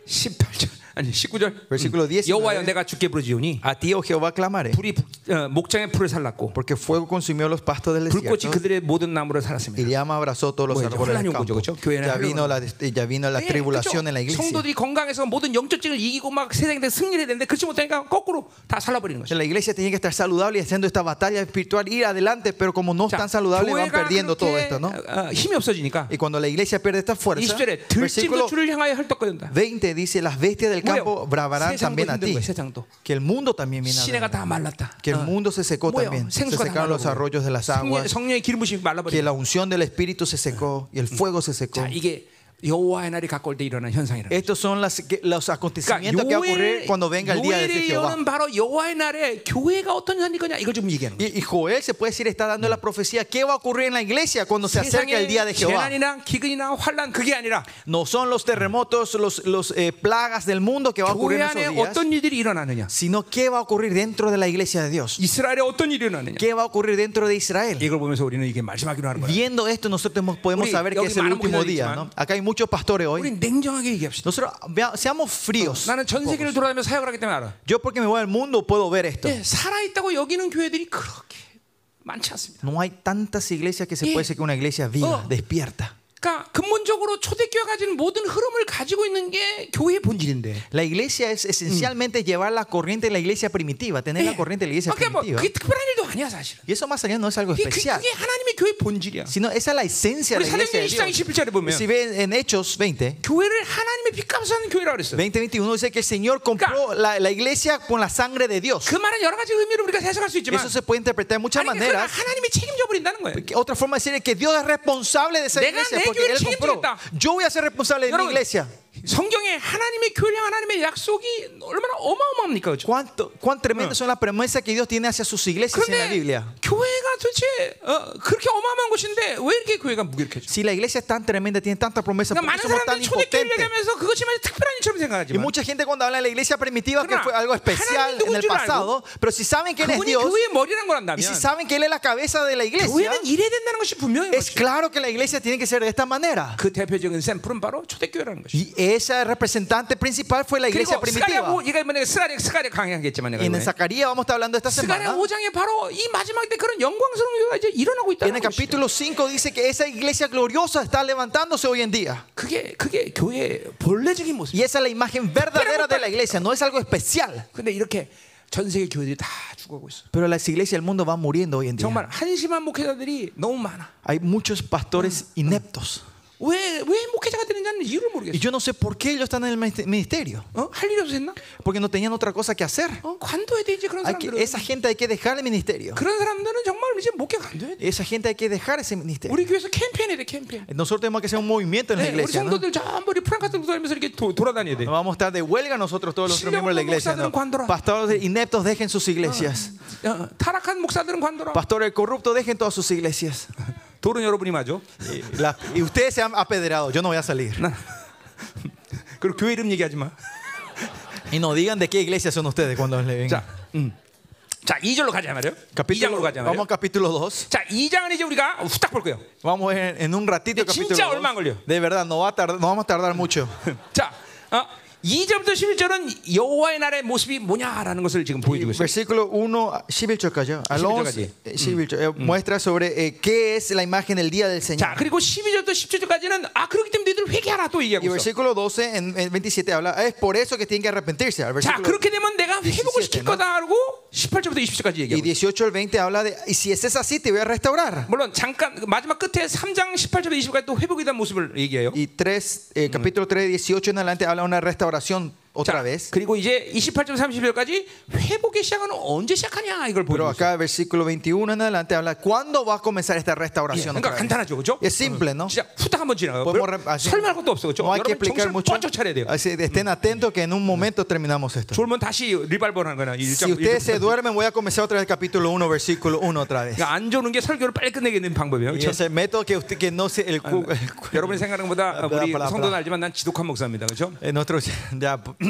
18절 아니 19절. 음. Versículo 19. 여호와여 내가 주께 부르지오니 A ti, oh Jehová, clamaré. 불이 부- 어, 목장의 풀을 살랐고 Porque fuego consumió los pastos del 불꽃이 desierto. 그들의 모든 나무를 Y 살았습니다. llama abrazó todos los Bueno, árboles 혼란이 del 온 거죠, campo. 그렇죠? 교회는 Ya vino, la, ya vino la 예, tribulación en la 그렇죠. iglesia. 성도들이 건강해서 모든 영적증을 이기고 막 세상에 대해 승리를 해야 되는데 그렇지 못하니까 거꾸로 다 살라버리는 거죠. La iglesia tiene que estar saludable y haciendo esta batalla espiritual, ir adelante, pero como no están saludables van perdiendo todo 그렇게, esto, ¿no? 어, 어, 힘이 없어지니까 Y cuando la iglesia pierde esta fuerza, 20절에 들짐도 versículo 주를 향하여 헐떡거린다. 20 dice, las bestias del campo 뭐예요? bravarán también 세상도 a 힘든 ti. 거예요, 세상도. Que el mundo también viene a 시내가 bravar. 다 말랐다. Que el 어. mundo se secó 뭐예요? también. Se 생수가 다 secaron los 말라버리고. arroyos de las 성령- aguas. 성령의 기름 부심이 Que 말라버리고. la unción del Espíritu se secó y el fuego se secó. 자, 이게 여호와의 날이 가까울 때 일어나는 현상이라는 거예요. 그러니까 Estos son las, que- los acontecimientos que va a ocurrir 요엘, cuando venga el día de 요엘이 Jehová. 여는 바로 여호와의 날에 교회가 어떤 현상이 거냐 이걸 좀 얘기하는 거예요. Y, y Joel se puede decir está dando la profecía qué va a ocurrir en la iglesia cuando se acerca el día de Jehová. 재난이나 기근이나 환란 그게 아니라 No son los terremotos, los, los eh, plagas del mundo que va a ocurrir 교회 en esos 안에 días, 아, 어떤 일들이 일어나느냐 sino qué va a ocurrir dentro de la iglesia de Dios. 이스라엘에 어떤 일이 일어나느냐 ¿Qué va a ocurrir dentro de Israel? 이걸 보면서 우리는 이게 말씀하기로 하는 거예요. Viendo esto nosotros hemos- podemos Uri, saber que 여기 es el 많은 último 목사들이 día. 있지만 ¿no? Acá hay muchos pastores hoy. 우리 냉정하게 얘기합시다. Nosotros vea- seamos fríos. 나는 전 세계를 돌아다니며 사역을 하기 때문에 알아. Yo porque me voy al mundo puedo ver esto. 예, 살아있다고 여기는 교회들이 그렇게 많지 않습니다. No hay tantas iglesias que se Yeah. puede decir que una iglesia viva, Oh. despierta. 그러니까 근본적으로 초대교회가 가진 모든 흐름을 가지고 있는 게 교회의 본질인데. La iglesia es esencialmente llevar la corriente de la iglesia primitiva, tener la 예. corriente de la iglesia 그러니까 뭐 primitiva. 그게 특별한 일도 아니야 사실은. Y eso más allá no es algo 그게, 그- especial, 그게 하나님의 교회 본질이야. sino esa es la esencia de 우리 la 사도행전 iglesia. de 20장 Dios. 27절에 보면 Si ven en Hechos 20, 교회를 하나님의 피 값으로 하는 교회라고 그랬어. 요 20, 21 dice que el Señor compró la, la iglesia con la sangre de Dios. 그 말은 여러 가지 의미로 우리가 해석할 수 있지만 Eso se puede interpretar de muchas 아니 그러나 maneras. 하나님이 책임져 버린다는 거예요. Que Otra forma de decir es que Dios es responsable de esa 내가 iglesia 내 porque 교회를 Él compró. 책임지겠다. Yo voy a ser responsable de mi 여러분 iglesia. 성경에 하나님의 교량 하나님의 약속이 얼마나 어마어마합니까? 그렇죠? ¿Cuánto, cuán tremendas son las promesas que Dios tiene hacia sus iglesias en la 그런데 Biblia? 교회가 도대체 어, 그렇게 어마어마한 곳인데 왜 이렇게 교회가 무기력해져? Si la iglesia es tan tremenda, tiene tantas promesas, ¿por 그러니까 많은 qué somos tan 사람들이 초대교회를 impotentes? 얘기하면서 그것이 마치 특별한 일처럼 Y 생각하지만 mucha gente cuando habla de la iglesia primitiva que Claro, fue algo especial 하나님 en el 누군 줄 pasado, pero si saben quién es 그분이 Dios 교회의 머리란 걸 y 안다면 si saben que Él es la cabeza de la iglesia, 교회는 이래야 된다는 것이 분명한 es 것이죠. claro que la iglesia tiene que ser de esta manera. 그 대표적인 샘플은 바로 초대교회라는 것이죠. Y esa representante principal fue la iglesia 그리고 primitiva. 스가랴 얘가 이번에 스가랴 스가랴 강의하겠지만 내가 Y en 이번에. Zacarías vamos a estar hablando esta 스가랴 semana. 5장에 바로 이 마지막 때 그런 영광스러운 교회가 이제 일어나고 Y en 있다는 el 것이죠. capítulo 5 dice que esa iglesia gloriosa está levantándose hoy en día. 그게 그게 교회의 본래적인 모습. Y esa es la imagen verdadera de la iglesia, no es algo especial. 근데 이렇게 전 세계 교회들이 다 죽어가고 있어. Pero las iglesias del mundo van muriendo hoy en día. 정말 한심한 목회자들이 너무 많아. Hay muchos pastores ineptos. 왜 왜 목회자가 되는지는 이유를 Y 모르겠어. yo no sé por qué ellos están en el minist- ministerio. 어? 할 일이 없었나? Porque no tenían otra cosa que hacer. 어? 관둬야 되지 그런 Hay que- 사람들은. esa gente hay que dejar el ministerio. 그런 사람들은 정말 이제 목회 관둬야 돼. Esa gente hay que dejar ese ministerio. 우리 교회에서 캠페인해야 돼 캠페인. Nosotros tenemos que hacer un movimiento en la 네, 어. 우리 iglesia. ¿no? 성도들 전부 이 프랑카스 돌면서 이렇게 도, 돌아다녀야 돼. No vamos a estar de huelga nosotros todos los miembros de la iglesia. ¿no? Pastores ineptos, dejen sus iglesias. 어, 타락한 목사들은 관둬라. Pastores corruptos, dejen todas sus iglesias. 돌은 여러분이 맞아. Y, la- y ustedes se han apedrado. Yo no voy a salir. 난 그리고 교회 이름 얘기하지 마. Y no digan de qué iglesia son ustedes cuando le vengan. 자, 음. 그러니까 자, 2절로 가자 말이요. 2장으로 Capítulo, 가자 vamos 말이요. al capítulo 2. 자, 2장은 이제 우리가 후딱 볼 거예요. Vamos en, en un ratito. al Chincha Capítulo o el dos. mangolio. De verdad, no, va a tardar, no vamos a tardar mucho. 자, 어, 2절부터 11절은 여호와의 날의 모습이 뭐냐라는 것을 지금 보여주고 있어요. Versículo 1, 11, al 11, 11, eh, muestra sobre eh, qué es la imagen del día del Señor. 자, 그리고 12절부터 10절까지는 아, 그렇기 때문에 너희들 회개하라 또 Y 얘기하고 있어. versículo 12, en, en 27 habla, es por eso que tienen que arrepentirse. Al 자, versículo 그렇게 되면 내가 회복을 시킬 17, 거다라고 18절부터 20절까지 y 얘기하고 있어. 18 al 20 habla de, y si es así, te voy a restaurar. 물론 잠깐 그 마지막 끝에 3장 18절부터 20절까지 또 회복에 대한 모습을 얘기해요. Y 3, eh, capítulo 3, 18 en adelante habla de una restauración otra 자, vez. 그리고 이제 28절 30절까지 회복의 시작은 언제 시작하냐 이걸 Pero 보여주고 있어요. acá, versículo 21 en adelante habla, ¿cuándo va a comenzar esta 예, restauración? 그러니까 otra vez? 간단하죠, 그렇죠? Es simple, ¿no? 진짜 후딱 한번 지나가요. Podemos 별- re- así- 설명할 것도 없어, 그렇죠? no hay que 여러분 explicar 정신 mucho. 번쩍 차려야 돼요. Así, estén atentos que en un momento terminamos esto. 졸면 다시 리발벌하는 거나 일장. Si ustedes se duermen, voy a comenzar otra vez el capítulo 1, versículo 1 otra vez. 그러니까 안 조는 게 설교를 빨리 끝내겠는 방법이에요. Y 그렇죠? ese método que usted que no se el, cu- el cu- 여러분이 생각하는 것보다 빨라, 우리 빨라, 성도는 빨라. 알지만 난 지독한 목사입니다, 그렇죠? en otros- Eh, ya,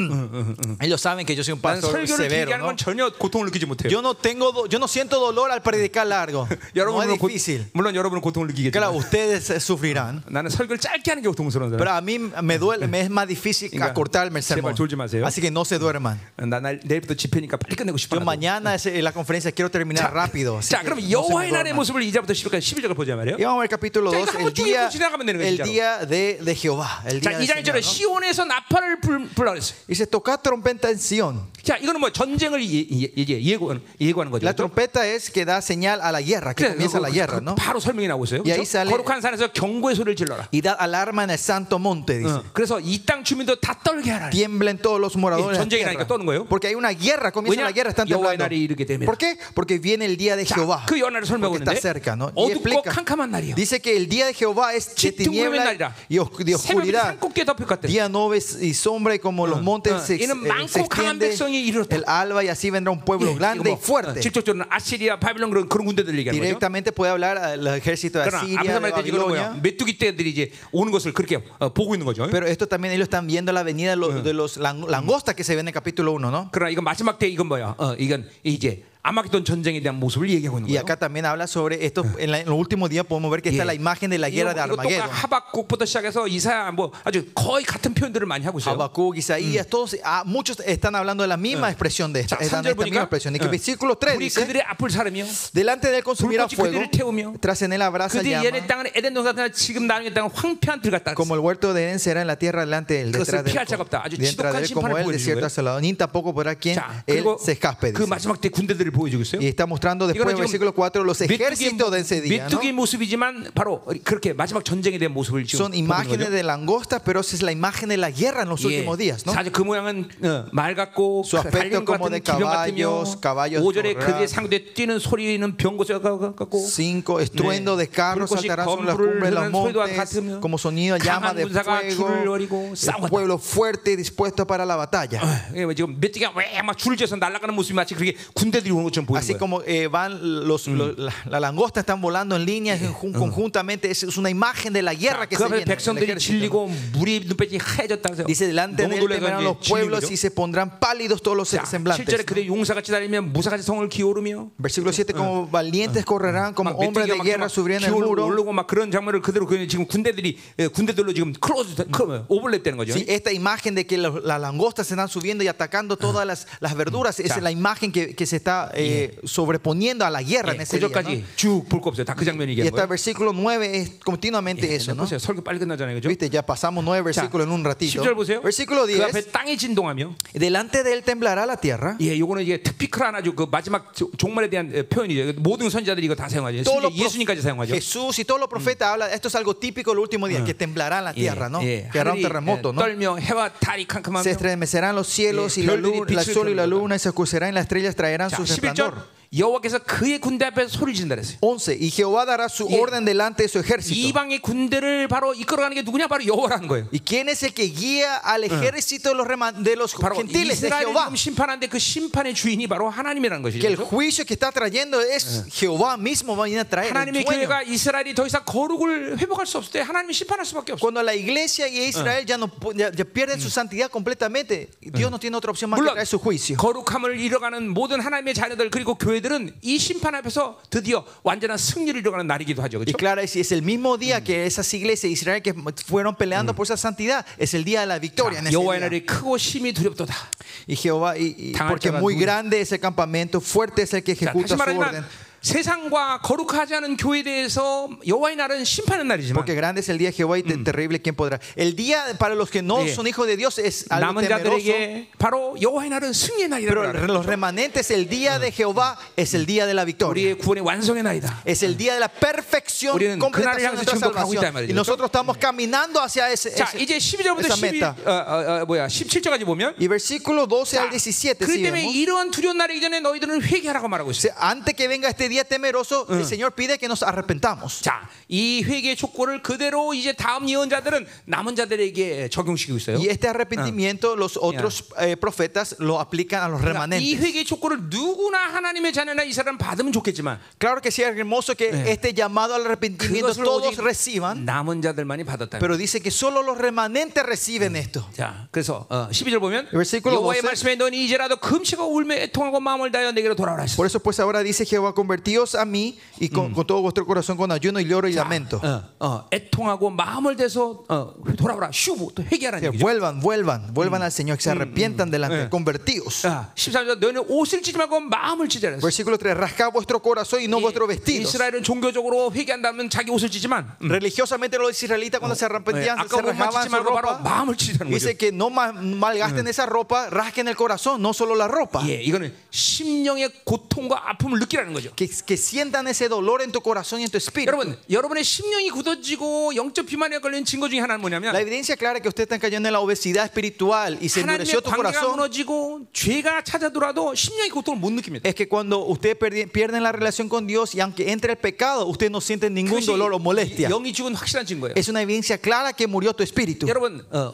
ellos saben que yo soy un 난 pastor 설교를 길게 severo, 하는 ¿no? 건 전혀 고통을 느끼지 못해요. Yo no tengo do- yo no siento dolor al predicar largo. No 여러분은 es 고- difícil. 물론 여러분은 고통을 Claro, 느끼겠지만 ustedes eh, sufrirán, 나는 설교를 짧게 하는 게 고통스러운 pero 사람. a mí me duele, me es más difícil Venga, acortarme el sermón. 제발 졸지 마세요. Así que no se duerman. 나 날- 내일부터 집회니까 빨리 끝내고 싶어. Yo mañana es, eh, la conferencia quiero terminar rápido. así 자, que 그럼 no se me 여호와의 duerman. 날의 모습을 2절부터 10절까지 11절을 보자 말이에요. Y vamos a ver capítulo 자, 2, 이거 el 한번 쭉 día, 읽고 지나가면 되는 거예요, el 진짜로. día de, de Jehová. El 자, día 2장 1절에 del Señor, ¿no? 시온에서 나팔을 불- 불라 그랬어요. Dice, tocar trompeta en Sion. 자, 이거는 뭐 전쟁을 예, 예, 예, 예고, 예고하는 거죠. La trompeta es que da señal a la guerra, que 그래서 comienza la 그- guerra, 그- ¿no? 바로 설명이 나오고 있어요. 야, 그렇죠? 이 살레- 거룩한 산에서 경고의 소리를 질러라. Y da alarma en el santo monte, dice. 그래서 이 땅 주민도 다 떨게 하라. Tiemblen todos los moradores. 예, de la 전쟁이 나니까 tierra. 떠는 거예요. Porque hay una guerra, comienza 왜냐? la guerra, están 여호와의 temblando. 날이 이르게 됨이라. ¿Por qué? Porque viene el día de 자, Jehová. 그 연화를 설명하고 Porque está 있는데 cerca, ¿no? Y 어둡고 explica. 캄캄한 날이요. Dice que el día de Jehová 네, es de 집중구름의 tinieblas 날이라. 네, y os- de 새벽이 oscuridad. 산꼭대에 덮일 것 같다. Día nubes y sombra, y como los montes 어, se, ex- 이는 eh, 많고 se 강한 extiende 백성이 이르렀다. el alba, y así vendrá un pueblo grande y ah, fuerte. 뭐 어, 직접적으로 아시리아, 바빌론 그런 그런 군대들 얘기하는 거죠. Directamente puede hablar al ejército de 그러나 앞에서 Asiria, de 말했듯이 이거는 뭐야? Babilonia. 메뚜기 떼들이 이제 오는 것을 그렇게 어, 보고 있는 거죠. Pero esto también ellos están viendo la venida de los, de los lang- langostas que se ven en el capítulo 1, ¿no? 그러나 이건 마지막 때 이건 뭐야? 어, 이건 이제 아마겟돈 전쟁에 대한 모습을 얘기하고 있는 Y 거예요. acá también habla sobre esto. En, la- en los últimos días podemos ver que está Yeah. la imagen de la guerra de 이거- 이것도 그러니까 Armagedón. 하박국부터 시작해서 이사야 뭐 아주 거의 같은 표현들을 많이 하고 있어요. Habacuc, Isaías, todos, ah, muchos están hablando de la misma expresión de esta, 자, están 3절 esta misma 보니까 expresión. Y que versículo 3 우리 dice: 그들의 앞을 사르며 Delante de él consumirá 불꽃이 fuego, 그들을 태우며 tras en él abraza 그들이 llama, 옛의 땅은 에덴 동산 같은 지금 나누는 땅은 황폐한 들 같다. como el huerto de Edén será en la tierra delante de él, 그것을 detrás de él, 피할 자가 없다. 아주 detrás 지독한 de él como 심판을 él, 보여주는 desierto 거예요. asolado, ni tampoco podrá quien 자, él 그리고 se escape. 그 dice. 마지막 때 군대들을 군대를 보여주고 있어요. Y está mostrando después 이거는 en 지금 versículo 4 los ejércitos de ese día. ¿no? 메뚜기 모습이지만 바로 그렇게 마지막 전쟁에 대한 모습을 지금 Son 보는 거죠. imágenes de langostas, pero esa es la imagen de la guerra en los 예. últimos días. ¿no? 사실 그 모양은 어, 말 같고 Su aspecto 달린 것 como 같은 de 기병 같으며 caballos, caballos 5절에 borrados. 그들의 상대 뛰는 소리는 병고세 같고 Cinco estruendo de carros 불꽃이 saltarán sobre las 검불을 cumbres de los 흐르는 소리와 montes, 같으며 como sonido de llama 강한 de 군사가 줄을 fuego. 어리고 El 싸워다. pueblo fuerte y dispuesto para la batalla. 예, 지금 메뚜기가 왜막 줄을 재서 날아가는 모습이 마치 그렇게 군대들이 오는 것처럼 보이는 Así 거예요. como eh, van los, los- la, la langosta están volando en líneas en jun- conjuntamente, es, es una imagen de Eh, ah. la guerra que 그 se 앞에 viene. el 백성들이 ejército, ¿no? 질리고 물이 눈빛이 하얘졌다 그래서 Dice delante de 너무 él 놀라서 temerán los 이제 질린 pueblos 거죠. y se pondrán pálidos todos los 자, semblantes. 7절에 그들의 용사같이 달리며 무사같이 성을 기어오르며 Versículo 7, como valientes correrán, como 막 hombres de 메뚜기가 막 guerra 막 subirán el 기어올- muro. 오르고 막 그런 장면을 그대로 그 지금 군대들이 예, 군대들로 지금 클로즈 그, 오버랩되는 거죠. Sí, Ah. esta imagen de que los- las langostas se están subiendo y atacando todas las, las verduras, esa es la imagen que, que se está eh, sobreponiendo a la guerra en ese día, ¿no? 9절까지 예, 쭉 볼 거 없어요. 다 그 장면 Y 얘기하는 hasta el 거예요. versículo 9 es continuamente 예, eso, ¿no? 보세요. 설교 빨리 끝나잖아요. 그죠? Viste, ya pasamos nueve versículos en un ratito. 10절 보세요. Versículo 그 앞에 10. 땅이 진동하며 Delante de él temblará la tierra. 예, 요거는 이제 특피클 하나 그 마지막 조- 종말에 대한 예, 표현이죠. 모든 선지자들이 이거 다 사용하죠. Todos 심지어 los prof- 예수님까지 사용하죠. Jesús y todos los profetas hablan, esto es algo típico del último día, que temblará la tierra, ¿no? Que hará un 하늘이, terremoto, 예, ¿no? 떨며 해와 달이 캄캄하며 Se estremecerán los cielos y la 별들이 luna, la 빛을 sol y la 드러낸다. luna, y se oscurecerán y las estrellas traerán 자, su 11절 resplandor. 여호와께서 그의 군대 앞에 소리 진다 그랬어요. 11. Y Jehová dará su Yeah. orden delante de su ejército. 이방의 군대를 바로 이끌어가는 게 누구냐? 바로 여호와라는 거예요. ¿Y quién es el que guía al ejército de los, reman- de los 바로 그 gentiles de 이스라엘을 Jehová? 지금 심판하는데 그 심판의 주인이 바로 하나님이라는 Que el 것이죠. juicio que está trayendo es Jehová mismo va a venir a traer. el 하나님의 dueño. 교회가 이스라엘이 더 이상 거룩을 회복할 수 없을 때 하나님이 심판할 수밖에 없어요. Cuando la iglesia y Israel ya, no, pu- ya, ya pierden su santidad completamente, Dios no tiene otra opción más que 물론 traer su juicio. 거룩함을 잃어가는 모든 하나님의 자녀들 그리고 교회들은 이 심판 앞에서 드디어 완전한 승리를 이뤄가는 날이기도 하죠. Y 그렇죠? claro, es, es el mismo día que esas iglesias de Israel que fueron peleando por esa santidad, es el día de la victoria. en ese 여호와의 día. 날이 크고 심히 두렵도다. Y Jehová, y- y- 당할 porque 자가 muy 누구냐? grande es el campamento, fuerte es el que 자, 다시 ejecuta su orden. 말하지만 세상과 거룩하지 않은 교회에 대해서 여호와의 날은 심판의 날이지만 Porque grande es el día de Jehová y te- terrible quién podrá. El día para los que no Yeah. son hijos de Dios es algo 남은 temeroso. 자들에게 그 바로 여호와의 날은 승리의 날이라고 Pero 말합니다. los remanentes, el día de Jehová es el día de la victoria. 우리의 구원의 완성의 날이다. Es el día de la perfección 우리는 그날을 completa de 향해서 nuestra 지금 가고 있다, 이 salvación. 말이죠. Y nosotros estamos caminando hacia ese, 자, ese- 이제 12절부터 esa 12 어, meta. 어, 어, 뭐야? 17절까지 보면 Y versículo 12 자, al 17. 그렇기 si 때문에 vemos. 이러한 두려운 날이 기 전에 너희들은 회개하라고 말하고 있어요. Se- Antes que venga este día temeroso, el Señor pide que nos arrepentamos. 자, 이 회개의 촉구를 그대로 이제 다음 예언자들은 남은 자들에게 적용시키고 있어요. Y este arrepentimiento, los otros eh, profetas lo aplican a los 그러니까 이 remanentes. 회개의 촉구를 누구나 하나님의 자녀나 이 사람 받으면 좋겠지만 Claro que sí, es hermoso que este llamado al arrepentimiento 그것을 todos 오직 reciban. 남은 자들만이 받았다. Pero dice que solo los remanentes reciben esto. 자, 그래서 어, 12절 보면 Versículo 여호와의 12. 말씀에 너는 이제라도 금치가 울며 애통하고 마음을 다하여 내게로 돌아오라 하셨어. Por eso pues ahora dice Jehová, convertíos a mí y con, con todo vuestro corazón con ayuno y lloro y lamento. 어, 어, 애통하고 마음을 대서 어, 돌아오라. 슈브 또 회개하라는 Que 얘기죠. vuelvan, vuelvan, vuelvan al Señor, que se arrepientan delante, convertíos. 자, 13절 너는 옷을 찢지 말고 마음을 찢으라 했어. Versículo 3, rascad vuestro corazón y no vuestros vestidos. 이스라엘은 종교적으로 회개한다면 자기 옷을 찢지만 Mm. Religiosamente los israelitas cuando se 예, arrepentían, 아까 se 옷만 찢지 rajaban su 말고 바로 eh, ropa. Mm. 마음을 찢자는 거죠. Dice que no ma- malgasten esa ropa, rasquen el corazón, no solo la ropa. 예, 이거는 심령의 고통과 아픔을 느끼라는 거죠. Que, que sientan ese dolor en tu corazón y en tu espíritu. 여러분, 여러분의 심령이 굳어지고 영적 비만에 걸린 증거 중에 하나는 La 뭐냐면 evidencia clara que usted está cayendo en la obesidad espiritual y se 하나님의 endureció tu 관계가 corazón 무너지고 죄가 찾아들어도 심령의 고통을 못 느낍니다. es que cuando usted perdi- pierden la relación con Dios y aunque entre el pecado, usted no siente ningún 그것이 dolor o molestia. 영이 죽은 확실한 증거예요. Es una evidencia clara que murió tu espíritu. 여러분, 어,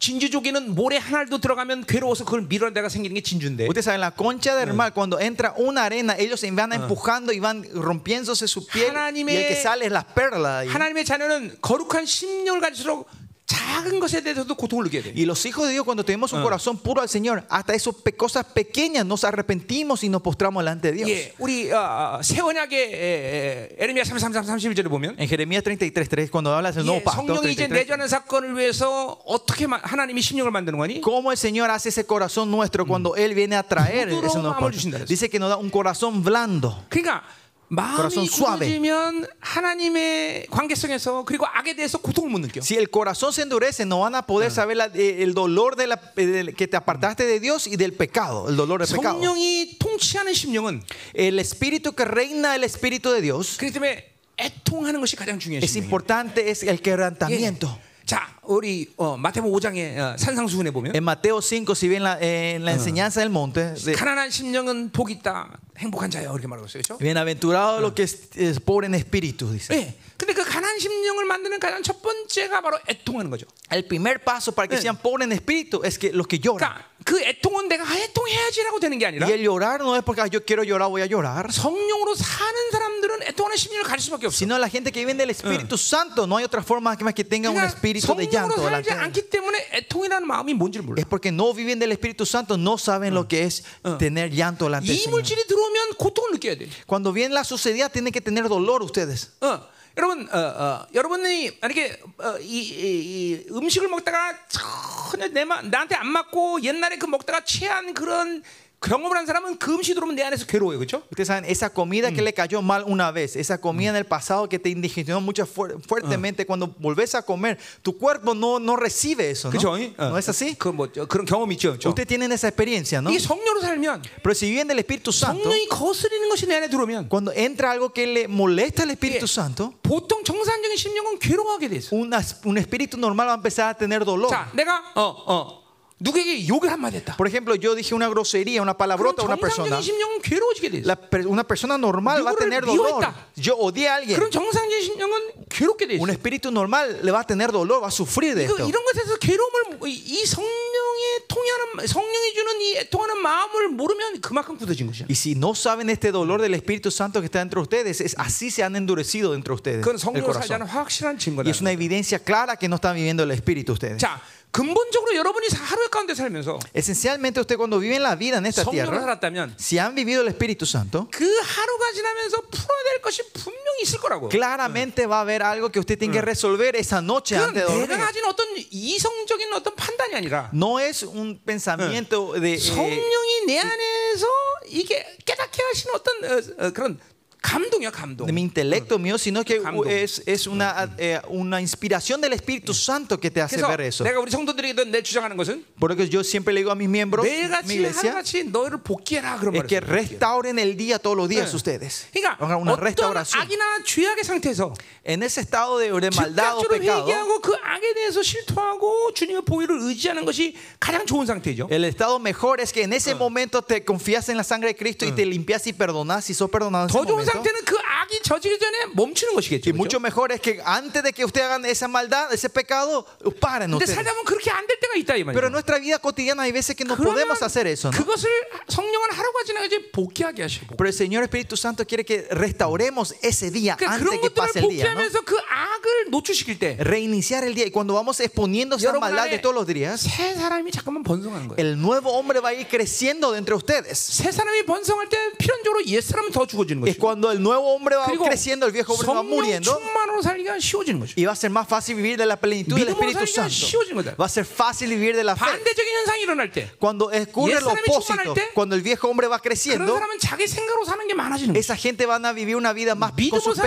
진주조개는 모래 하나도 들어가면 괴로워서 그걸 밀어낼 데가 생기는 게 진주인데 Ustedes saben, la concha del mar, cuando entra una arena, ellos se van empujando y van rompiéndose su piel. Y el que 하나님의- sale es la perla. ahí. 하나님의 자녀는 거룩한 심령을 가질수록 작은 것에 대해서도 고통을 느껴야 돼요. Y los hijos de Dios, cuando tenemos un corazón puro al Señor, hasta esas pe- cosas pequeñas nos arrepentimos y nos postramos delante de Dios. 예, 우리 어, 어, 세원약의 에르미야 33, 31절에 보면 En Jeremías 33, 3, cuando hablas del 예, nuevo pacto, 성령이 이제 33, 내주하는 사건을 위해서 어떻게 마- 하나님이 심령을 만드는 거니? cómo el Señor hace ese corazón nuestro cuando Él viene a traer 부드러운 ese nuevo 마음을 pacto. 주신다 그랬어요. Dice que nos da un corazón blando. 그러니까 마음이 corazón suave. 굳어지면 하나님의 관계성에서 그리고 악에 대해서 고통을 못 느껴. Si el corazón se endurece, no van a poder saber la- eh, el dolor de la, eh, del- que te apartaste de Dios y del pecado, el dolor del 그러니까 pecado. 성령이 통치하는 심령은 El espíritu que reina, el espíritu de Dios, 그렇기 때문에 애통하는 것이 가장 중요한 es 심령이에요. importante, es el quebrantamiento. 예. 자, 우리 어, 마태복음 5장의 어, 산상수훈에 보면 En Mateo 5, si bien la, eh, en la enseñanza del monte, de- 가난한 심령은 복이 있다, 행복한 자요 이렇게 말하고 있어요, 네. 그렇죠? bienaventurado los que es, es pobre en espíritu, dice. 예. 근데 그 가난 심령을 만드는 가장 첫 번째가 바로 애통하는 거죠. El primer paso para que Eh. sean pobres en espíritu es que los que lloran. 그러니까 그 애통은 내가 아, 애통해야지라고 되는 게 아니라 Y el llorar no es porque "Ah, yo quiero llorar, voy a llorar. 성령으로 사는 사람들은 애통하는 심령을 가질 수밖에 없어. Sino la gente que viene del Espíritu Santo, no hay otra forma que más que tenga un 그러니까 espíritu de llanto 성령으로 살지 delante de 않기 때문에 애통이라는 마음이 뭔지를 몰라. Es porque no viven del Espíritu Santo, no saben lo que es tener llanto delante del 이 Señor. 물질이 들어오면 고통을 느껴야 돼. Cuando viene la suciedad, tienen que tener dolor ustedes. 어, 여러분, 어, 어, 여러분이 만약에 어, 이, 이, 이 음식을 먹다가 전혀 내 마, 나한테 안 맞고 옛날에 그 먹다가 취한 그런 경험을 한 사람은 그 음식 들어오면 내 안에서 괴로워요, 그렇죠? Ustedes saben, esa comida que le cayó mal una vez, esa comida en el pasado que te indigestionó mucho fuer- fuertemente, cuando volvés a comer, tu cuerpo no, no recibe eso, ¿no? 그렇죠? ¿No es así? 그뭐 그런 경험이 있죠, 그렇죠? Ustedes tienen esa experiencia, ¿no? 이게 성령으로 살면 Pero si viven del Espíritu Santo, 성령이 거스리는 것이 내 안에 들어오면 cuando entra algo que le molesta al Espíritu Sí. Santo, 보통 정상적인 심령은 괴로워하게 돼 있어. una- un espíritu normal va a empezar a tener dolor. 자, 내가 어, 어, 누구에게 욕을 한마디 했다. Por ejemplo, yo dije una grosería, una 그럼 palabrota a una persona. 정상적인 심령은 괴로워지게 돼 있어. La per- una persona normal va a 누구를 tener dolor. 미워했다. Yo odié a alguien. 그런 정상적인 심령은 괴롭게 돼 있어. Un espíritu normal le va a tener dolor, va a sufrir de 그 이거 esto. 이런 것에서 괴로움을 뭐, 이- 이 성령의 통하는 성령이 주는 이 애통하는 마음을 모르면 그만큼 굳어진 것이야. Y si no saben este dolor del Espíritu Santo que está dentro de ustedes, es así se han endurecido dentro de ustedes. 그건 el 성령으로 살자는 corazón. 확실한 Y 증거다. es una evidencia clara que no están viviendo el Espíritu ustedes. 자, 근본적으로 여러분이 하루의 가운데 살면서 Esencialmente, usted cuando viven la vida en esta 성령으로 tierra, 살았다면 si han vivido el Espíritu Santo, 그 하루가 지나면서 풀어야 될 것이 분명히 있을 거라고. claramente va a haber algo que usted tiene que resolver esa noche 그건 antes de 내가 dormir. 가진 어떤 이성적인 어떤 판단이 아니라 No es un pensamiento 예, de. eh, 성령이 내 안에서 이게 깨닫게 하시는 어떤 어, 어, 그런 감동이야 감동. de mi intelecto mío, sino que Camdo. es, es una, eh, una inspiración del Espíritu Santo que te hace 그래서 ver eso. 내가 우리 성도들에게 내 주장하는 것은 Por lo que yo siempre le digo a mis miembros, mi 매일같이 iglesia, 하루같이 너희를 복귀해라 그런 es 말을 que 했어요, 복귀해라. restauren el día todos los días ustedes. 그러니까 Hagan una 어떤 restauración. 악이나 죄악의 상태에서 En ese estado de, de maldad o 즉각적으로 pecado, 회개하고 그 악에 대해서 실토하고 주님의 보혈을 의지하는 것이 가장 좋은 상태죠. el estado mejor es que en ese momento te confías en la sangre de Cristo y te limpias y perdonás y sos perdonado en ese 더 좋은 momento. 상태는 그 악이 저지기 전에 멈추는 것이겠죠. Y 그렇죠? mucho mejor es que antes de que ustedes hagan esa maldad, ese pecado, uh, paren 근데 ustedes. 살다 보면 그렇게 안 될 때가 있다 이 Pero en 말이죠. nuestra vida cotidiana hay veces que no 그러면 podemos hacer eso, ¿no? 그것을 성령은 하루가 지나가지 복귀하게 하시고 Pero el Señor Espíritu Santo quiere que restauremos ese día 그러니까 antes 그런 que pase 것들을 el día, ¿no? 복귀하면서 그 악을 노출시킬 때 새 Reiniciar el día. Y cuando vamos exponiendo esa 여러분 maldad 안에- de todos los días, 사람이 잠깐만 번성하는 거예요. el nuevo hombre va a ir creciendo dentro de ustedes. 새 사람이 번성할 때 필연적으로 옛 사람은 더 죽어지는 Es 것이고 cuando el nuevo hombre va 그리고 creciendo, el viejo hombre va 성령 muriendo. 충만으로 살기가 쉬워지는 거죠. Y va a ser más fácil vivir de la plenitud del 믿음으로 Espíritu 살기가 쉬워진 거다. Santo. Va a ser fácil vivir de la fe. 반대적인 현상이 일어날 때 Cuando ocurre lo 옛사람이 opósito, 충만할 때 cuando el viejo hombre va 그런 creciendo, 사람은 자기 생각으로 사는 게 많아지는 거죠. esa gente van a vivir una vida más 믿음으로 con sus 사는 게 아니라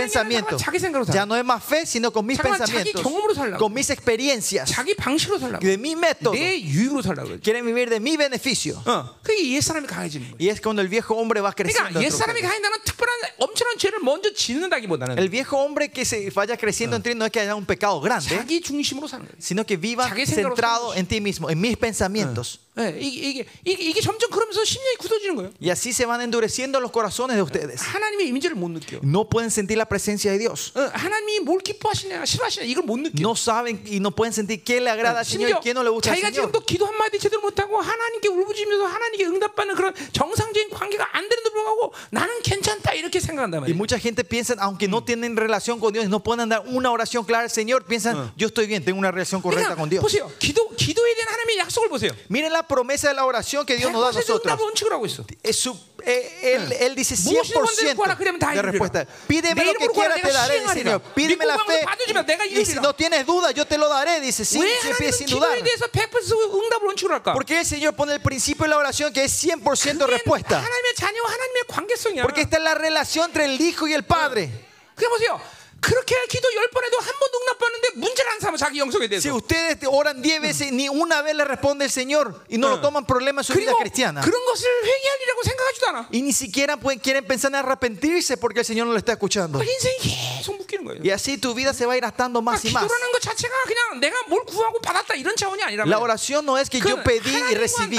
pensamientos. 자기 생각으로 살아. Ya no es más fe, sino con mis 잠깐만, 자기 pensamientos, 경험으로 살라고. con mis experiencias, 자기 방식으로 살라고 de mi método. 내 유익으로 살라고 그러죠. Quieren vivir de mi beneficio. 어. 그게 옛 사람이 강해지는 거죠. Y es cuando el viejo hombre va creciendo. 그러니까 옛 dentro de 사람이 ustedes. 강해진다는 특별한 엄청난 죄를 먼저 짓는다기보다는 El viejo hombre que se vaya creciendo en ti no es que haya un pecado grande, 자기 중심으로 사는 거예요. sino que viva 자기 생각으로 centrado en ti mismo, en mis pensamientos. 예, 이게, 이게, 이게, 이게 점점 그러면서 심령이 굳어지는 거예요. Y así se van endureciendo los corazones de ustedes. 하나님의 임재를 못 느껴. No pueden sentir la presencia de Dios. 어, 하나님이 뭘 기뻐하시냐, 싫어하시냐 이걸 못 느껴. No saben y no pueden sentir qué le agrada al Señor y 심지어 qué no le gusta al 자기가 Señor. 지금도 기도 한마디 제대로 못하고 하나님께 울부짖으면서 하나님께 응답받는 그런 정상적인 관계가 안 되는데 불구하고 나는 괜찮다 이렇게 생각한단 Y 말이에요 mucha gente piensa, aunque no tienen relación con Dios, no pueden dar una oración clara al Señor, piensan, yo estoy bien, tengo una relación correcta 그러니까 con Dios. 보세요 기도, 기도에 대한 하나님의 약속을 보세요 Miren la promesa de la oración que Dios nos da a 100% nosotros. 응답 원칙을 하고 있어 Es su- eh, él, él dice 무엇이든 원대로 구하라, 그러면 다 100% de 이루리라. respuesta. Pídeme 내 lo que 이름으로 quieras, te 구하라, daré, 내가 Señor. 시행하리라. Pídeme la 믿고 구하면 받으시면 fe. 내가 Y si 이루리라. no tienes duda, yo te lo daré, dice, sin, 왜 sin, 하나님은 sin dudar. 기도에 대해서 100% 응답을 원출할까? Porque el Señor pone el principio de la oración que es 100% respuesta. 하나님의 자녀와 하나님의 관계성이야. Porque esta es la relación entre el Hijo y el Padre. 그래 보세요. 그렇게 기도 열 번 해도 한 번도 응답받는데 문제를 안 삼아 자기 영성에 Si 대해서. ustedes oran 10 veces, ni una vez le responde el Señor y no lo toman problema en su vida 그리고 cristiana. 그런 것을 회개하리라고 생각하지도 않아. Y ni siquiera pueden, quieren pensar en arrepentirse porque el Señor no lo está escuchando. 그러니까 인생이 계속 묶이는 거예요. Y así tu vida se va a ir gastando más y más. 기도라는 아, 것 자체가 그냥 내가 뭘 구하고 받았다 이런 차원이 아니라 La oración no es que yo pedí y recibí,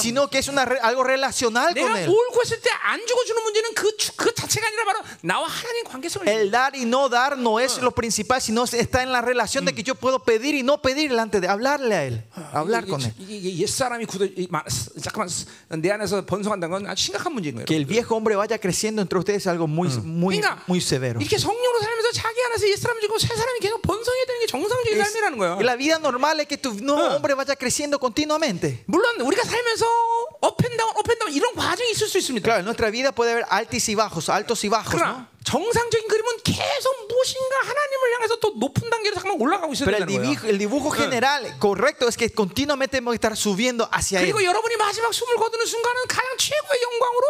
sino que es una re- algo relacional con 내가 Él. 뭘 구했을 때 안 주고 주는 문제는 그, 주- 그 자체가 아니라 바로 나와 하나님 관계성을 El dar y no dar no es lo principal, sino está en la relación de que yo puedo pedir y no pedir delante de hablarle a Él, 아, hablar con Él. 이게, 이게, 이게 옛 사람이 굳어 이, 마, 잠깐만 내 안에서 번성한다는 건 아주 심각한 문제인 거예요. Que el viejo hombre vaya creciendo entre ustedes es algo muy, muy, 그러니까 muy severo. 이렇게 성령으로 살면서 자기 안에서 옛 사람 지고 새 사람이 계속 번성해야 되는 게 정상적인 Es- 삶이라는 거야. la vida normal es que tu nuevo hombre vaya creciendo continuamente. 물론 우리가 살면서 업앤다운 업앤다운 이런 과정이 있을 수 있습니다. Claro, en nuestra vida puede haber altos y bajos, altos y bajos, 그러니까 그러나 ¿no? 정상적인 그림은 계속 무엇인가 하나님을 향해서 또 높은 단계로 잠깐 올라가고 있어야 Pero el 된다는 dibujo, 거야. el dibujo general correcto es que continuamente hemos de estar subiendo hacia Él. 그리고 여러분이 마지막 숨을 거두는 순간은 가장 최고의 영광으로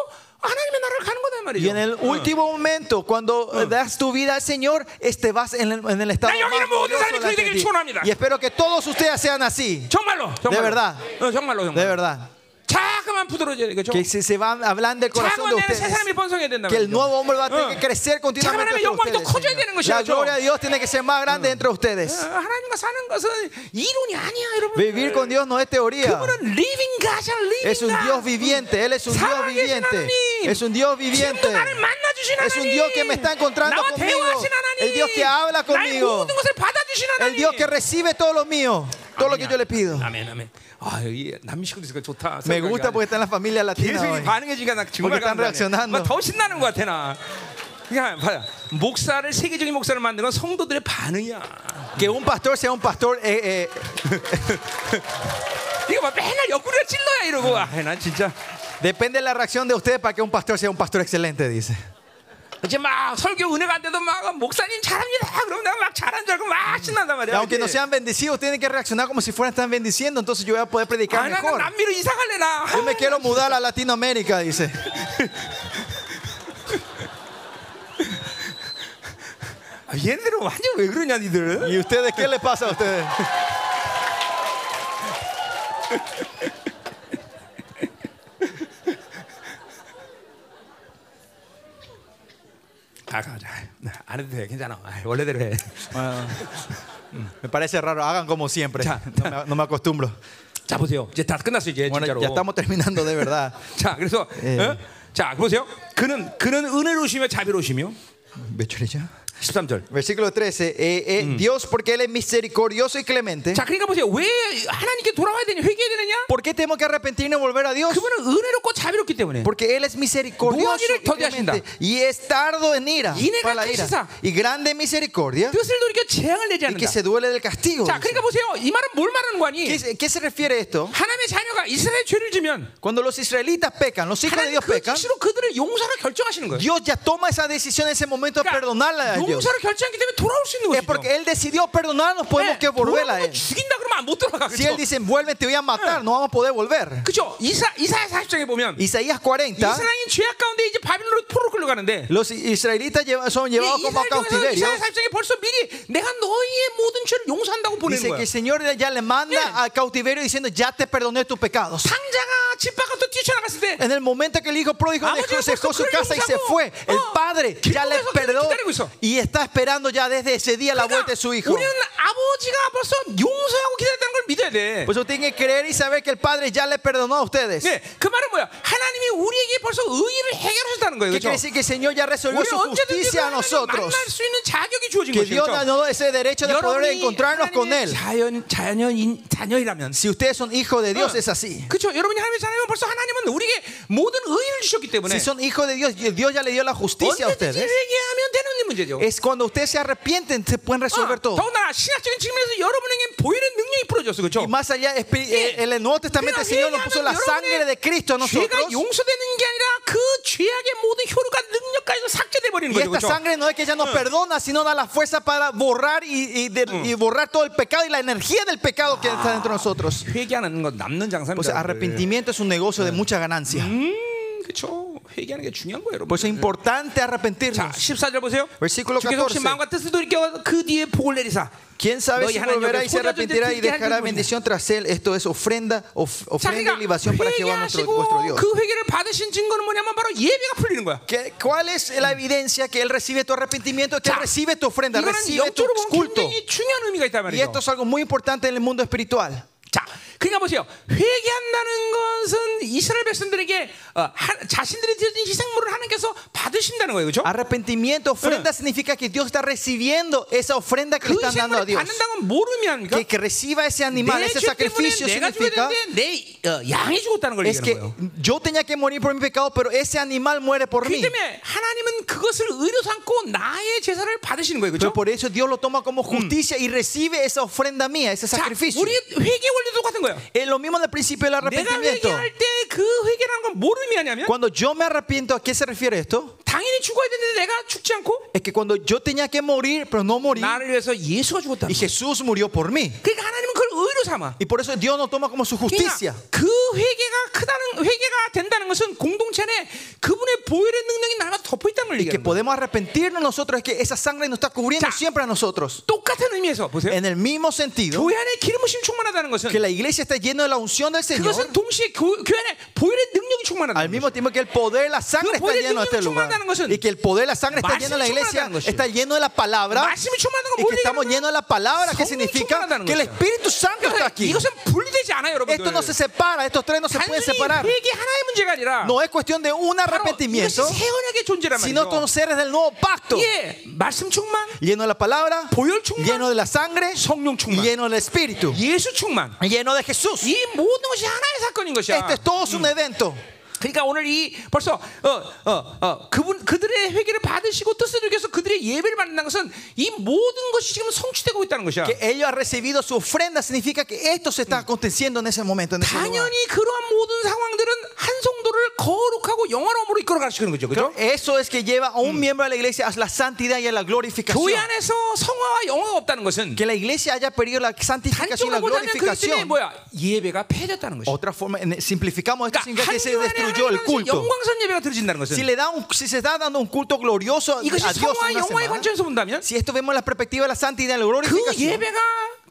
하나님의 나라를 가는 거다 Y en 말이에요. 어. el último momento, cuando eh, das tu vida al Señor, este vas en el, en el estado 나 여기 más 있는 모든 glorioso 사람이 delante de 그게 ti. 되길 축원합니다. Y espero que todos ustedes sean así, 정말로, 정말로. verdad. 어, 정말로, de 정말로. verdad. 자그만 부드러워져야 되겠죠. Que se, se van hablando del corazón 자그만 de 내는 새 ustedes. 사람이 번성해야 된다 Que el 말이죠. nuevo hombre va a Ah. tener que crecer continuamente. Chaman의 entre 영광이 더 ustedes, 커져야 Señor. 되는 것이죠. La gloria de Dios tiene que ser más grande dentro de 어, ustedes. 하나님과 사는 것은 이론이 아니야, Vivir 여러분. con Dios no es teoría. 그분은 living God이야, Es un living Dios God. viviente. Él es un Dios 살아계신 viviente. 하나님. Es un Dios viviente. 지금도 나를 만나주신 Es un 하나님. Dios que me está encontrando 나와 conmigo. 대화하신 하나님. El Dios que habla 나의 conmigo. 모든 것을 받아주신 하나님. El Dios que recibe todo lo mío, 아, todo lo que yo le pido. 아멘, 아멘. 아, 여기 남미식으로 있으니까 좋다. Me gusta porque está en la familia latina. 예수님이 hoy. 반응해주니까 나 정말 Porque están 감사하네. reaccionando. 뭐더 신나는 것 같아 나. 그냥 봐요. 목사를 세계적인 목사를 만드는 건 성도들의 반응이야. Que un pastor sea un pastor. eh, eh, 이거 막 맨날 옆구리를 찔러야 이러고. 아, 난 진짜 depende de la reacción de ustedes para que un pastor sea un pastor excelente, dice. 이제 막 설교 은혜가 안 돼도 막 목사님 잘합니다. 그럼 내가 막 잘한 줄 알고 막 신난단 Y 말이야. aunque no sean bendecidos, tienen que reaccionar como si fueran tan bendiciendo. Entonces yo voy a poder predicar 아, 나 mejor. 남미로 이사갈래 나. Yo me quiero mudar a Latinoamérica, dice. 아, 얘네들은 완전 왜 그러냐 니들. ¿Y ustedes qué les pasa a ustedes? 아, 가자. 안 해도 돼. 괜찮아. 아, 원래대로 해. 아. Me parece raro, hagan como siempre. Ya. No me, no me acostumbro. 자 보세요. 이제 다 끝났어 이제 Bueno, 진짜로. ya estamos terminando de verdad. 자 그래서 예. 어? 자 보세요. 그는 그는 은혜로우시며 자비로우시며 Bechorilla. 13절. Versículo 13. eh, eh, Dios, porque Él es misericordioso y clemente. 자 그러니까 보세요. 왜 하나님께 돌아와야 되냐 회개해야 되느냐? ¿Por qué tenemos que arrepentirnos y volver a Dios? 그분은 은혜롭고 자비롭기 때문에. Porque Él es misericordioso y, Muagi를 더디하신다. clemente, y es tardo en ira Inega para la ira 크시사. y grande misericordia 뜻을 돌이켜 재앙을 내지 y que 않는다. se duele del castigo. 자 dice. 그러니까 보세요. 이 말은 뭘 말하는 거니? ¿Qué, qué se refiere esto? 하나님의 자녀가 이스라엘 죄를 지면 Cuando los israelitas pecan, los hijos de 하나님 Dios 그 pecan, 즉시로 그들을 용서를 결정하시는 거예요. 그러니까 Dios ya toma esa decisión en ese momento de perdonarla a ellos. 용서를 결정하기 때문에 돌아올 수 있는 Es 것이죠. porque Él decidió perdonarnos, podemos 네, que volver a 돌아오면 Él. 죽인다 그러면 못 돌아가. Si Él 그렇죠? dice, vuelve, te voy a matar, no vamos a poder volver. 그죠? 이사 이사야 40장에 보면 Isaías 40, 이스라엘이 죄악 가운데 이제 바빌론으로 포로 끌려가는데 los israelitas lleva- son llevados como 이스라엘 a 중에서 cautiverio. 이사야 40장에 벌써 미리 내가 너희의 모든 죄를 용서한다고 보내는 Dice 거야. que el Señor ya le manda al cautiverio diciendo, ya te perdoné tus pecados. 상자가 집 밖으로 또 뛰쳐나갔을 때 En el momento que el hijo pródigo Vamos, dejó, yo, dejó su yo, yo, casa y se yo, fue, yo, el yo, padre yo, ya yo, le yo, yo, perdonó yo, yo, y está esperando ya desde ese día la vuelta de su hijo. 그러니까 우리는 아버지가 벌써 용서하고 기다렸다는 걸 믿어야 돼. Por eso tienen Pues que creer y saber que el padre ya le perdonó a ustedes. 네, 그 말은 뭐야? 하나님이 우리에게 벌써 의의를 해결하셨다는 거예요. ¿Qué quiere 그렇죠? decir que el Señor ya resolvió 우리 su 언제든지 그 justicia a 하나님을 nosotros? 만날 수 있는 자격이 주어진 Que 것이죠. 그렇죠? Dios nos dio ese derecho de poder 여러분이 encontrarnos con 하나님의 Él. 자연 자녀인 자녀이라면 Si ustedes son hijos de Dios, es así. 그렇죠. 여러분이 하나님의 자녀면 벌써 하나님은 우리에게 모든 의를 주셨기 때문에 Si son hijos de Dios, Dios ya le dio la justicia 언제든지 a ustedes. 회개하면 되는 문제죠. 아, Es cuando ustedes se arrepienten, se pueden Ah, resolver todo. 더구나 신학적인 측면에서 여러분에게 보혈의 능력이 예. 풀어졌어, 그렇죠? Y más allá, espi- eh, en el Nuevo Testamento el Señor nos puso la sangre de Cristo a nosotros. 죄가 용서되는 게 아니라 그 죄악의 모든 효력과 능력까지도 삭제돼 버리는 Y 거죠. esta 그렇죠? sangre no es que ella nos perdona, sino da la fuerza para borrar y, y de- y borrar todo el pecado y la energía del pecado que está dentro de nosotros. 회개하는 건 남는 O sea, 장사입니다. arrepentimiento es un negocio de mucha ganancia. 음, 그렇죠. 회개하는 게 중요한 거예요, 여러분. Por eso es importante 자, arrepentirnos. 14절 보세요. Versículo 주께서 혹시 14. 마음과 뜻을 돌이켜 그 뒤에 복을 내리사. ¿Quién sabe 너희 si 하나님 volverá 여호와의 y se arrepentirá 소리를 y 듣게 dejará 하는 분이냐. bendición tras él? Esto es ofrenda, of- ofrenda 자기가 y libación para Jehová nuestro, vuestro 회개하시고 Dios. 그 회개를 받으신 증거는 뭐냐면 바로 예배가 풀리는 거야. ¿Qué- ¿Cuál es la evidencia que él recibe tu arrepentimiento, que él 자, recibe tu ofrenda, 이거는 recibe tu 영적으로 보면 culto? 굉장히 중요한 의미가 있단 Y 말이죠. esto es algo muy importante en el mundo espiritual. 자, 그러니까 보세요. 회개한다는 것은 이스라엘 백성들에게 어, 하- 자신들이 드린 희생물을 하나님께서 받으신다는 거예요, 그렇죠? Arrepentimiento, ofrenda significa que Dios está recibiendo esa ofrenda que 그 le están dando a 희생물을 Dios. 받는다는 그 건 뭘 의미합니까? Que, que reciba ese animal, 내 ese 죄 때문에 sacrificio 내가 significa 죽어야 되는데 내 어, 양이 죽었다는 걸 es 얘기하는 que 거예요. yo tenía que morir por mi pecado, pero ese animal muere por 그렇기 mí. 때문에 하나님은 그것을 의로 삼고 나의 제사를 받으시는 거예요, 그렇죠? Pero por eso Dios lo toma como justicia y recibe esa ofrenda mía, ese 자, sacrificio. 우리 회개 원리도 똑같은 거예요. Es lo mismo en el principio del 그러니까 내가 arrepentimiento. 회개할 때 그 회개라는 건 뭘 의미하냐면 Cuando yo me arrepiento, ¿a qué se refiere esto? 당연히 죽어야 되는데 내가 죽지 않고 Es que cuando yo tenía que morir, pero no morí, 나를 위해서 예수가 죽었다. y Jesús murió por mí. 그러니까 하나님은 그걸 의로 삼아. Y por eso Dios lo toma como su justicia. 그러니까 그 회개가 크다는 회개가 된다는 것은 공동체 안에 그분의 보혈의 능력이 날마다 덮어 있다는 걸 Que 얘기하는 거예요. podemos arrepentirnos nosotros es que esa sangre nos está cubriendo 자. siempre a nosotros. 똑같은 의미에서 뭐? 보세요. En el mismo sentido, 교회 안에 기름 부심 충만하다는 것은 que la iglesia está llena de la unción del Señor, 그것은 동시에 교, 교회 안에 보혈의 능력이 al 충만하다는 mismo tiempo que el poder de la sangre 그 está 보혈의 lleno de este 능력이 lugar. 충만하다는 것은 Y que el poder de la sangre está 말씀이 lleno de la iglesia, 충만하다는 것이에요. está lleno de la palabra. 말씀이 충만한 Y 건 que 뭘 estamos 뭐 얘기하는 llenos de la palabra, que 성령이 significa 충만하다는 que el 거죠. Espíritu Santo está 거야. aquí. 이것은 분리되지 않아요, 여러분. Esto no se separa, estos tres no se pueden 단순히 separar. 회개 하나의 문제가 아니라 No es cuestión de un 바로 이것이 arrepentimiento, 새 언약의 존재란 sino 말이죠. somos seres del nuevo pacto. 예, 말씀 충만, Lleno de la palabra, 보혈 충만, lleno de la sangre, 성령 충만, lleno del Espíritu, 예수 충만. lleno de Jesús. 이 모든 것이 하나의 사건인 것이야. Este es todo un evento. 그러니까 오늘 이 벌써 어, 어, 어, 그분 그들의 회개를 받으시고 뜻을 들여서 그들의 예배를 받는다는 것은 이 모든 것이 지금 성취되고 있다는 것이야. Que ellos han recibido su ofrenda significa que esto se está aconteciendo en ese momento. En ese lugar. 당연히 그러한 모든 상황들은 한 성도를 거룩하고 영화로움으로 이끌어 가시는 거죠. 그죠? Eso es que lleva a un miembro de la iglesia a la santidad y a la 교회 glorificación. 안에서 성화와 영화가 없다는 것은 Que la iglesia haya perdido la santificación y 단적으로 la 보자면 그들의 glorificación. 뭐야? 예배가 폐해졌다는 것이야. Otra forma, en- simplificamos esto 그러니까 significa que 한 se 교회 안에 destruyó el 하나님은 culto. 영광선 예배가 드려진다는 Si, 것은 le da un- si se está dando un culto glorioso a Dios 이것이 en 성화와 una 영화의 semana, 관점에서 본다면 si esto vemos la perspectiva de la santidad y la 그 glorificación, 예배가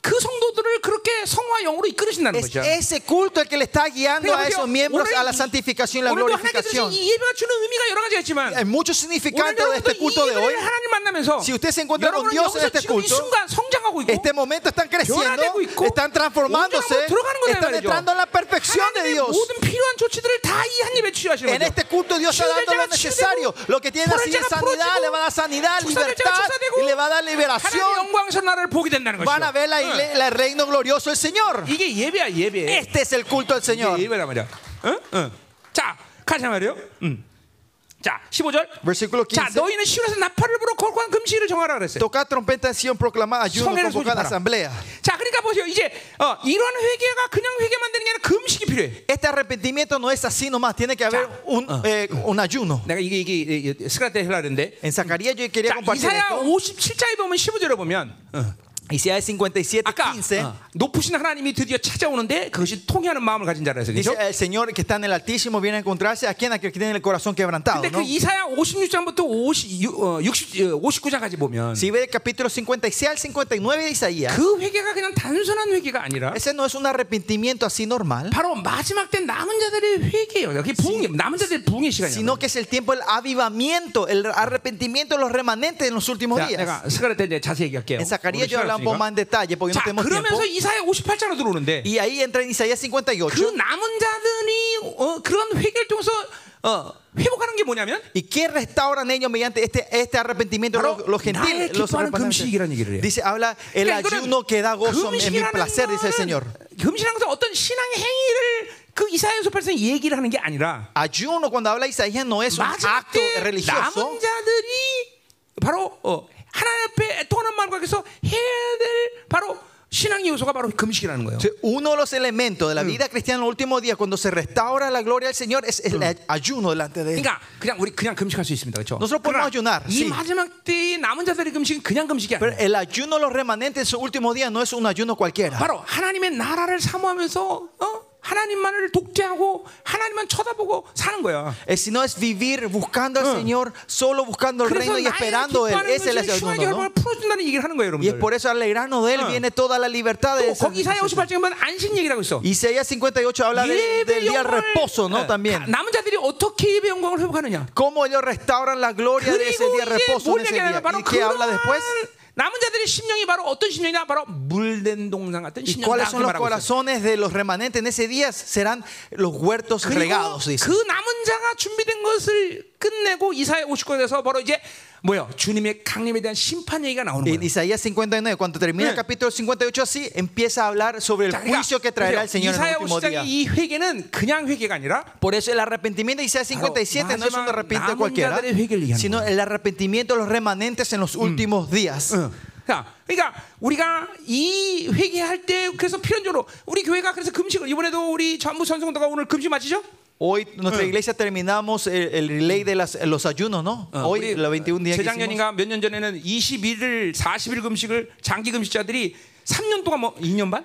그 성도들을 그렇게 성화 영으로 이끌으신다는 es 거죠. ese culto el que le está guiando a esos miembros a la santificación y la 오늘도 하나님께 glorificación. 드리신 이 예배가 주는 의미가 여러 가지가 있지만 Hay muchos 오늘 significantes de 여러분도 이 este culto de hoy. 예배를 하나님 만나면서 Si usted se encuentra con 여러분은 Dios en 여기서 este 지금 이 culto, 순간 성장하고 있고 Este momento están creciendo, 변화되고 있고 están transformándose, 온전함으로 들어가는 거란 están 말이죠. entrando en la perfección de 하나님의 Dios. 모든 필요한 조치들을 다 이 한 예배 취하시는 En 거죠. este culto Dios está dando lo 치유될 자가 necesario. 치유되고, Lo que tiene 풀어질 así es 자가 sanidad, 풀어지고, le va a dar sanidad, 축사될 자가 libertad 축사되고, y le va a dar 하나님의 liberación. 영광스러운 나라를 보게 된다는 Van a 것이죠. ver la igle- la- el reino glorioso del Señor. 이게 예배야 예배. Este es el culto del Señor. 이게 예배란 말이야. 응? 응. 자, 가자 말이요. 음. 자, 15절. Versículo 자, 15. 너희는 시온에서 나팔을 불어 거룩한 금식을 정하라 그랬어요. Tocad trompeta en Sion, proclamad ayuno, 성회를 convocad 소집하라. asamblea. 자, 그러니까 보세요. 이제 어, 이런 회개가 그냥 회개만 되는 게 아니라 금식이 필요해. Este arrepentimiento no es así nomás, tiene que haber un, eh, un ayuno. 내가 이게 이게, 이게 스크라테 헬라는데. En Zacarías yo quería 자, compartir 이사야 esto. 57장에 보면 15절에 보면 어, Isaías 57, 아까 15. 어, 높으신 하나님이 드디어 찾아오는데 그것이 통해하는 마음을 가진 자라 해서 Dice 그죠? el Señor que está en el Altísimo viene a encontrarse a quien a quien tiene el corazón quebrantado. 근데 ¿no? 그 이사야 56장부터 50, 어, 60, 어, 59장까지 보면 Si ve el capítulo 56 al 59 de Isaías, 그 회개가 그냥 단순한 회개가 아니라 ese no es un arrepentimiento así normal, 바로 마지막 때 남은 자들의 회개예요. 그게 부흥이 남은 자들의 부흥의 시간이에요. sino que es el tiempo del avivamiento, el arrepentimiento de los remanentes en los últimos 자, días. 내가 스가랴 때 이제 자세히 얘기할게요. En 오늘 Zacarías yo 시간 hablaba un poco 없으니까. más en detalle porque no 자, tenemos tiempo. 그러면서 이사야 58장으로 들어오는데 Y ahí entra en Isaías 그 58. 남은 자들이 어, 그런 회개를 통해서 어, 회복하는 게 뭐냐면 ¿Y qué restauran ellos mediante este, este arrepentimiento? Claro, Los, los nadie gentiles, que los paran remanentes. 금식이라는 얘기를 해요. Dice, habla el 그러니까 이거는 ayuno que da gozo en mi 금식이라는 placer, dice el Señor. 거는 금식이라는 것은 어떤 신앙 행위를 그 이사야 58장 얘기를 하는 게 아니라 Ayuno, cuando habla Isaías, no es un 마지막 acto 때 religioso, 남은 자들이 바로 어, 하나님 앞에 통하는 마음과 그래서 해야 될 바로 신앙 요소가 바로 금식이라는 거예요. Entonces, Uno de los elementos de la vida cristiana en los últimos días, cuando se restaura la gloria del Señor, es el ayuno delante de Él. 그러니까 그냥 우리 그냥 금식할 수 있습니다. 그렇죠? Nosotros podemos ayunar, 이 sí. 마지막 때의 남은 자들의 금식은 그냥 금식이 Pero 아니에요. el ayuno de los remanentes en su último día no es un ayuno cualquiera. 바로 하나님의 나라를 사모하면서 어? 하나님만을 독대하고 하나님만 쳐다보고 사는 거야. Eh, Si no es vivir buscando al Señor, solo buscando el 그래서 reino y 나의 esperando Él. 기뻐하는 Ese es 것이 el 흉한 ayuno. ¿no? 결과를 풀어준다는 얘기를 하는 거예요, Y es por 여러분들. eso alegrarnos de Él Ah. viene toda la libertad de 또 esa- 거기 사야 58장에 보면 안식 얘기라고 있어. Isaías 58 habla de- del 예배 día del 영광을 reposo, ¿no? 예, 가- También. 남은 자들이 어떻게 예배 영광을 회복하느냐? Cómo ellos restauran la gloria de ese 그리고 día de 이제 reposo 뭘 en ese día. 얘기하냐? 바로 ¿Y qué habla 그동안 después? 남은 자들의 심령이 바로 어떤 심령이냐? 바로 물된 동상 같은 ¿Y 심령이다. cuáles son 그렇게 말하고 los 있어요. corazones de los remanentes en ese día? Serán los huertos 그리고 regados, dice. 그 남은 자가 준비된 것을 끝내고 이사야 59에서 바로 이제 뭐야 주님의 강림에 대한 심판 얘기가 나오는 En 거예요. Isaías 59, cuando termina el Sí. capítulo 58 así, empieza a hablar sobre el 자, 그러니까 juicio que traerá el Señor en el 이사야 último 50장의 día. 이 회개는 그냥 회개가 아니라 Por eso el arrepentimiento de Isaías 57 no es un 마지막 arrepentimiento 남은 cualquiera, 자들의 회개를 얘기하는 sino el arrepentimiento de los remanentes en los últimos días. Mm. 자, 그러니까 우리가 이 회개할 때 그래서 필연적으로 우리 교회가 그래서 금식을 이번에도 우리 전부 선성도가 오늘 금식 맞히죠? Hoy nuestra iglesia terminamos el, el relay de las- los ayunos, ¿no? Hoy, 우리 los 21 días que hicimos. 재작년인가 몇 년 전에는 21일 40일 금식을 장기 금식자들이 3년 동안 뭐 2년 반?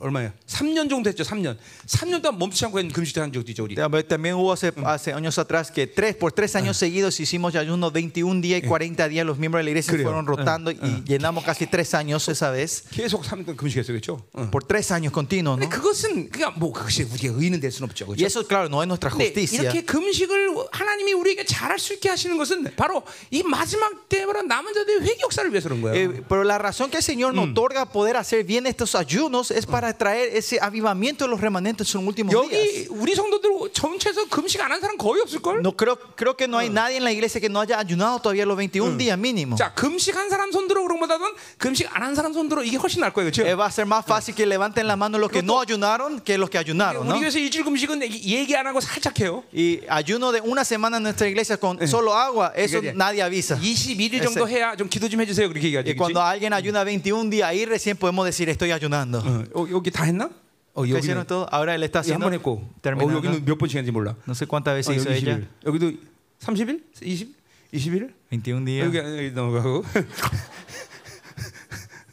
얼마야? 3년 정도 했죠. 3년. 3년 동안 멈추지 않고 했는 금식도 한 적도 있죠, 우리. También- También hubo hace, hace años atrás que tres, por tres años seguidos hicimos ayunos 21 días y 40 días. Los miembros de la iglesia Creo. fueron rotando y llenamos casi tres años esa vez. 계속 3년 동안 금식했어요. 그렇죠? 응. Por tres años continuos, 근데 ¿no? 그것은 그냥 뭐 그것이 우리의 의는 될 수는 없죠. Y 그렇죠? eso, claro, no es nuestra 근데 justicia. 이렇게 금식을 하나님이 우리에게 잘할 수 있게 하시는 것은 바로 이 마지막 때 바로 남은 자들의 회개 역사를 위해서 그런 거예요. Eh, pero la razón que el Señor nos otorga poder hacer bien estos ayunos es para traer ese avivamiento de los remanentes en los últimos días. 여기 우리 성도들 전체에서 금식 안 한 사람 거의 없을 걸? No, creo, creo que no hay nadie en la iglesia que no haya ayunado todavía los 21 días mínimo. 자, 금식 한 사람 손들어 그런 것보다는 금식 안 한 사람 손들어 이게 훨씬 나을 거예요. Eh, 그렇죠? va a ser más fácil que levanten la mano los que no ayunaron que los que ayunaron, ¿no? 우리 교회에서 일주일 금식은 얘기 얘기 안 하고 살짝 해요. Y ayuno de una semana en nuestra iglesia con solo agua, eso Fíjate. nadie avisa. 21일 정도 해야 좀 기도 좀 해주세요. 그렇게 얘기하죠. Y 그치? cuando alguien ayuna 21 días, ahí recién podemos decir estoy ayunando. 어, 어, 여기 다 했나? 어, ¿Qué 여기는 hicieron todo? Ahora él está 예, 한번 haciendo 했고 어, terminando. 여기는 몇 번씩 했는지 몰라. No sé cuántas 어, veces hizo 여기 20일. ella. 여기도 30일? 20? 21일? 21 여기 días. 여기 넘어가고.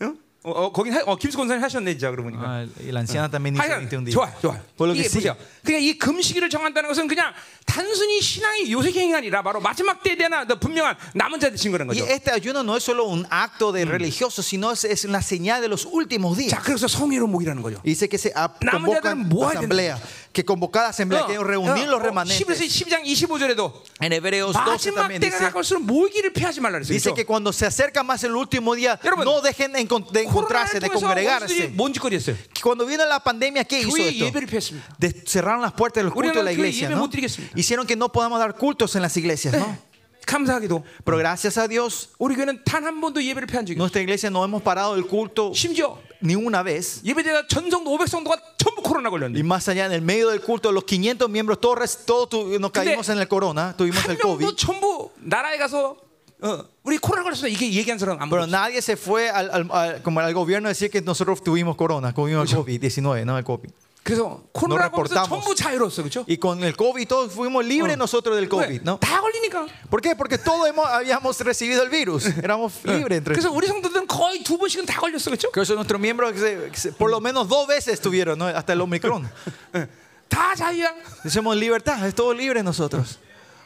응? 어, 어, 거긴 하, 어, 김수건 선생 하셨네 진짜 그러고 보니까. Ah, y la anciana también hizo 21 하여간 días. 좋아 좋아 Por lo 이게 que sí, 보세요 그러니까 이 금식일을 정한다는 것은 그냥 단순히 신앙의 요새행위가 아니라 바로 마지막 때에 대한 어떤 분명한 남은 자들 증거라는 y 거죠 este ayuno no es solo un acto de religioso, sino es, es una señal de los últimos días. 자 그래서 성의로 모이라는 거죠 Y Dice que se ap- 남은 convocan 자들은 모아야 asamblea, que convocada asamblea, que 어, reunir los remanentes. 12장 25절에도 En Hebreos 12 마지막 también 때가 dice. 가까울수록 모이기를 피하지 말라 그랬어요 그렇죠? Dice que cuando se acerca más el último día, 여러분, no dejen de encon- de encontrarse, de 원수들이 congregarse. 뭔 짓거리 했어요 Cuando vino la pandemia, ¿qué hizo 교회 esto? 예배를 피했습니다 De- cerraron las puertas de los cultos de la 우리나라 교회 iglesia. 예배 ¿no? 못 드리겠습니다. Hicieron que no podamos dar cultos en las iglesias. ¿no? 어? 감사하게도 Pero gracias a Dios, 우리 교회는 단 한 번도 예배를 피한 적이 없어요 nuestra iglesia no hemos parado el culto 심지어 ni una vez. 예배자가 전성도 500성도가 전부 코로나 걸렸는데 Y más allá, en el medio del culto, los 500 miembros torres, todos tu- nos Pero- caímos en el corona, tuvimos 한 el 명도 COVID. 전부 나라에 가서 어, 우리 코로나 걸렸어 이게 얘기한 사람 안 Pero 보여. nadie se fue al, al- al- como al gobierno a decir que nosotros tuvimos corona, tuvimos el COVID-19, no el COVID. 그래서 코로나 걸려서 reportamos. 전부 자유로웠어, 그렇죠? Y con el COVID todos fuimos libres nosotros del COVID, ¿no? 다 걸리니까. ¿Por qué? Porque todos hemos- habíamos recibido el virus, éramos libres entre 그래서 우리 성도들은 거의 두 번씩은 다 걸렸어, 그렇죠? Por eso nuestros miembros que se- que se- por lo menos dos veces tuvieron, ¿no? hasta el Omicron. 다 자유야. Decimos libertad, es todo libre nosotros.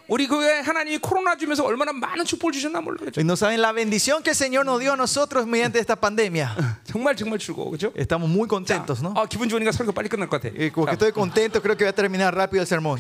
우리 교회 하나님이 코로나 주면서 얼마나 많은 축복을 주셨나 몰라, 그렇죠? Y no saben la bendición que el Señor nos dio a nosotros mediante esta pandemia. 정말 정말 즐거워, 그렇죠? Estamos muy contentos, ¿no? 아, 기분 좋으니까 설교 빨리 예, 끝날 것 같아. Y como 자, que estoy contento, creo que voy a terminar rápido el sermón.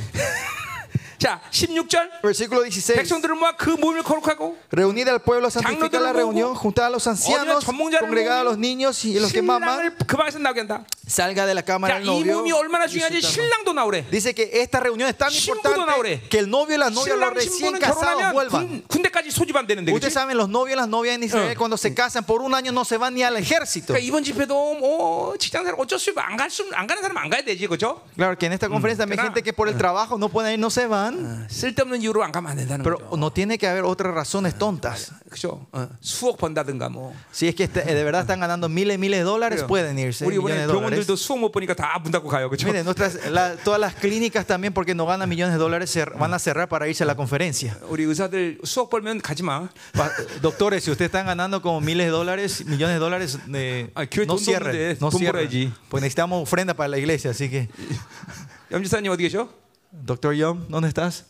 자, 16절. Versículo 16. 백성들을 모아 그 모임을 거룩하고 Reunida al pueblo, santifica la 장로들을 reunión, 모으고, juntada a los ancianos, 전문가를 congregada a 모으고, los niños y los que maman, 신랑을 그 방에서 나오게 한다. salga de la cámara 자, el 이 novio. 모임이 얼마나 y su 중요한지 tama. 신랑도 나오래. Dice que esta reunión es tan 신부도 importante 나오래. que el novio y la novia, 신랑 los recién 신부는 casados, 결혼하면 vuelvan. 군, 군대까지 소집 안 되는데 그치? Ustedes saben, los novios y las novias en Israel, 어. cuando se casan por un año, no se van ni al ejército. 그러니까 이번 집회도 뭐 직장 사람 어쩔 수 없이 안갈수안 가는 사람 안 가야 되지 그죠? Claro que en esta conferencia también hay claro. gente que por el trabajo no pueden ir, no se están, 어, 쓸데없는 이유로 안 가면 안 된다는 pero 거죠. no tiene que haber otras razones tontas. 그죠? 어, 수억 번다든가 뭐. Si es que este- de verdad están ganando miles y miles de dólares, 그래요. pueden irse. 우리 이번에 네. millones de dólares. 병원들도 수억 못 보니까 다 문 닫고 가요, 그죠? Miren, nuestras, la- todas las clínicas también, porque no ganan millones de dólares, se- van a cerrar para irse a la conferencia. 우리 의사들 수억 벌면 가지 마. Pa- Doctores, si ustedes están ganando como miles de dólares, millones de dólares, eh, Ay, ¿qué no tonto cierren. eres? No Tumbo cierren. allí. Pues necesitamos ofrenda para la iglesia. Así que, 염지사님 어디 계셔? doctor Young, ¿dónde estás?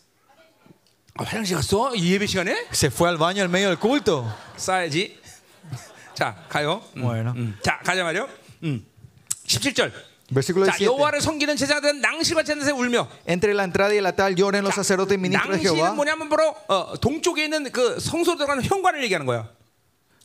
아, 화장실 갔어? 이 예배 시간에? Se fue al baño en medio del culto. 싸야지. 자, 가요. 음, 뭐예요? 음. 자, 가자 말이요. 음. 17절. Versículo 자, 17. 여호와를 섬기는 제자들은 낭실과 젠넷에 울며 Entre la entrada y el atal lloren los sacerdotes y ministros de Jehová. 낭실은 뭐냐면 바로 어, 동쪽에 있는 그 성소로 들어가는 현관을 얘기하는 거야.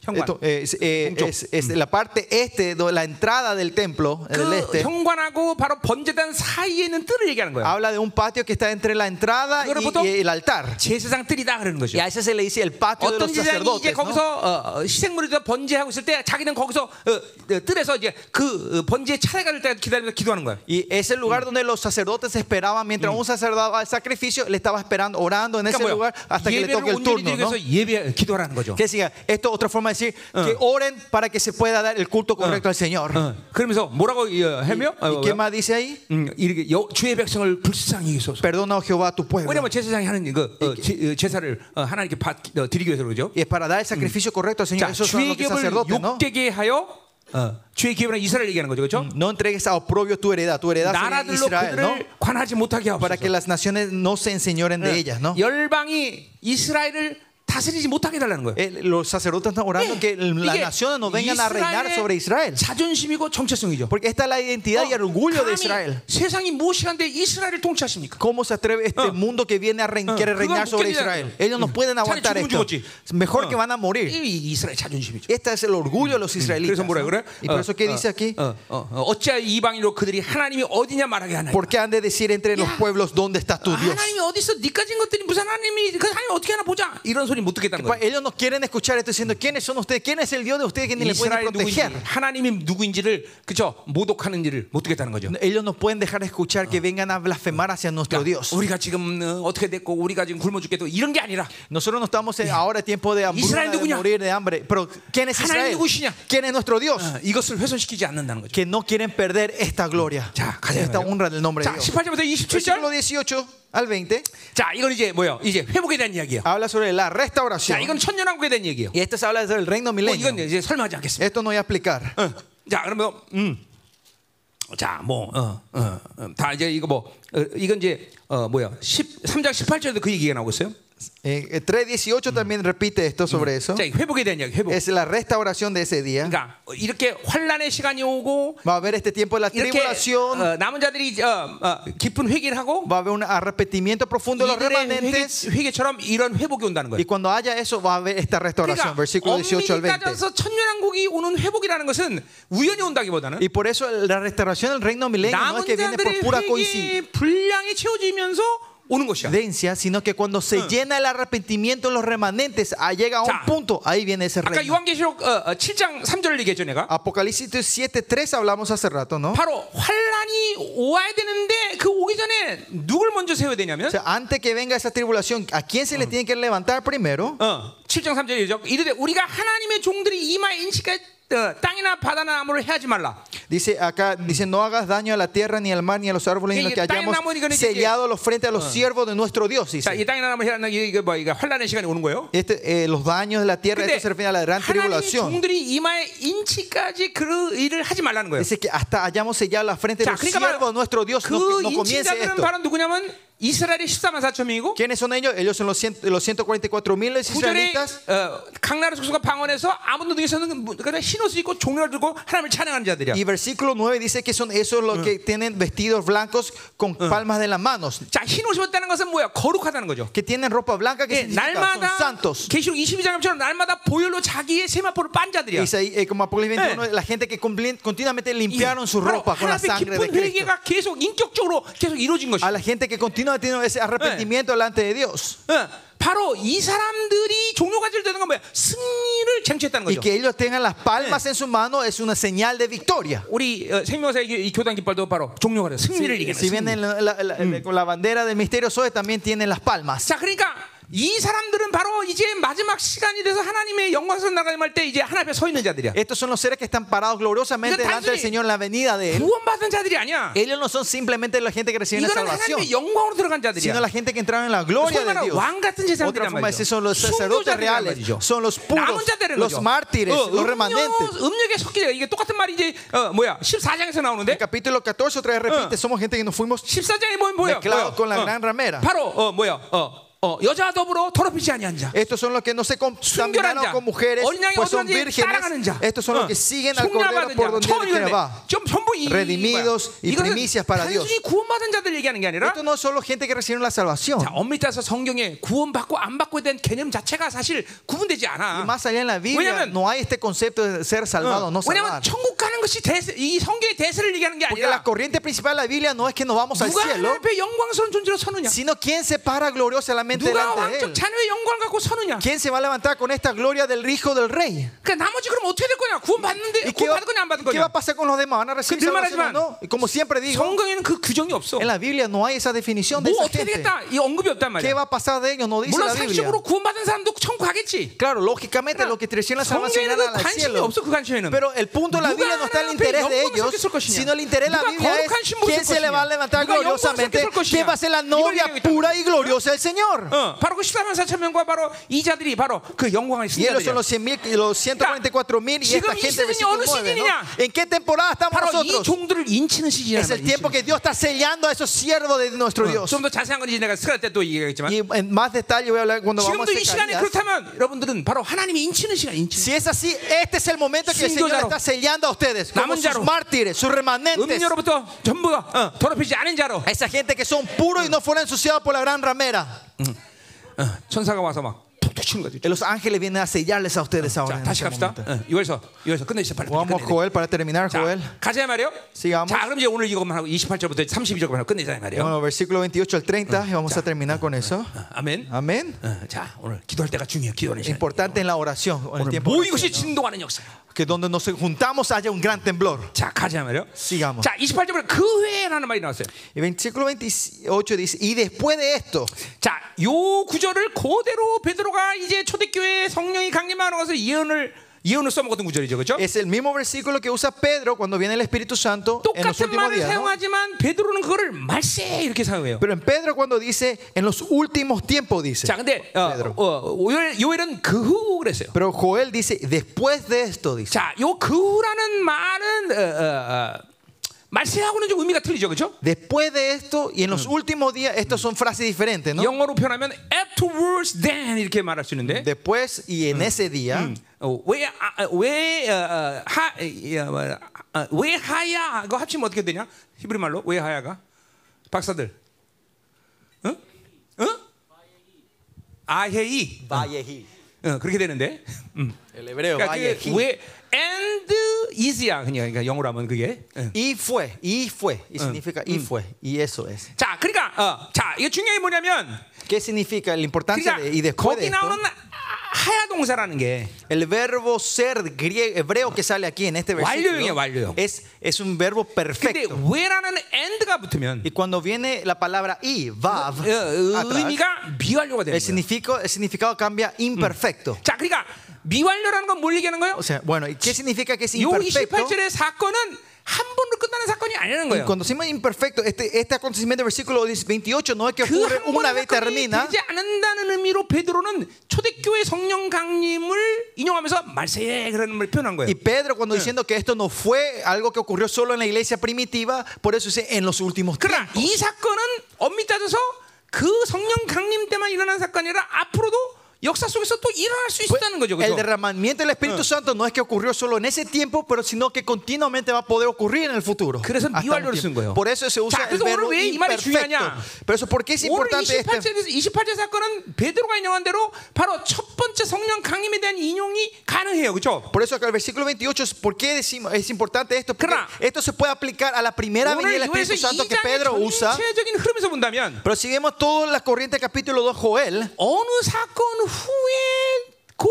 현관. Esto, eh, es, eh, Punto. es- es la parte este, do- la entrada del templo, del 그 este, 현관하고 바로 번제단 사이에 있는 뜰을 얘기하는 거야. habla de un patio que está entre la entrada Ahora, y, ¿puedo? y el altar. 제사장 뜰이다 그러는 Y 거죠. a ese se le dice el patio 아, de 어떤 제사장이 los 이제 sacerdotes. ¿no? 거기서 어, 어, 희생물을 다 번제하고 있을 때 자기는 거기서 어, 어, 뜰에서 이제 그 어, 번제 차례가 될 때 기다리면서 기도하는 거야. Y es el lugar donde los sacerdotes esperaban mientras un sacerdote daba el sacrificio, le estaba esperando, orando en ese 그러니까 뭐야? lugar hasta que le 예배를 toque el 온전히 turno. 드리기 ¿no? 위해서 예배 기도하라는 거죠. Que siga, esto es otra forma de decir que oren para que se pueda dar el culto correcto al Señor. 어, 그러면서 뭐라고 어, 해며? 어, ¿Y qué más dice Ah. ahí? 음, 이렇게 여- 주의 백성을 불쌍히 여소서. Perdona, oh Jehová, a tu pueblo. 왜냐면 제사장이 하는 그 어, 제- 어, 제사를 어, 하나님께 받, 어, 드리기 위해서 그러죠. Y es para dar el sacrificio correcto al Señor. 자, Eso es lo 주의 que es 기업을 sacerdote, ¿no? 욕되게 하여 어, 주의 기업이나 이스라엘 얘기하는 거죠, 그렇죠? No entregues a oprobio tu heredad, tu heredad sería 나라들로 Israel, ¿no? 그들을 관하지 못하게 하옵소서. Para 네. que las naciones no se enseñoren de ellas, ¿no? 열방이 이스라엘을 다스리지 못하게 해달라는 거예요. Eh, Los sacerdotes están orando que las 이게 naciones no vengan a reinar 이스라엘의 sobre Eh, Israel. Oh, 자존심이고 정체성이죠. 어, Porque esta es la identidad y el orgullo de 감히 Israel. 세상이 무엇이한데 이스라엘을 통치하십니까? ¿Cómo se atreve este mundo que viene a rein- quiere 그건 reinar 못 sobre 견디잖아요. Israel? Ellos no pueden 차라리 aguantar 죽으면 esto. 죽었지. Mejor 어. que van a morir. 이- 이 이스라엘 자존심이죠. Este es el orgullo de los israelitas. 그래서 뭐라 ¿no? 그래? Y Mm. por Ah. eso, ¿qué dice aquí? 어, 어, 어, 어찌하여 이방인으로 그들이 하나님이 어디냐 말하게 하나요? ¿Por qué han de decir entre los Ya. pueblos dónde está tu Dios? 아, 하나님이 어디 있어? 니까진 것들이 무슨 하나님이 그 하나님 어떻게 하나 보자. 이런 소리 못 듣겠다는 Pa- 거예요. Ellos no quieren escuchar esto diciendo quiénes son ustedes, quién es el Dios de ustedes que ni les pueden 이스라엘 누구인지 proteger. 하나님이 누구인지를 그죠 모독하는 일을 못 듣겠다는 거죠. Ellos no pueden dejar de escuchar que vengan a blasfemar hacia nuestro 그러니까 Dios. 우리가 지금 어, 어떻게 됐고 우리가 지금 굶어 죽겠고 이런 게 아니라 Nosotros no estamos en ahora en tiempo de hambruna, Israel de 누구냐? morir de hambre. Pero ¿quién es 하나님 Israel? 누구시냐? ¿Quién es nuestro Dios? 어, 이것을 훼손시키지 않는다는 거죠. Que no quieren perder esta gloria, 자 가자. esta honra del nombre de 자 Dios. 18절부터 27절. Versículo 18 al 20 자 이건 이제 뭐요? 이제 회복에 대한 이야기예요. habla sobre la 자 restauración. 이건 천년왕국에 대한 얘기예요. Y esto se habla sobre el reino 뭐 이건 milenio. 이제 설명하지 않겠습니다. Esto no voy a explicar. Ah. 자, 그러면 음. 자, 뭐, 어, 어, 어, 다 이제 이거 뭐, 어, 이건 이제 어, 뭐야, 13장 18절에도 그 얘기가 나오고 있어요. Eh, eh, 3.18 también repite esto sobre eso. 자, 이 회복에 대한 이야기, 회복. Es la restauración de ese día. 그러니까 이렇게 환란의 시간이 오고 Va a haber este tiempo de la 이렇게 tribulación. 어, 남은 자들이 어, 어, 깊은 회개를 하고 Va a haber un arrepentimiento profundo de los 이들의 회개, remanentes. 회개처럼 이런 회복이 온다는 Y 거예요. cuando haya eso, va a haber esta restauración. 그러니까 Versículo 18 al 엄밀히 20. 따져서 천년왕국이 오는 회복이라는 것은 우연히 온다기보다는 Y por eso la restauración del reino milenio 남은 no es que viene por 자들의 pura 회개 분량이 채워지면서 오는 것이야. coincidencia, sino que cuando se llena el arrepentimiento en los remanentes, ah, llega a 자, un punto, ahí viene ese 아까 reino. 요한계시록 어, 어, 7장 3절을 얘기했죠 내가 Apocalipsis 7.3 hablamos hace rato, ¿no? 바로 환란이 와야 되는데 그 오기 전에 누굴 먼저 세워야 되냐면 O sea, antes que venga esa tribulación, ¿a quién Mm. se le tiene que levantar primero? 어, 7장 3절에 얘기죠 이르되 우리가 하나님의 종들이 이마에 인치가 어, 땅이나 바다나 나무를 해하지 말라 Dice acá, dice, no hagas daño a la tierra, ni al mar, ni a los árboles, ni Sí, a los que está en hayamos la Mónica, ni que- sellado los frentes a los siervos de nuestro Dios. 자, Dice. 이 땅이나 나무를 해하는 이게 뭐 이게 환란의 시간이 오는 거예요 Este, eh, los daños de la tierra, 근데 esto se refiere a la gran 하나님의 tribulación. 종들이 이마에 인치까지 그 일을 하지 말라는 거예요 Dice que hasta hayamos sellado la frente de 자, los 그러니까 siervos de 바로 nuestro Dios, no, 그 no comience 인치자들은 esto. 바로 누구냐면 이스라엘의 14만 4천 명이고 ¿Quiénes son ellos? Ellos son los, cien- los 144 mil 구절에 israelitas 어, 강나라 속수가 방언해서 아무도 등에서는 그러니까 흰옷을 입고 종려를 들고 하나님을 찬양하는 자들이야. Y versículo 9 dice que son esos los que tienen vestidos blancos con palmas de las manos. 자, 흰옷을 입었다는 것은 뭐야? 거룩하다는 거죠. Que tienen ropa blanca que 예, significa son 날마다 santos. 계시록 22장처럼 날마다 보혈로 자기의 세마포를 빤 자들이야. Isaí- eh, como Apocalipsis 21, la gente que cumpli- continuamente 이 limpiaron su 바로 ropa con la 하나님의 sangre de 깊은 Cristo. 회개가 계속 인격적으로 계속 이루어진 것이. A la gente que continúa teniendo ese arrepentimiento delante de Dios. 어, 바로 이 예, 사람들이 종료가지를 되는 건 뭐야? 승리를 쟁취했다는 Y 거죠. que ellos tengan las palmas en su mano es una señal de victoria. 우리 어, 생명사 이 교단 깃발도 바로 종료가래 승리를 이기는 Si 승리. vienen la- la- la- con la bandera del misterio Zoe, también tienen las palmas. 자, 그러니까 이 사람들은 바로 이제 마지막 시간이 돼서 하나님의 영광스러운 나라임 할때 이제 하나님 앞에 서 있는 자들이야. Estos son los seres que están parados gloriosamente Digo, delante del tanto- Señor en la venida de Él. 구원받은 자들이 아니야. Ellos no son simplemente la gente que recibe la 이거는 salvación, 하나님의 영광으로 들어간 sino 자들이야. la gente que entraron en la gloria 소위 de 말하는 Dios. 왕 같은 예. Otra 제사들이란 forma es 말이죠. decir, son los sacerdotes 순교자들이란 reales, 말이죠. son los puros, 남은 자들은 los 거죠. mártires, 어, los 음료, remanentes. 음력에 섞이자 이게 똑같은 말이 이제 어, 뭐야 14장에서 나오는데 El capítulo 14 otra vez repite, somos gente que nos fuimos 14장에 보면 뭐야? Mezclado 뭐야? con la gran ramera. 바로 어 뭐야? 어, 어 여자 더불어 더럽히지 아니한 자. Estos son los que no se 순결한 contaminaron 자, con mujeres, 어린 양이 pues 어떤 son 지 따라가는 vírgenes. 자, Estos Ah. son los que siguen al cordero 받은 자, por donde 처음 él quiera 이거네. va. 좀 전부 이 Redimidos y 이거는 primicias para Dios. 단순히 구원받은 자들 얘기하는 게 아니라 Esto no es solo gente que recibieron la salvación. 자, 엄밀히 따서 성경에 구원받고 안 받고에 대한 개념 자체가 사실 구분되지 않아. Más allá en la Biblia 왜냐면- no hay este concepto de ser salvado o no 왜냐면 salvar. 천국 가는 것이 대세, 이 성경의 대세를 얘기하는 게 Porque la 아니라 corriente principal de la Biblia no es que nos vamos al 누가 하나님 cielo, 앞에 영광스러운 존재로 서느냐. sino quién se para gloriosamente 누가 delante de 왕적 él. 자녀의 영광을 갖고 서느냐. ¿Quién se va a levantar con esta gloria del hijo del rey? 그러니까 나머지 그럼 어떻게 될 거냐? 구원받는데 ¿Y qué va, 구원받을 거냐 안 받을 qué va 거냐? a pasar con los demás? ¿Van a recibir Que 늘 salvación o 말하지만 no? Y Como siempre digo, 성경에는 그 규정이 없어. en la Biblia no hay esa definición de 뭐 esa 어떻게 gente. 되겠다 이 언급이 없단 ¿Qué 말이야. va a pasar de ellos? No dice 물론 la Biblia. 상식적으로 구원받은 사람도 천국 가겠지. Claro, lógicamente lo que reciben la salvación 성경에는 irán 그 al 관심이 cielo. 없어 그 관심에는. Pero el punto de la 누가 Biblia no está en el 하나님 interés 앞에 de 영광을 ellos, 섞였을 것이냐? sino el interés de la 누가 Biblia es 거룩한 신부를 quién se 섞을 le va a 것이냐? levantar 누가 영광을 gloriosamente, 섞을 것이냐? quién va a ser la 이걸 novia 얘기하겠다는 pura y gloriosa del Señor. 어, 바로 그 14만 4천 명과 바로 이 자들이 바로 그 영광을 Y ellos 쓴자들이야 son los 100.000 y los 144.000 y esta 지금 이 gente 시즌이 versículo 어느 9, ¿no? 시즌이냐? ¿En qué temporada estamos 바로 이 nosotros? 종들을 인치는 시즌이야. Es el tiempo que Dios está sellando a esos siervos de nuestro Dios. 좀더 자세한 건 이제 내가 스카이 때또 얘기하겠지만 Y en más detalle voy a hablar cuando vamos a 지금도 이 시간에 Zacarías. 그렇다면 여러분들이 바로 하나님이 인치는 시간 인치. Si es así, este es el momento que el Señor 순교자로, está sellando a ustedes 남은 como sus 자로, mártires, sus remanentes. 음료로부터 전부가 어, 더럽히지 않은 자로 A esa gente que son puros y no fueron ensuciados por la gran ramera. 어, 천사가 와서 막 툭툭 치는 거지. Eh, Los ángeles vienen a sellarles a ustedes ahora. 자, en 다시 este 갑시다. momento. 어, 이월서 이월서 끝내시죠. 빨리. 빨리 Vamos, 끝내야 돼. Joel, para terminar, Joel. 자, 가자 말이요. Sigamos. 자, 그럼 이제 오늘 이것만 하고 28절부터 32절까지 하고 끝내자 말이요. Bueno, versículo 28 al 30, y vamos a terminar con eso. 아멘. Amén. 어, 자, 오늘 gido할 때가 중요해. 기도하는 시간. Importante en la oración, en el 오늘 tiempo de 모인 예, oración, 뭐 것이 진동하는 역사. que donde nos juntamos haya un gran temblor. 자, 가자 뭐. 말이요. Sigamos. 자, 28절부터 그 회라는 말이 나왔어요. Y versículo 28 dice, y después de esto, 자, 요 구절을 그대로 베드로가 이제 초대교회 성령이 강림하러 가서 예언을 예언을 써먹었던 구절이죠, 그렇죠? es el mismo versículo que usa Pedro cuando viene el Espíritu Santo en los 똑같은 últimos 말을 días. ¿no? 사용하지만 베드로는 그거를 말세 이렇게 사용해요. Pero en Pedro cuando dice, en los últimos tiempos dice. 자, 근데 어, 베드로. 어, 요엘, 요엘은 그후 그랬어요. Pero Joel dice, después de esto dice. 자, 요 그후라는 말은 어, 어, 어, 말세하고는 좀 의미가 틀리죠, 그렇죠? Después de esto y en los últimos días, estas son frases diferentes, ¿no? 영어로 표현하면 afterwards then 이렇게 말할 수 있는데 Después y en ese día, 어, 왜, 아, 아, 왜, 어, 어, 하, 이, 어, 뭐, 아, 왜 하야? 그거 합치면 어떻게 되냐? 히브리 말로 왜 하야가? 박사들, 응? 응? 아헤이, Vallejí. 어, 그렇게 되는데. 음. El hebreo, 그러니까 그게 Vallejí. 왜 and is야? 그냥 그러니까 영어로 하면 그게. 응. Y fue, y fue, y significa y fue, y eso es. 자, 그러니까 어, 자, 이게 중요한 게 뭐냐면, ¿Qué significa la importancia de, 그러니까 y después de 거기 esto? 나오는 하야 동사라는 게. El verbo ser grie- hebreo que sale aquí en este 완료형이에요, versículo 완료형. es, es un verbo 근데 perfecto. 왜라는 and가 붙으면 Y cuando viene la palabra y, vav, 어, eh, atrás, 의미가 미완료가 되는 거예요. El significado, el significado cambia imperfecto. 자, 그러니까 미완료라는 건 뭘 얘기하는 거예요? O sea, bueno, ¿y qué significa que es 요 imperfecto? 28절의 사건은 한 번으로 끝나는 사건이 아니라는 Y 거예요. cuando decimos imperfecto, este, este acontecimiento del versículo 28 no es que 그 ocurre 한 una 번의 vez 사건이 termina, 되지 않는다는 의미로 베드로는 초대교회 성령 강림을 인용하면서 말세에 그런 말 표현한 거예요. Y Pedro, cuando diciendo que esto no fue algo que ocurrió solo en la iglesia primitiva, por eso dice en los últimos 그러나 tiempos. 이 사건은 엄밀히 따져서 그 성령 강림 때만 일어난 사건이 아니라 앞으로도 역사 속에서 또 일어날 수 Fue- 있다는 거죠. El 그죠? derramamiento del Espíritu Santo no es que ocurrió solo en ese tiempo, pero sino que continuamente va a poder ocurrir en el futuro. 그래서 Hasta un 미완료를 tiempo. 쓴 거예요. Por eso se usa 자, el 그래서 오늘 verbo 왜이 말이 imperfecto. 중요하냐? Pero eso, ¿por qué es 오늘 importante este? 28절에서 28절 사건은 베드로가 인용한 대로 바로 첫 번째 성령 강림에 대한 인용이 가능해요. 그렇죠? Por eso acá el versículo 28 es por qué decimos, es importante esto, porque Claro. esto se puede aplicar a la primera 오늘 venida del Espíritu 요에서 Santo 이 que 장의 Pedro usa. 전체적인 흐름에서 본다면 Pero si vemos toda la corriente del capítulo 2 Joel, 어느 사건 후에 그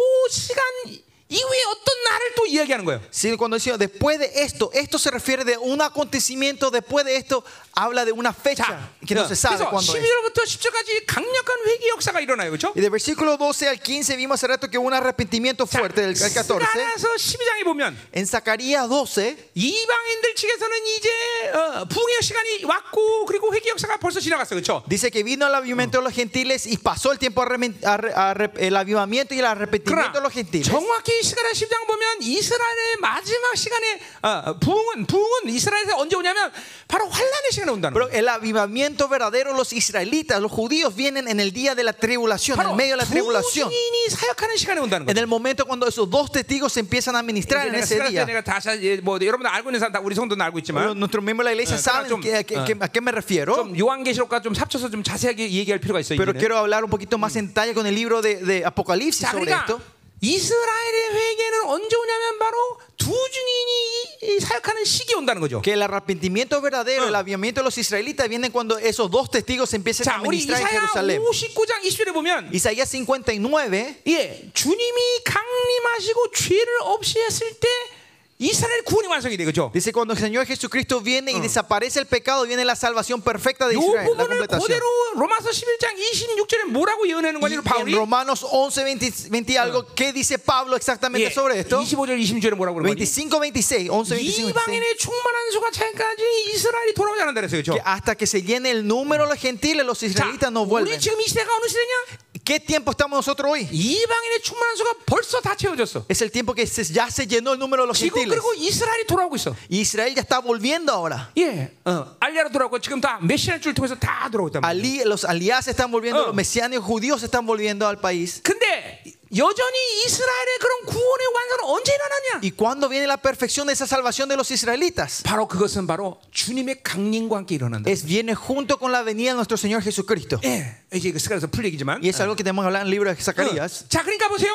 이야기하는 거예요. Sí, cuando decimos después de esto, esto se refiere de un acontecimiento, después de esto habla de una fecha 자, que no se sabe 그래서 cuándo es. 12절부터 10절까지 강력한 회개 역사가 일어나요. 그렇죠? Y del versículo 12 al 15 vimos hace rato que hubo un arrepentimiento fuerte del al 14. 스가랴서 12장에 보면 En Zacarías 12, 이방인들 측에서는 이제 어, 부흥의 시간이 왔고 그리고 회개 역사가 벌써 지나갔어요. 그렇죠? dice que vino el avivamiento de los gentiles y pasó el tiempo arremen- arre- arre- el avivamiento y el arrepentimiento de 그러나 los gentiles. 정확히 스가랴 10장 보면 이스라엘의 마지막 시간에 어, 부흥은 부흥은 이스라엘에서 언제 오냐면 바로 환란의 시간에 온다는 Pero 거예요. el avivamiento verdadero, los israelitas, los judíos vienen en el día de la tribulación, en 바로 el medio de la 두 tribulación. 증인이 사역하는 시간에 온다는 En 거예요. el momento cuando esos dos testigos se empiezan a administrar en 내가 ese 스가랴 때 día. 내가 다시 예, 뭐 여러분들 알고 있는 사람 다 우리 성도는 알고 Bueno, 있지만 nuestros miembros de la iglesia Eh, saben 좀, que- que- que- a qué me refiero, 좀 요한계시록과 좀 합쳐서 좀 자세하게 얘기할 필요가 있어요. pero 이제는. quiero hablar un poquito más en detalle con el libro de, de Apocalipsis 자, sobre 그러니까 esto. 이스라엘의 회개는 언제 오냐면 바로 두 증인이 이- 이 사역하는 시기 온다는 거죠. Que el arrepentimiento verdadero, el avivamiento de los israelitas viene cuando esos dos testigos se empiezan a 자, 우리 administrar en 이사야 Jerusalén. 59장 20절에 보면 Isaías 59, 예, 주님이 강림하시고 죄를 없이 했을 때 이스라엘 구원이 완성이 되죠. dice cuando el Señor Jesucristo viene y desaparece el pecado, viene la salvación perfecta de 이 Israel, la 부분을 completación. 그대로 로마서 11장 26절에 뭐라고 예언하는 Y 거냐면 en 바울이 Romanos 11, 20, 20 algo, ¿qué dice Pablo 예, exactamente sobre esto? 25절 26절에 뭐라고 그러는 거니? 25, 26, 11, 25, 26. 이방인의 충만한 수가 차이까지 이스라엘이 돌아오지 않는다 그랬어요. que 그렇죠? hasta que se llene el número de los gentiles, los 자, israelitas no 우리 vuelven. 지금 이 시대가 어느 시대냐? ¿Qué tiempo estamos nosotros hoy? 이방인의 충만한 수가 벌써 다 채워졌어. Es el tiempo que se- ya se llenó el número de los 지금 gentiles. 그리고 이스라엘이 돌아오고 있어. Israel ya está volviendo ahora. 예, 어, 알리아로 돌아오고 지금 다 메시아 줄 통해서 다 돌아오고 있단 말이야. Ali- los aliás se están volviendo, Ah. los mesiánicos judíos se están volviendo al país. 근데 여전히 이스라엘의 그런 구원의 완성은 언제 일어나냐? ¿Y cuándo viene la perfección de esa salvación de los israelitas? 바로 그것은 바로 주님의 강림과 함께 일어난다. Es viene junto con la venida de nuestro Señor Jesucristo. 예, 이제 스가랴서 풀 얘기지만. Y es algo que tenemos que hablar en el libro de 어, Zacarías. 자, 그러니까 보세요.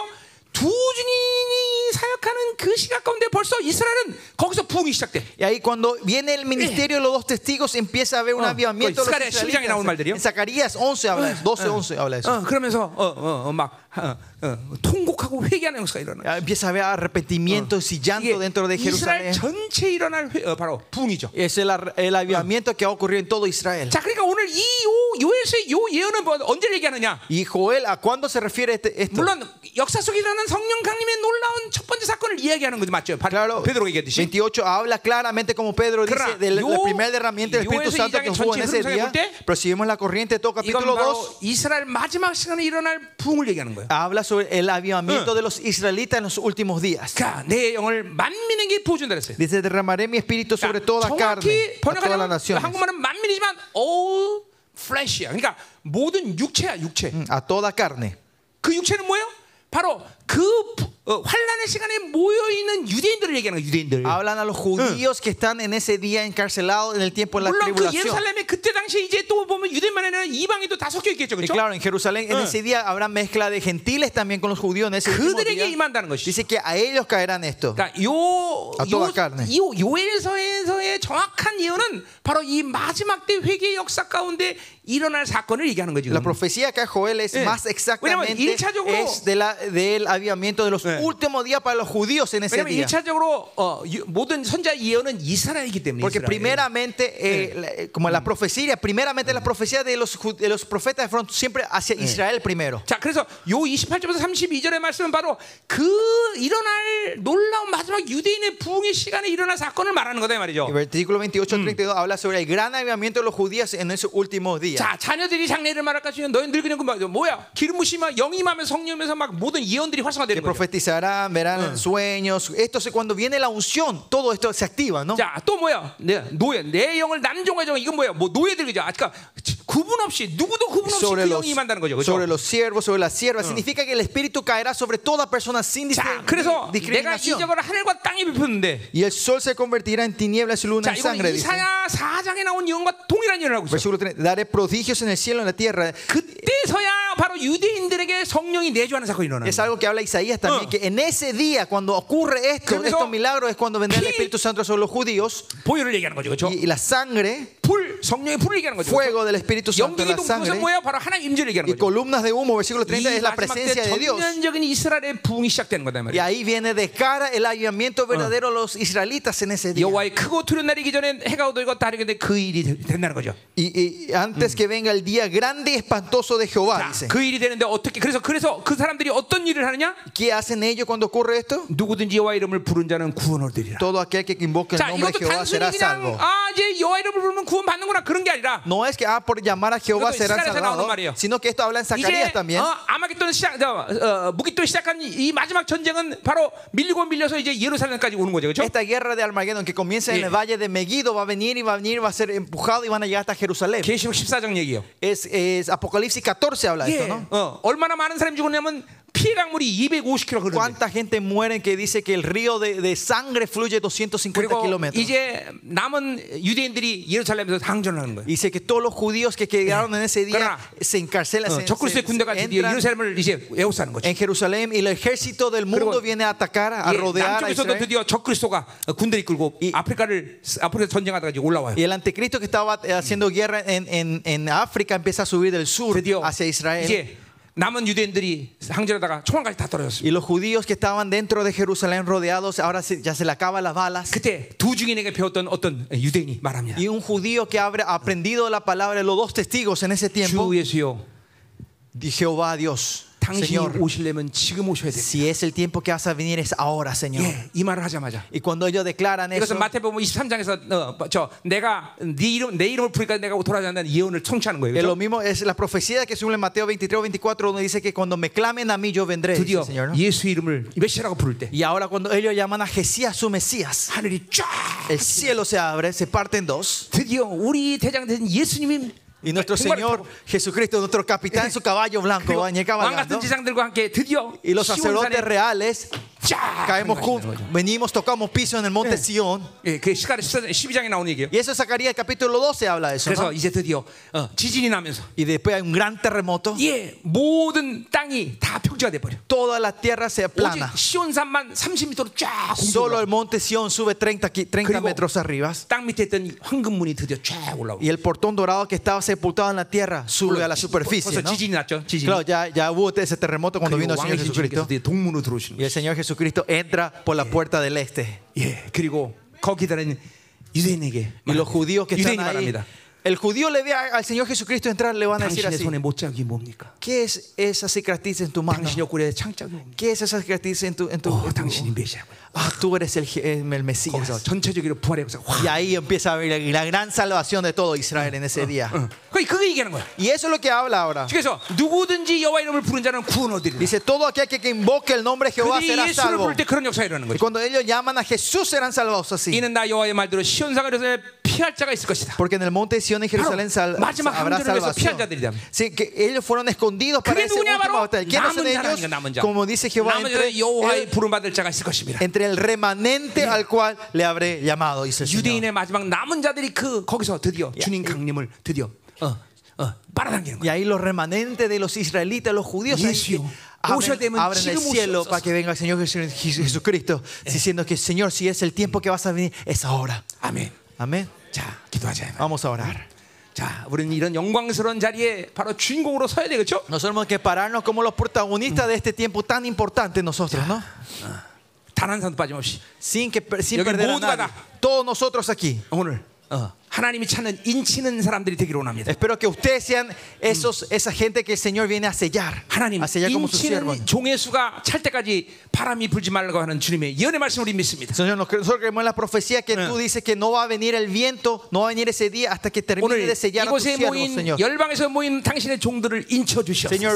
두 증인이 사역하는 그 시각 가운데 벌써 이스라엘은 거기서 부흥이 시작돼. Y ahí cuando viene el ministerio de los dos testigos empieza a haber un Ah, avivamiento. de los Zacarías 10 장에 israelitas. 나온 말들이요? En Zacarías 11 habla, Ah, 12, 11 habla de eso. 어, 그러면서 어, 어, 어, 막 어, 어, 통곡하고 회개하는 역사가 일어나. Ya Empieza a haber Ah. arrepentimientos y llanto dentro de 이스라엘 Jerusalén. 전체 일어날 회- 어, 바로 부흥이죠. Es el, ar- el avivamiento que ha ocurrido en todo Israel. 자, 그러니까 오늘 이요 요에서의 요 예언은 뭐- 언제 얘기하느냐? Y Joel, ¿a cuándo se refiere este- esto? 물론 역사 속에 일어난 성령 강림의 놀라운 첫 번째 사건을 이야기하는 거죠, 맞죠? 바- Claro, 베드로 얘기했듯이. 28 habla claramente como Pedro dice Claro, del yo- la primera herramienta del yo Espíritu ese Santo que Isaías hubo en ese 전체 흐름 día. 상태 볼 때, Pero si vemos la corriente de todo 이건 capítulo 바로 2, 이스라엘 마지막 시간에 일어날 부흥을 얘기하는 거예요. habla sobre el Ah. avivamiento de los israelitas en los últimos días. 그러니까 내 영을 만민에게 보여준다 그랬어요. Dice, derramaré mi espíritu sobre 그러니까 toda carne, 정확히 a todas las 번역하자면 그 naciones. 한국말은 만민이지만 all flesh야. 그러니까 모든 육체야, 육체. Mm, A toda carne. 그 육체는 뭐예요? 바로 그 부- 어, 환란의 시간에 모여 있는 유대인들을 얘기하는 거예요. 유대인들. Hablan a los judíos que están en ese día encarcelados en el tiempo de la 물론 그 tribulación. 예루살렘에 그때 당시에 이제 또 보면 유대만 아니라 이방인도 다 섞여 있겠죠. Y 그렇죠? claro, en Jerusalén en Eh. ese día habrá mezcla de gentiles también con los judíos en ese último 그들에게 día. 임한다는 것이. Dice que a ellos caerán esto. 그러니까 요, 아, 또 아까네. 요, 요 요엘서에서의 정확한 예언은 바로 이 마지막 때 회개의 역사 가운데 일어날 sacon을 얘기하는 거죠. La profecía que Joel es Eh. más 왜냐면 exactamente 일차적으로- es de la, del avivamiento de los Eh. últimos días para los judíos en ese 왜냐하면 día. 일차적으로 어, 유- 모든 선자 예언은 이스라엘이기 때문에. Porque 이스라엘. primeramente, eh, la- eh, como la profecía, primeramente las profecías de los, ju- de los profetas fueron siempre hacia Israel primero. 자, 그래서 요 28절부터 32절의 말씀은 바로 그 일어날 놀라운 마지막 유대인의 부흥의 시간에 일어날 사건을 말하는 거다 이 El 말이죠. versículo 28 al 32 habla sobre el gran avivamiento de los judíos en esos últimos días. 자, 자녀들이 장래를 말할까 주면 너희 늙은 그 말이죠. 뭐야? 기름부심과 영임하며 성령에서 막 모든 예언들이 que 활성화되는 거죠. profetizarán, verán en sueños. Esto es cuando viene la unción, todo esto se activa, ¿no? 자, 또 뭐야? 내 노예, 내 영을 남종과 정 이건 뭐야? 뭐 노예들 그죠? 아까 구분 없이 누구도 구분 없이 Sobre 그 los, 영이 임한다는 거죠. 그죠? sobre los siervos, sobre las siervas. Significa que el espíritu caerá sobre toda persona sin dis- 자, di- 그래서 내가 discriminación. 이적을 하늘과 땅에 비폈는데 Y el sol se convertirá en tinieblas y luna 자, en 이거는 sangre. dice. 이사야 4장에 나온 예언과 동일한 예언을 하고 있어요. Versículo 30. Daré prodigios en el cielo y en la tierra. 그때서야 바로 유대인들에게 성령이 내주하는 사건이 일어나는 Es 거예요. algo que habla Isaías también, que en ese día, cuando ocurre esto, 그래서 estos milagros, es cuando vendrá el 피- Espíritu Santo sobre los judíos 보혈을 얘기하는 거죠. 그렇죠? y, y la sangre 불 성령의 불을 얘기하는 거죠. 그렇죠? fuego del Espíritu Santo 영적인 en la 동무는 sangre 뭐야? 바로 하나님 임재를 y 얘기하는 거죠. columnas de humo, versículo 30, es 마지막 la 때 presencia de Dios. 전면적인 이스라엘의 부흥이 시작되는 거다 Y 말이야. ahí viene de cara el avivamiento verdadero de los israelitas en ese día. 여호와의 크고 두려운 날이기 전에 해가 오도 이거 다르게 그 일이 되- 된다는 거죠. Y, y antes que venga el día grande y espantoso de Jehová, 자, dice. 그 일이 되는데 어떻게? 그래서 그래서 그 사람들이 어떤 일을 하느냐? ¿Qué hacen ellos cuando ocurre esto? 누구든지 여호와 이름을 부른 자는 구원을 드리라. Todo aquel que invoca el 자, nombre 이것도 de Jehová será 단순히 salvo. 그냥 아 이제 여호와 이름을 부르면 구원 받는구나 그런 게 아니라 No es que ah, por llamar a Jehová Esto es serán Isaías salvados, hablando, Mario. sino que esto habla en 이제 Zacarías también. 어, 아마겟돈 시작, 어, 어, 무기또 시작한 이, 이 마지막 전쟁은 바로 밀리고 밀려서 이제 예루살렘까지 오는 거죠, 그렇죠? Esta guerra de Armagedón que comienza en Yeah. el valle de Megiddo va a venir y va a venir, va a ser empujado y van a llegar hasta Jerusalén. 계시록 14장 얘기예요. Es, es Apocalipsis 14 habla de esto, ¿no? 어, 얼마나 많은 사람이 죽었냐면 피해 강물이 250km 흐르는데 ¿Cuánta gente muere que dice que el río de, de sangre fluye 250 그리고 kilómetros? 이제 남은 유대인들이 예루살렘에서 항전을 하는 거예요. Dice que todos los judíos que quedaron en ese día Claro. se encarcelan, 어, se- 적그리스의 se- 군대가 se 드디어 entran 예루살렘을 이제 에워싸는 거죠. en Jerusalén y el ejército del Pero- mundo viene a atacar, a 예, rodear a 남쪽에서도 Israel. 드디어 적그리스도가 군대를 이끌고 이- 아프리카를 아프리카 전쟁하다가 이제 올라와요. Y el anticristo que estaba eh, haciendo guerra en, en- en África empieza a subir del sur 드디어 hacia Israel. 이제 남은 유대인들이 항전하다가 총알까지 다 떨어졌습니다. Y los judíos que estaban dentro de Jerusalén rodeados, ahora se- ya se le acaban las balas. 그때 두 중인에게 배웠던 어떤 유대인이 말합니다. Y un judío que habrá aprendido la palabra de los dos testigos en ese tiempo, 주 예수여, di Jehová Dios, 당신이 Señor, 오시려면 지금 오셔야 됩니다. si es el tiempo que vas a venir es ahora, Señor. 예, 이 말을 하자마자 Y cuando ellos declaran eso, 이것은 마태복음 23장에서 어, 저 내가 네 이름 내 이름을 부르니까 내가 돌아다닌다는 예언을 성취하는 거예요. es 그렇죠? lo mismo es la profecía que se une en Mateo 23 o 24, donde dice que cuando me clamen a mí yo vendré, dice el 드디어 Señor. ¿no? 예수 이름을 메시라고 부를 때 Y ahora cuando ellos llaman a Jesús su Mesías, 하늘이 쫙 el cielo se abre, se parte en dos. 드디어 우리 대장 되신 예수님이 아, Y nuestro 정말 Señor Jesucristo, nuestro capitán, su caballo blanco, 그리고 va a llegar 왕 같은 cabalgando. 지상들과 함께 드디어 Y los 시온산에 sacerdotes reales 쫙 caemos juntos, venimos, tocamos piso en el monte Sión. 예, 그 시간 12장에 나오는 얘기예요. Y eso Zacarías capítulo 12 habla de eso. ¿no? 그래서 이제 드디어 어, 지진이 나면서 Y después hay un gran terremoto. 예, 모든 땅이 다 평지가 돼 버려. Toda la tierra se 오직 aplana. 시온산만 30m로 쫙 Solo el 공중으로 monte Sión sube 30, qui- 30 Crigo. metros arriba. 땅 밑에 있던 황금문이 드디어 쫙 올라오고. Y el portón dorado que estaba sepultado en la tierra sube a la superficie. 벌써 ¿no? 지진이 났죠. 지진. Claro, ya, ya hubo ese terremoto cuando 그리고 vino el 왕의 신주님께서 Señor Jesucristo. 드디어 동문으로 들어오시는 Y 거예요. el Señor Jesucristo entra por la puerta del este. 예, 그리고 거기 기다리는 유대인에게 Y los judíos que están 유대인이 ahí. 말합니다. El judío le ve a- al Señor Jesucristo entrar, le van a decir 당신의 así: 손에 못자국이 뭡니까? ¿Qué es esa cicatriz en tu mano? 당신의 꼬리에 창자국이 뭡니까? ¿Qué es esa cicatriz en tu.? En tu, 어, en tu- 당신이 메시아고요. Ah, tú eres el, el 어, 거기서 Mesías. 전체적으로 부활의 역사가 확 Y ahí empieza a haber la gran salvación de todo Israel en ese día. 그게 그게 얘기하는 거야. Y eso es lo que habla ahora. 그래서 누구든지 여호와 이름을 부른 자는 구원 얻으리라. Dice, todo aquel que que invoque el nombre de Jehová 그들이 será 예수를 salvo. 부를 때 그런 역사가 일어나는 Y 거죠. cuando ellos llaman a Jesús serán salvados así. 이는 나 여호와의 말대로 시온상을 해서 피할 자가 있을 것이다. Porque en el monte de Sion en Jerusalén sal- 마지막 habrá 함정을 위해서 피한 salvación. 자들이다. Sí, que ellos fueron escondidos para 그게 ese 누구냐 último 바로 batalla. ¿Quiénes son 남은 ellos? 자라니까 남은 자. Como dice Jehová, 남은 entre 자는 여호와의 예. el, 부름 받을 자가 있을 것입니다. entre el remanente al cual le habré llamado, dice el Señor. 유대인의 마지막 남은 자들이 그 거기서 드디어 주님 강림을 드디어 어, 어, 빨아당기는 Y 거야. ahí los remanentes de los israelitas, los judíos, ahí Yesu. que abren, Oshal demen abren el 지금 cielo 오시옵소서. para que venga el Señor Jesu- Jesu- Jesucristo, Eh. diciendo que Señor, si es el tiempo que vas a venir, es ahora. 아멘. Amén. 자, 기도하자. Vamos a orar. 자, 우리는 이런 영광스러운 자리에 바로 주인공으로 서야 그렇죠? 되겠죠? Nosotros tenemos que pararnos como los protagonistas de este tiempo tan importante nosotros, ¿no? 단 한 사람도 빠짐없이 Sin, que, sin Yo que perder a mood가 nadie. da. Todos nosotros aquí. 오늘 어, 하나님이 찾는 인치는 사람들이 되기를 원합니다. Espero que ustedes sean esos, esa gente que el Señor viene a sellar. 하나님 A sellar como su siervo. 인치는 종의 수가 찰 때까지 바람이 불지 말라고 하는 주님의 예언의 말씀 우리 믿습니다. Señor, nos- nosotros creemos en la profecía que Ah. tú dices que no va a venir el viento, no va a venir ese día hasta que termine 오늘 de sellar a tu 이곳에 siervo, 모인 Señor. 열방에서 모인 당신의 종들을 인쳐 Señor,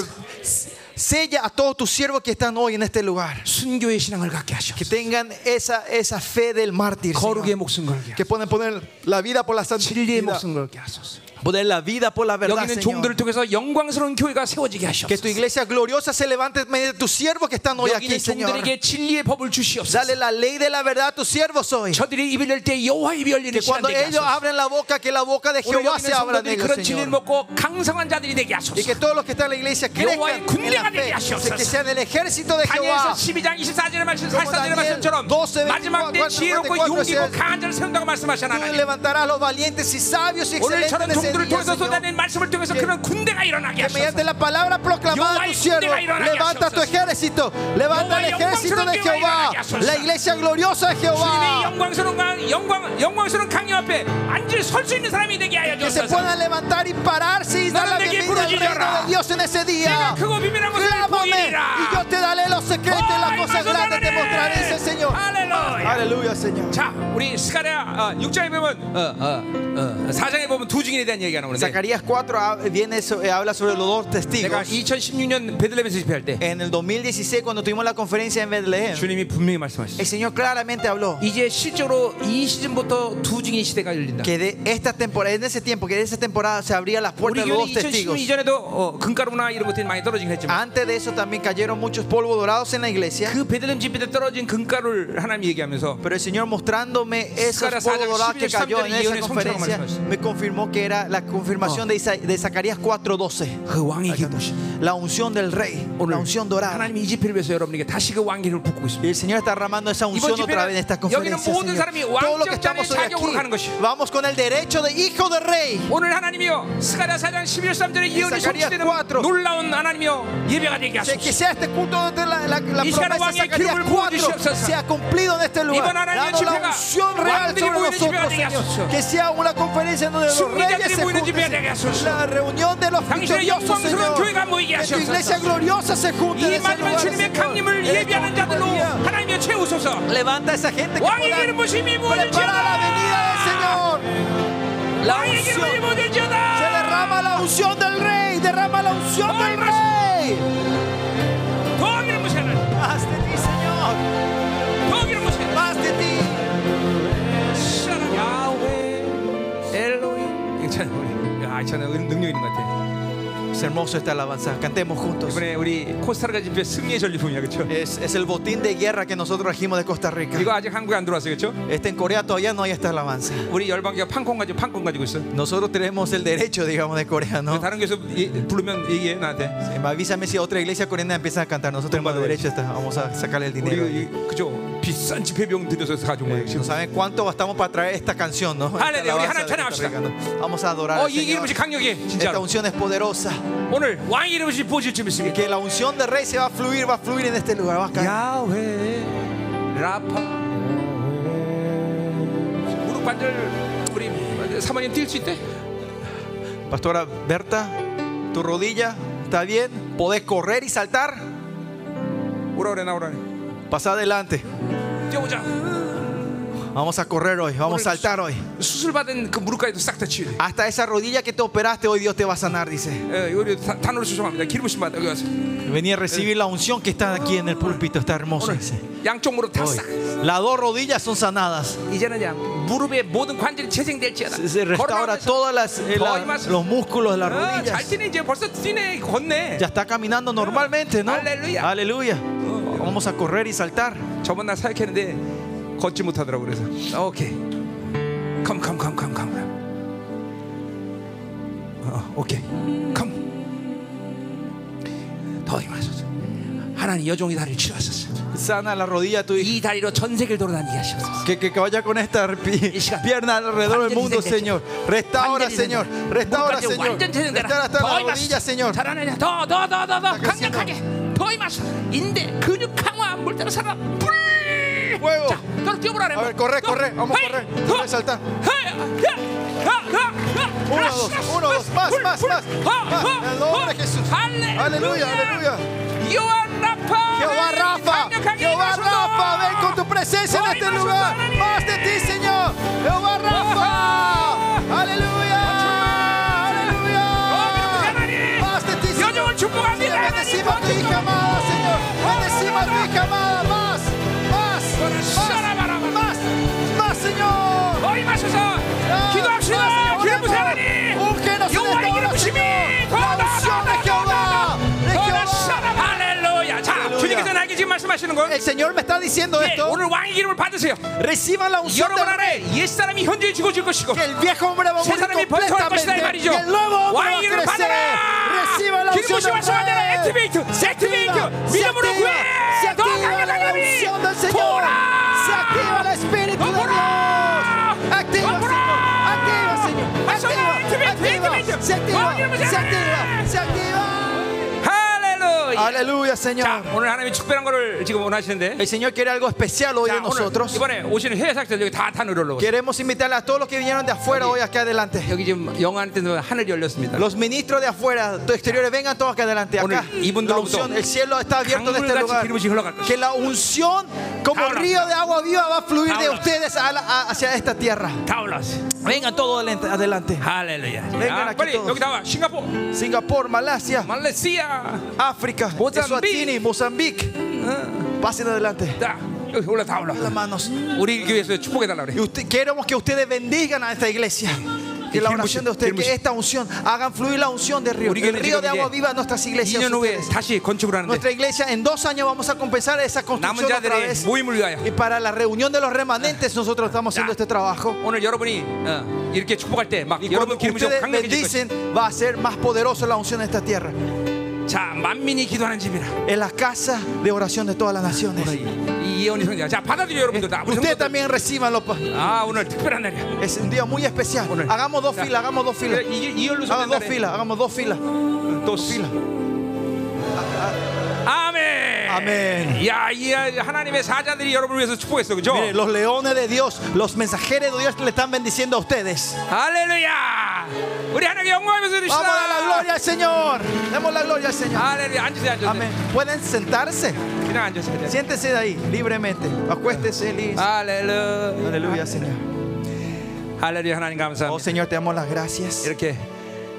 주시옵소서. sella a todos tus siervos que están hoy en este lugar. 순교의 신앙을 갖게 Que 하시옵소서. tengan esa, esa fe del mártir. Señor. 거룩의 목숨 걸게. Que puedan poner la vida por la 진리의 santidad. 목숨 걸게 하소서. Poder la vida por la 여기 verdad, 있는 Señor. 종들을 통해서 영광스러운 교회가 세워지게 Que tu 하시옵소서. iglesia gloriosa se levante en medio de tus siervos que están hoy 여기 aquí, 있는 Señor. 종들에게 진리의 법을 Dale 주시옵소서. la ley de la verdad a tus siervos hoy. 저들이 입을 열 때 여호와의 입이 열리는 Que 시간 cuando 되게 ellos 하소서. abren la boca, que la boca de 오늘 여기 Jehová 있는 se abra de 성도들이 ellos, 그런 진리를 Señor. 먹고 강성한 자들이 되게 Y que 하소서. todos los que están en la iglesia crezcan en la fe. Que sean el ejército de 다니엘서 Jehová. 12장 24절의 말씀, Como 44절의 Daniel 말씀처럼 12, 마지막 때 24, 지혜롭고 44, 용기고 44, 강한 자를 세운다고 말씀하신 Tú 하나님. levantarás los valientes y sabios y excelentes 오늘처럼 en ese 종들을 día, 통해서 Señor. 쏟아낸 말씀을 통해서 예. Que- 그런 군대가 일어나게 Que mediante 하소서. la palabra proclamada a tu siervo, levanta tu ejército, levanta el ejército de Jehová, la iglesia gloriosa de 주님의 Jehová. 영광스러운 강, 영광, 영광스러운 강림 앞에 앉을 설 수 있는 사람이 되게 하여 Que se 주옵소서. puedan levantar y pararse y dar la bienvenida al reino de Dios en ese 내가 día. 크고 비밀한 것을 Clávame y 보이리라. 어, yo te daré los secretos y las ¡Ay, más cosas grandes te grande! mostraré, dice el Señor. Aleluya. Aleluya, Señor. 자, 우리 스가랴 6장에 보면 어, 어, 어, 4장에 보면 두 증인에 대한 얘기가 나오는데 Zacarías 4 ha- viene, so- eh, habla sobre los dos 내가 testigos. 2016년 베들레헴에서 집회할 때 En el 2016, cuando tuvimos la conferencia en Bethlehem, 주님이 분명히 말씀하셨어요. el Señor claramente habló 이제 실제로 이 시즌부터 두 증인 시대가 열린다. que de esta temporada, en ese tiempo, que de esa temporada se abría las 우리 puertas de 교회 los dos testigos. 2016년 이전에도 어, 금가루나 이런 것들이 많이 떨어지긴 했지만 Antes de eso también cayeron muchos polvos dorados en la iglesia. 그 베들레헴 집회 때 떨어진 금가루를 하나님 얘기하면서 Pero el Señor mostrándome esos Escaras polvos Sagas, dorados que 11, cayó en 13, esa y conferencia, Conferencia. me confirmó que era la confirmación de, Isa- de Zacarías 4.12. 그 왕에게 보시 La unción del rey, la 오늘 unción dorada. 하나님 이 집회를 위해서 여러분에게 다시 그 왕기를 붓고 있습니다. Y el Señor está derramando esa unción 집회는 otra vez en estas conferencias. 여기는 모든 Señor. 사람이 Todo lo 왕적 que estamos hoy 자녀의 자격으로 가는 aquí, 것이요. vamos con el derecho de hijo de rey. 오늘 하나님이여 스가랴 사장 11월 3절에 예언이 사가랴 성취되는 4. 놀라운 하나님이여 예배가 되게 Que que 하소서 sea este culto donde la, la, la 이 시간에 promesa de 왕의 Zacarías 기름을 4 부어주시옵소서. sea cumplido en este 이번 lugar. 하나님의 Danos la 집회가 unción real 왕들이 sobre 모이는 집회가 nosotros, 되게 하소서. Señor. Que sea una conferencia donde los 승리자들이 reyes se 모이는 집회가 되게 junten. 하소서. La reunión de los 당신의 victoriosos, 영광스러운 Señor. 교회가 모이게 Que tu 하시옵소서. iglesia gloriosa se junte en 이 ese 마지막 lugar, 주님의 Señor. 강림을 En esta 예배하는 자들로 compañía. 하나님이여 채우소서 Levanta a esa gente que 왕의 pueda 기름 부심이 Prepara la venida del 무엇일지어다 Señor. 왕의 기름이 Se 무엇일지어다 derrama la unción del rey, derrama la unción del rey. 더 기름 부시하라 Más de ti, Señor, 더 기름 부시하라 más de ti. 야훼 엘로이 괜찮아 우리 야 괜찮아 우리 능력 있는 것 같아 Es hermoso esta alabanza, cantemos juntos. 이번에 우리 코스타리카 집회 승리의 전리품이야 그렇죠 Es, es el botín de guerra que nosotros trajimos de Costa Rica. 이거 아직 한국에 안 들어왔어요 그렇죠 Este en Corea todavía no hay esta alabanza. 우리 열방교가 판콘 가지고 판콘 가지고 있어 Nosotros tenemos el derecho, digamos, de Corea, ¿no? 다른 교수 부르면 얘기해 나한테 Eh, Avísame si otra iglesia coreana empieza a cantar. Nosotros tenemos el derecho, esta- vamos a sacarle el dinero. 우리 이- 그죠 비싼 집회비용 들여서 가져온 거예요 Eh, No 지금 saben cuánto gastamos para traer esta canción, ¿no? Esta Aleluya, alabanza de Costa Rica, ¿no? Vamos a adorar. al 어이 Señor. 기름이 강력해 Esta 진짜로 unción es poderosa. 오늘 왕의 이름이 보질 좀 있습니다 Que la unción del rey se va a fluir, va a fluir en este lugar. Va a caer. 야훼 라파 무릎 관절 우리 사모님 뛸 수 있대 Pastora Berta, tu rodilla está bien. Podés correr y saltar. 오라 그래 나오라 그래 Pasa adelante. 뛰어보자 Vamos a correr hoy, vamos a saltar hoy. 수술 받은 그 무릎까지도 싹 다 치유돼. Hasta esa rodilla que te operaste hoy Dios te va a sanar, dice. 예, 우리 다- 단으로 수정합니다. 기름부심 받아. 여기 와서. Venía a recibir la unción que está aquí en el púlpito, está hermoso, 오늘 dice. 양쪽 무릎 다 Hoy, 싹. las dos rodillas son sanadas. 이제는 양 무릎의 모든 관절이 재생될지어다. Se, se restaura 걸어가면서 todos las, eh, 더 la- 임하소서. los músculos de las 아, 잘 rodillas. 뛰네 이제 벌써 뛰네 걷네. Ah, Ya está caminando normalmente, ¿no? Aleluya. Aleluya. Vamos a correr y saltar. 저번 날 사역했는데 걷지 못하더라고 그래서. 아, 오케이. 컴컴컴컴컴. 어, 오케이. 컴. 더 임하소서. 하나님 여종이 다리를 치료하셨어요. Sana la rodilla de tu hijo. 이 다리로 전 세계를 돌아다니게 하셨어요. Que, que, que vaya con esta pi- Ishga. pierna alrededor del mundo, Evangelizate. Señor. Restaura, Señor. Restaura, Señor. 완전 재생되라. Restaura hasta 더 la 임하소서. rodilla, Señor. 잘하느냐 더더더더더 하시노. 강력하게 더 임하소 인대 근육 강화 물대로 살아 불 Fuego. 자, 더 뛰어보라 그래. A ver, corre, 더, corre, vamos a 헤이, correr, 더, corre, salta. 헤이, 헤이, 하, 하, 하, Uno, 라스, dos, 라스, uno, dos, 라스, más, 불, más, 불. más, 하, 하, más. En el nombre de 하. Jesús. 할렐루야. Ah, Aleluya, aleluya. 요한 라파 Jehová Rafa, 강력하게 Jehová 임하소서. Rafa, ven con tu presencia en Hoy este más lugar. unción, Más de ti, Señor. Jehová Rafa. Aleluya. Aleluya. 하나님. Más de ti, Señor. 여정을 축복합니다. Señor, Bendecimos a tu hija amada, Señor. Bendecimos a tu hija amada. Más, más, más, más, más, Señor. 더 임하소서 Más, 기도합시다 más, 기름 부세 Señor. 하나님 Úngenos, 하나님께서 gloria. 나에게 지금 말씀하시는 건 El Señor me está diciendo 예, esto. 오늘 왕의 기름을 받으세요. Reciban la unción 여러분 del rey. 안에 옛사람이 현저히 죽어질 것이고 Que el viejo hombre va a 새 morir 사람이 번성할 것이다 이 completamente. 말이죠. Que el nuevo hombre va a 왕위를 crecer. 받아라. Reciban la 기름 unción 부심 del 말씀 받아라. rey. 액티베이트, Se 액티베이트. activa, se 믿음으로 activa, 구해. se 더 activa 강력한 la 힘이 unción del Señor. Se 돌아. activa el Espíritu de Dios. Activa, ¡Vamos! Señor. Activa, Señor. ¡Vamos! Activa, ¡Activate, activa. activate! Se activa, ¡Vamos, se Señor! activa, se activa. 할렐루야. Aleluya, Señor. 자, 오늘 하나님이 특별한 거를 지금 원하시는데. El Señor quiere algo especial hoy 자, de 오늘 nosotros. 이번에 오시는 해외 사역자들 여기 다 단으로 올라오세요. Queremos invitarle a todos los que vinieron de afuera hoy acá adelante. 여기 지금 영안 때는 하늘이 열렸습니다. Los ministros de afuera, de exteriores, vengan todos acá adelante. Acá, 오늘 이분들로부터 la unción, el cielo está abierto de este 강물같이 lugar. 기름이 흘러갈 것이다. Que la unción, como Ahora. río de agua viva, va a fluir de Ahora. ustedes a la- a- hacia esta tierra. 다 올라왔어요. Vengan todos adelante- adelante. 할렐루야. Vengan 아, aquí 빨리 todos. 여기 나와. 싱가포르, Singapur, Malasia, 말레이시아. África, Mozambique. Ah. Eswatini, Mozambique. 응. Pasen adelante. 자, 여기 올라 다 올라. Las manos. 우리 교회에서 축복해 달라 Y 그래. usted- queremos que ustedes bendigan a esta iglesia. Que la Queremos- oración de ustedes, queremos- que esta unción, hagan fluir la unción del río. Uri- El río de agua Uri- viva en nuestras iglesias. 2년 후에 ustedes. 다시 건축을 하는데 Nuestra iglesia en dos años vamos a compensar esa 남은 construcción otra 자들의 vez. 모임을 위하여 Y para la reunión de los remanentes nosotros estamos haciendo este trabajo. 오늘 여러분이 어, 이렇게 축복할 때 막 Y cuando 여러분 기름이 좀 ustedes 강력해질 것이. bendicen, va a ser más poderosa la unción en esta tierra. 자, 만민이 기도하는 집이라. En la casa de oración de todas las naciones. 오늘 이, 이 예언이 성자. 자, 받아들여 여러분들 다. 우리 Ustedes 성도들. también reciban los... 아, 오늘 특별한 날이야. Es un día muy especial. Hagamos dos Ya. filas, hagamos dos filas. 그래, 이게 이열로 Hagamos 성장 dos filas, hagamos dos filas. 또 Fila. 아멘. 아멘. 야, 이 하나님의 사자들이 여러분을 위해서 축복했어. 그죠? Mire, los leones de Dios, los mensajeros de Dios le están bendiciendo a ustedes. 할렐루야. 우리 하나님께 영광하면서 Vamos a dar la 드립시다. gloria al Señor. Demos la gloria al Señor. 할렐루야. 앉으세요. 앉으세요. Amén. ¿Pueden sentarse? 그냥 앉으세요. 그냥. Siéntese de ahí, libremente. Acuéstese, libre. 할렐루야. Aleluya, Señor. 할렐루야. 하나님 Oh, 감사합니다. Señor, te damos las gracias. 이렇게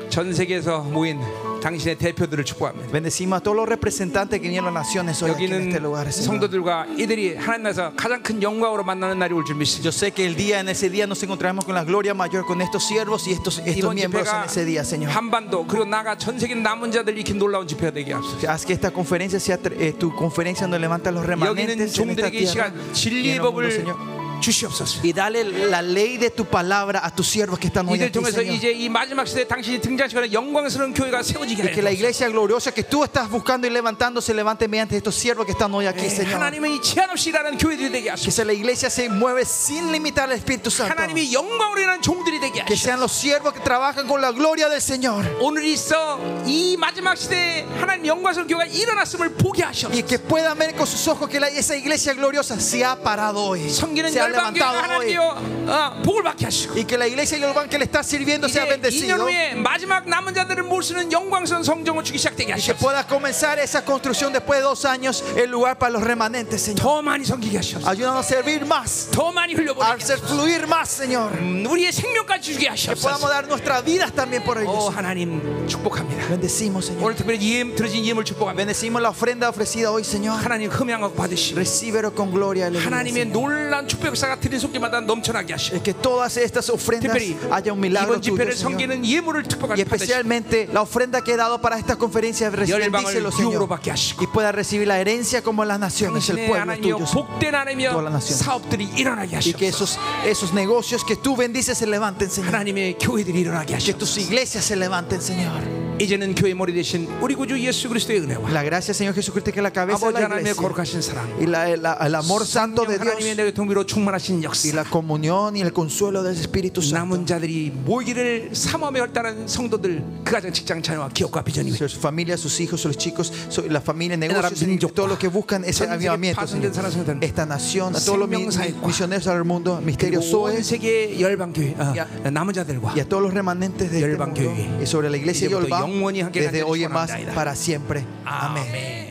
전 세계에서 모인 당신의 대표들을 축복합니다. Bendecimos a todos los representantes que vinieron a las naciones hoy aquí en este 여기는 lugar, Señor. 성도들과 이들이 하나님 나라에서 가장 큰 영광으로 만나는 날이 올 줄 믿습니다. Yo sé que el día, en ese día nos encontraremos con la gloria mayor, con estos siervos y estos, estos 이번 miembros en 집회가 ese día, Señor. 한반도 그리고 나가 전 세계 남은 자들 이킨 놀라운 집회가 되게 하소서. Haz que esta conferencia sea eh, tu conferencia donde levanta los 여기는 remanentes en esta 종들에게 이 tierra 시간 y en 진리의 el mundo, 법을 Señor. 주시옵소서. Y dale la ley de tu palabra a tus siervos que están hoy 이들 aquí, 통해서 Señor. 이제 이 마지막 시대에 당신이 등장시키는 영광스러운 교회가 세워지게 Que la 하여 iglesia gloriosa que tú estás buscando y levantando se levante mediante estos siervos que están hoy aquí, 주옵소서. Señor. 하나님은 이 제한 없이 일하는 교회들이 되게 Que 하소서. sea la iglesia se mueve sin limitar al Espíritu Santo. 하나님이 영광으로 일하는 종들이 되게 Que 하소서. sean los siervos que trabajan con la gloria del Señor. 오늘 있어 이 마지막 시대에 하나님 영광스러운 교회가 일어났음을 보게 Y 하시옵소서. que puedan ver con sus ojos que la- esa iglesia gloriosa se ha parado hoy. 섬기는 Se ha 열방 교회가 levantado hoy. 하나님이여 어, 복을 받게 하시고 Y que la iglesia y el banco que le está sirviendo sea 이제 2년 bendecido. 후에 마지막 남은 자들을 모시는 영광스러운 성정을 주기 시작되게 Y que 하시옵소서. pueda comenzar esa construcción después de dos años, el lugar para los remanentes, Señor. 더 많이 섬기게 하시옵소서. Ayúdanos a servir más. 더 많이 a 흘려보내게 hacer fluir más, Señor. 음, 우리의 생명까지 주게 Que 하시옵소서. podamos dar nuestras vidas también por 오 ellos. 하나님 축복합니다. Bendecimos, Señor. 오늘 특별히 예임 들어진 예임을 축복합니다. Bendecimos la ofrenda ofrecida hoy, Señor. 하나님 흠양하고 받으시고 Recíbelo con gloria. aleluya, 하나님의 Señor. 놀란 축복 역사가 드린 속기마다 넘쳐나게 하시고 Es que todas estas ofrendas 특별히 haya un milagro 이번 tuyo, 집회를 Señor. 섬기는 예물을 Y 특별하게 받으시고 especialmente la ofrenda que he dado para esta conferencia, 열방을 bendícelo, 유으로 Señor. 받게 하시고 Y pueda recibir la herencia como las naciones, el 당신의 pueblo 하나님이여 tuyo. Señor. 복된 todas 하나님이여 las naciones. 사업들이 일어나게 Y que 하시옵소서 esos, esos negocios que tú bendices se levanten, Señor. 하나님의 교회들이 일어나게 Que tus 하시옵소서 iglesias se levanten, Señor. 이제는 교회 머리 대신 우리 구주 예수 그리스도의 은혜와 La gracia, Señor Jesucristo, que la cabeza de 아버지 la 하나님의 iglesia. 거룩하신 사랑 y la- la- el amor santo de 하나님의 내 Dios 동비로 충만하신 y 역사 la comunión y el consuelo del Espíritu Santo. 남은 자들이 모이기를 삼엄에 헐다는 성도들 그 가정 직장 자녀와 기업과 비전이 위해 Sus familias, sus hijos, sus chicos, su- la familia, negocios, 민족과 todo lo que buscan ese 전 세계 avivamiento. 파손된 Señor. 사람들은 Esta nación, a todos los mi- 생명사역과 misioneros al mundo, misterio 온 Zoe 세계 열방 교회 어, 야. 남은 자들과 y a todos los remanentes de este 열방 mundo 교회. y sobre la iglesia de 이제부터 Yolba 영원히 함께 desde 간절히 hoy en más 소원합니다. para siempre. Amén. 아멘.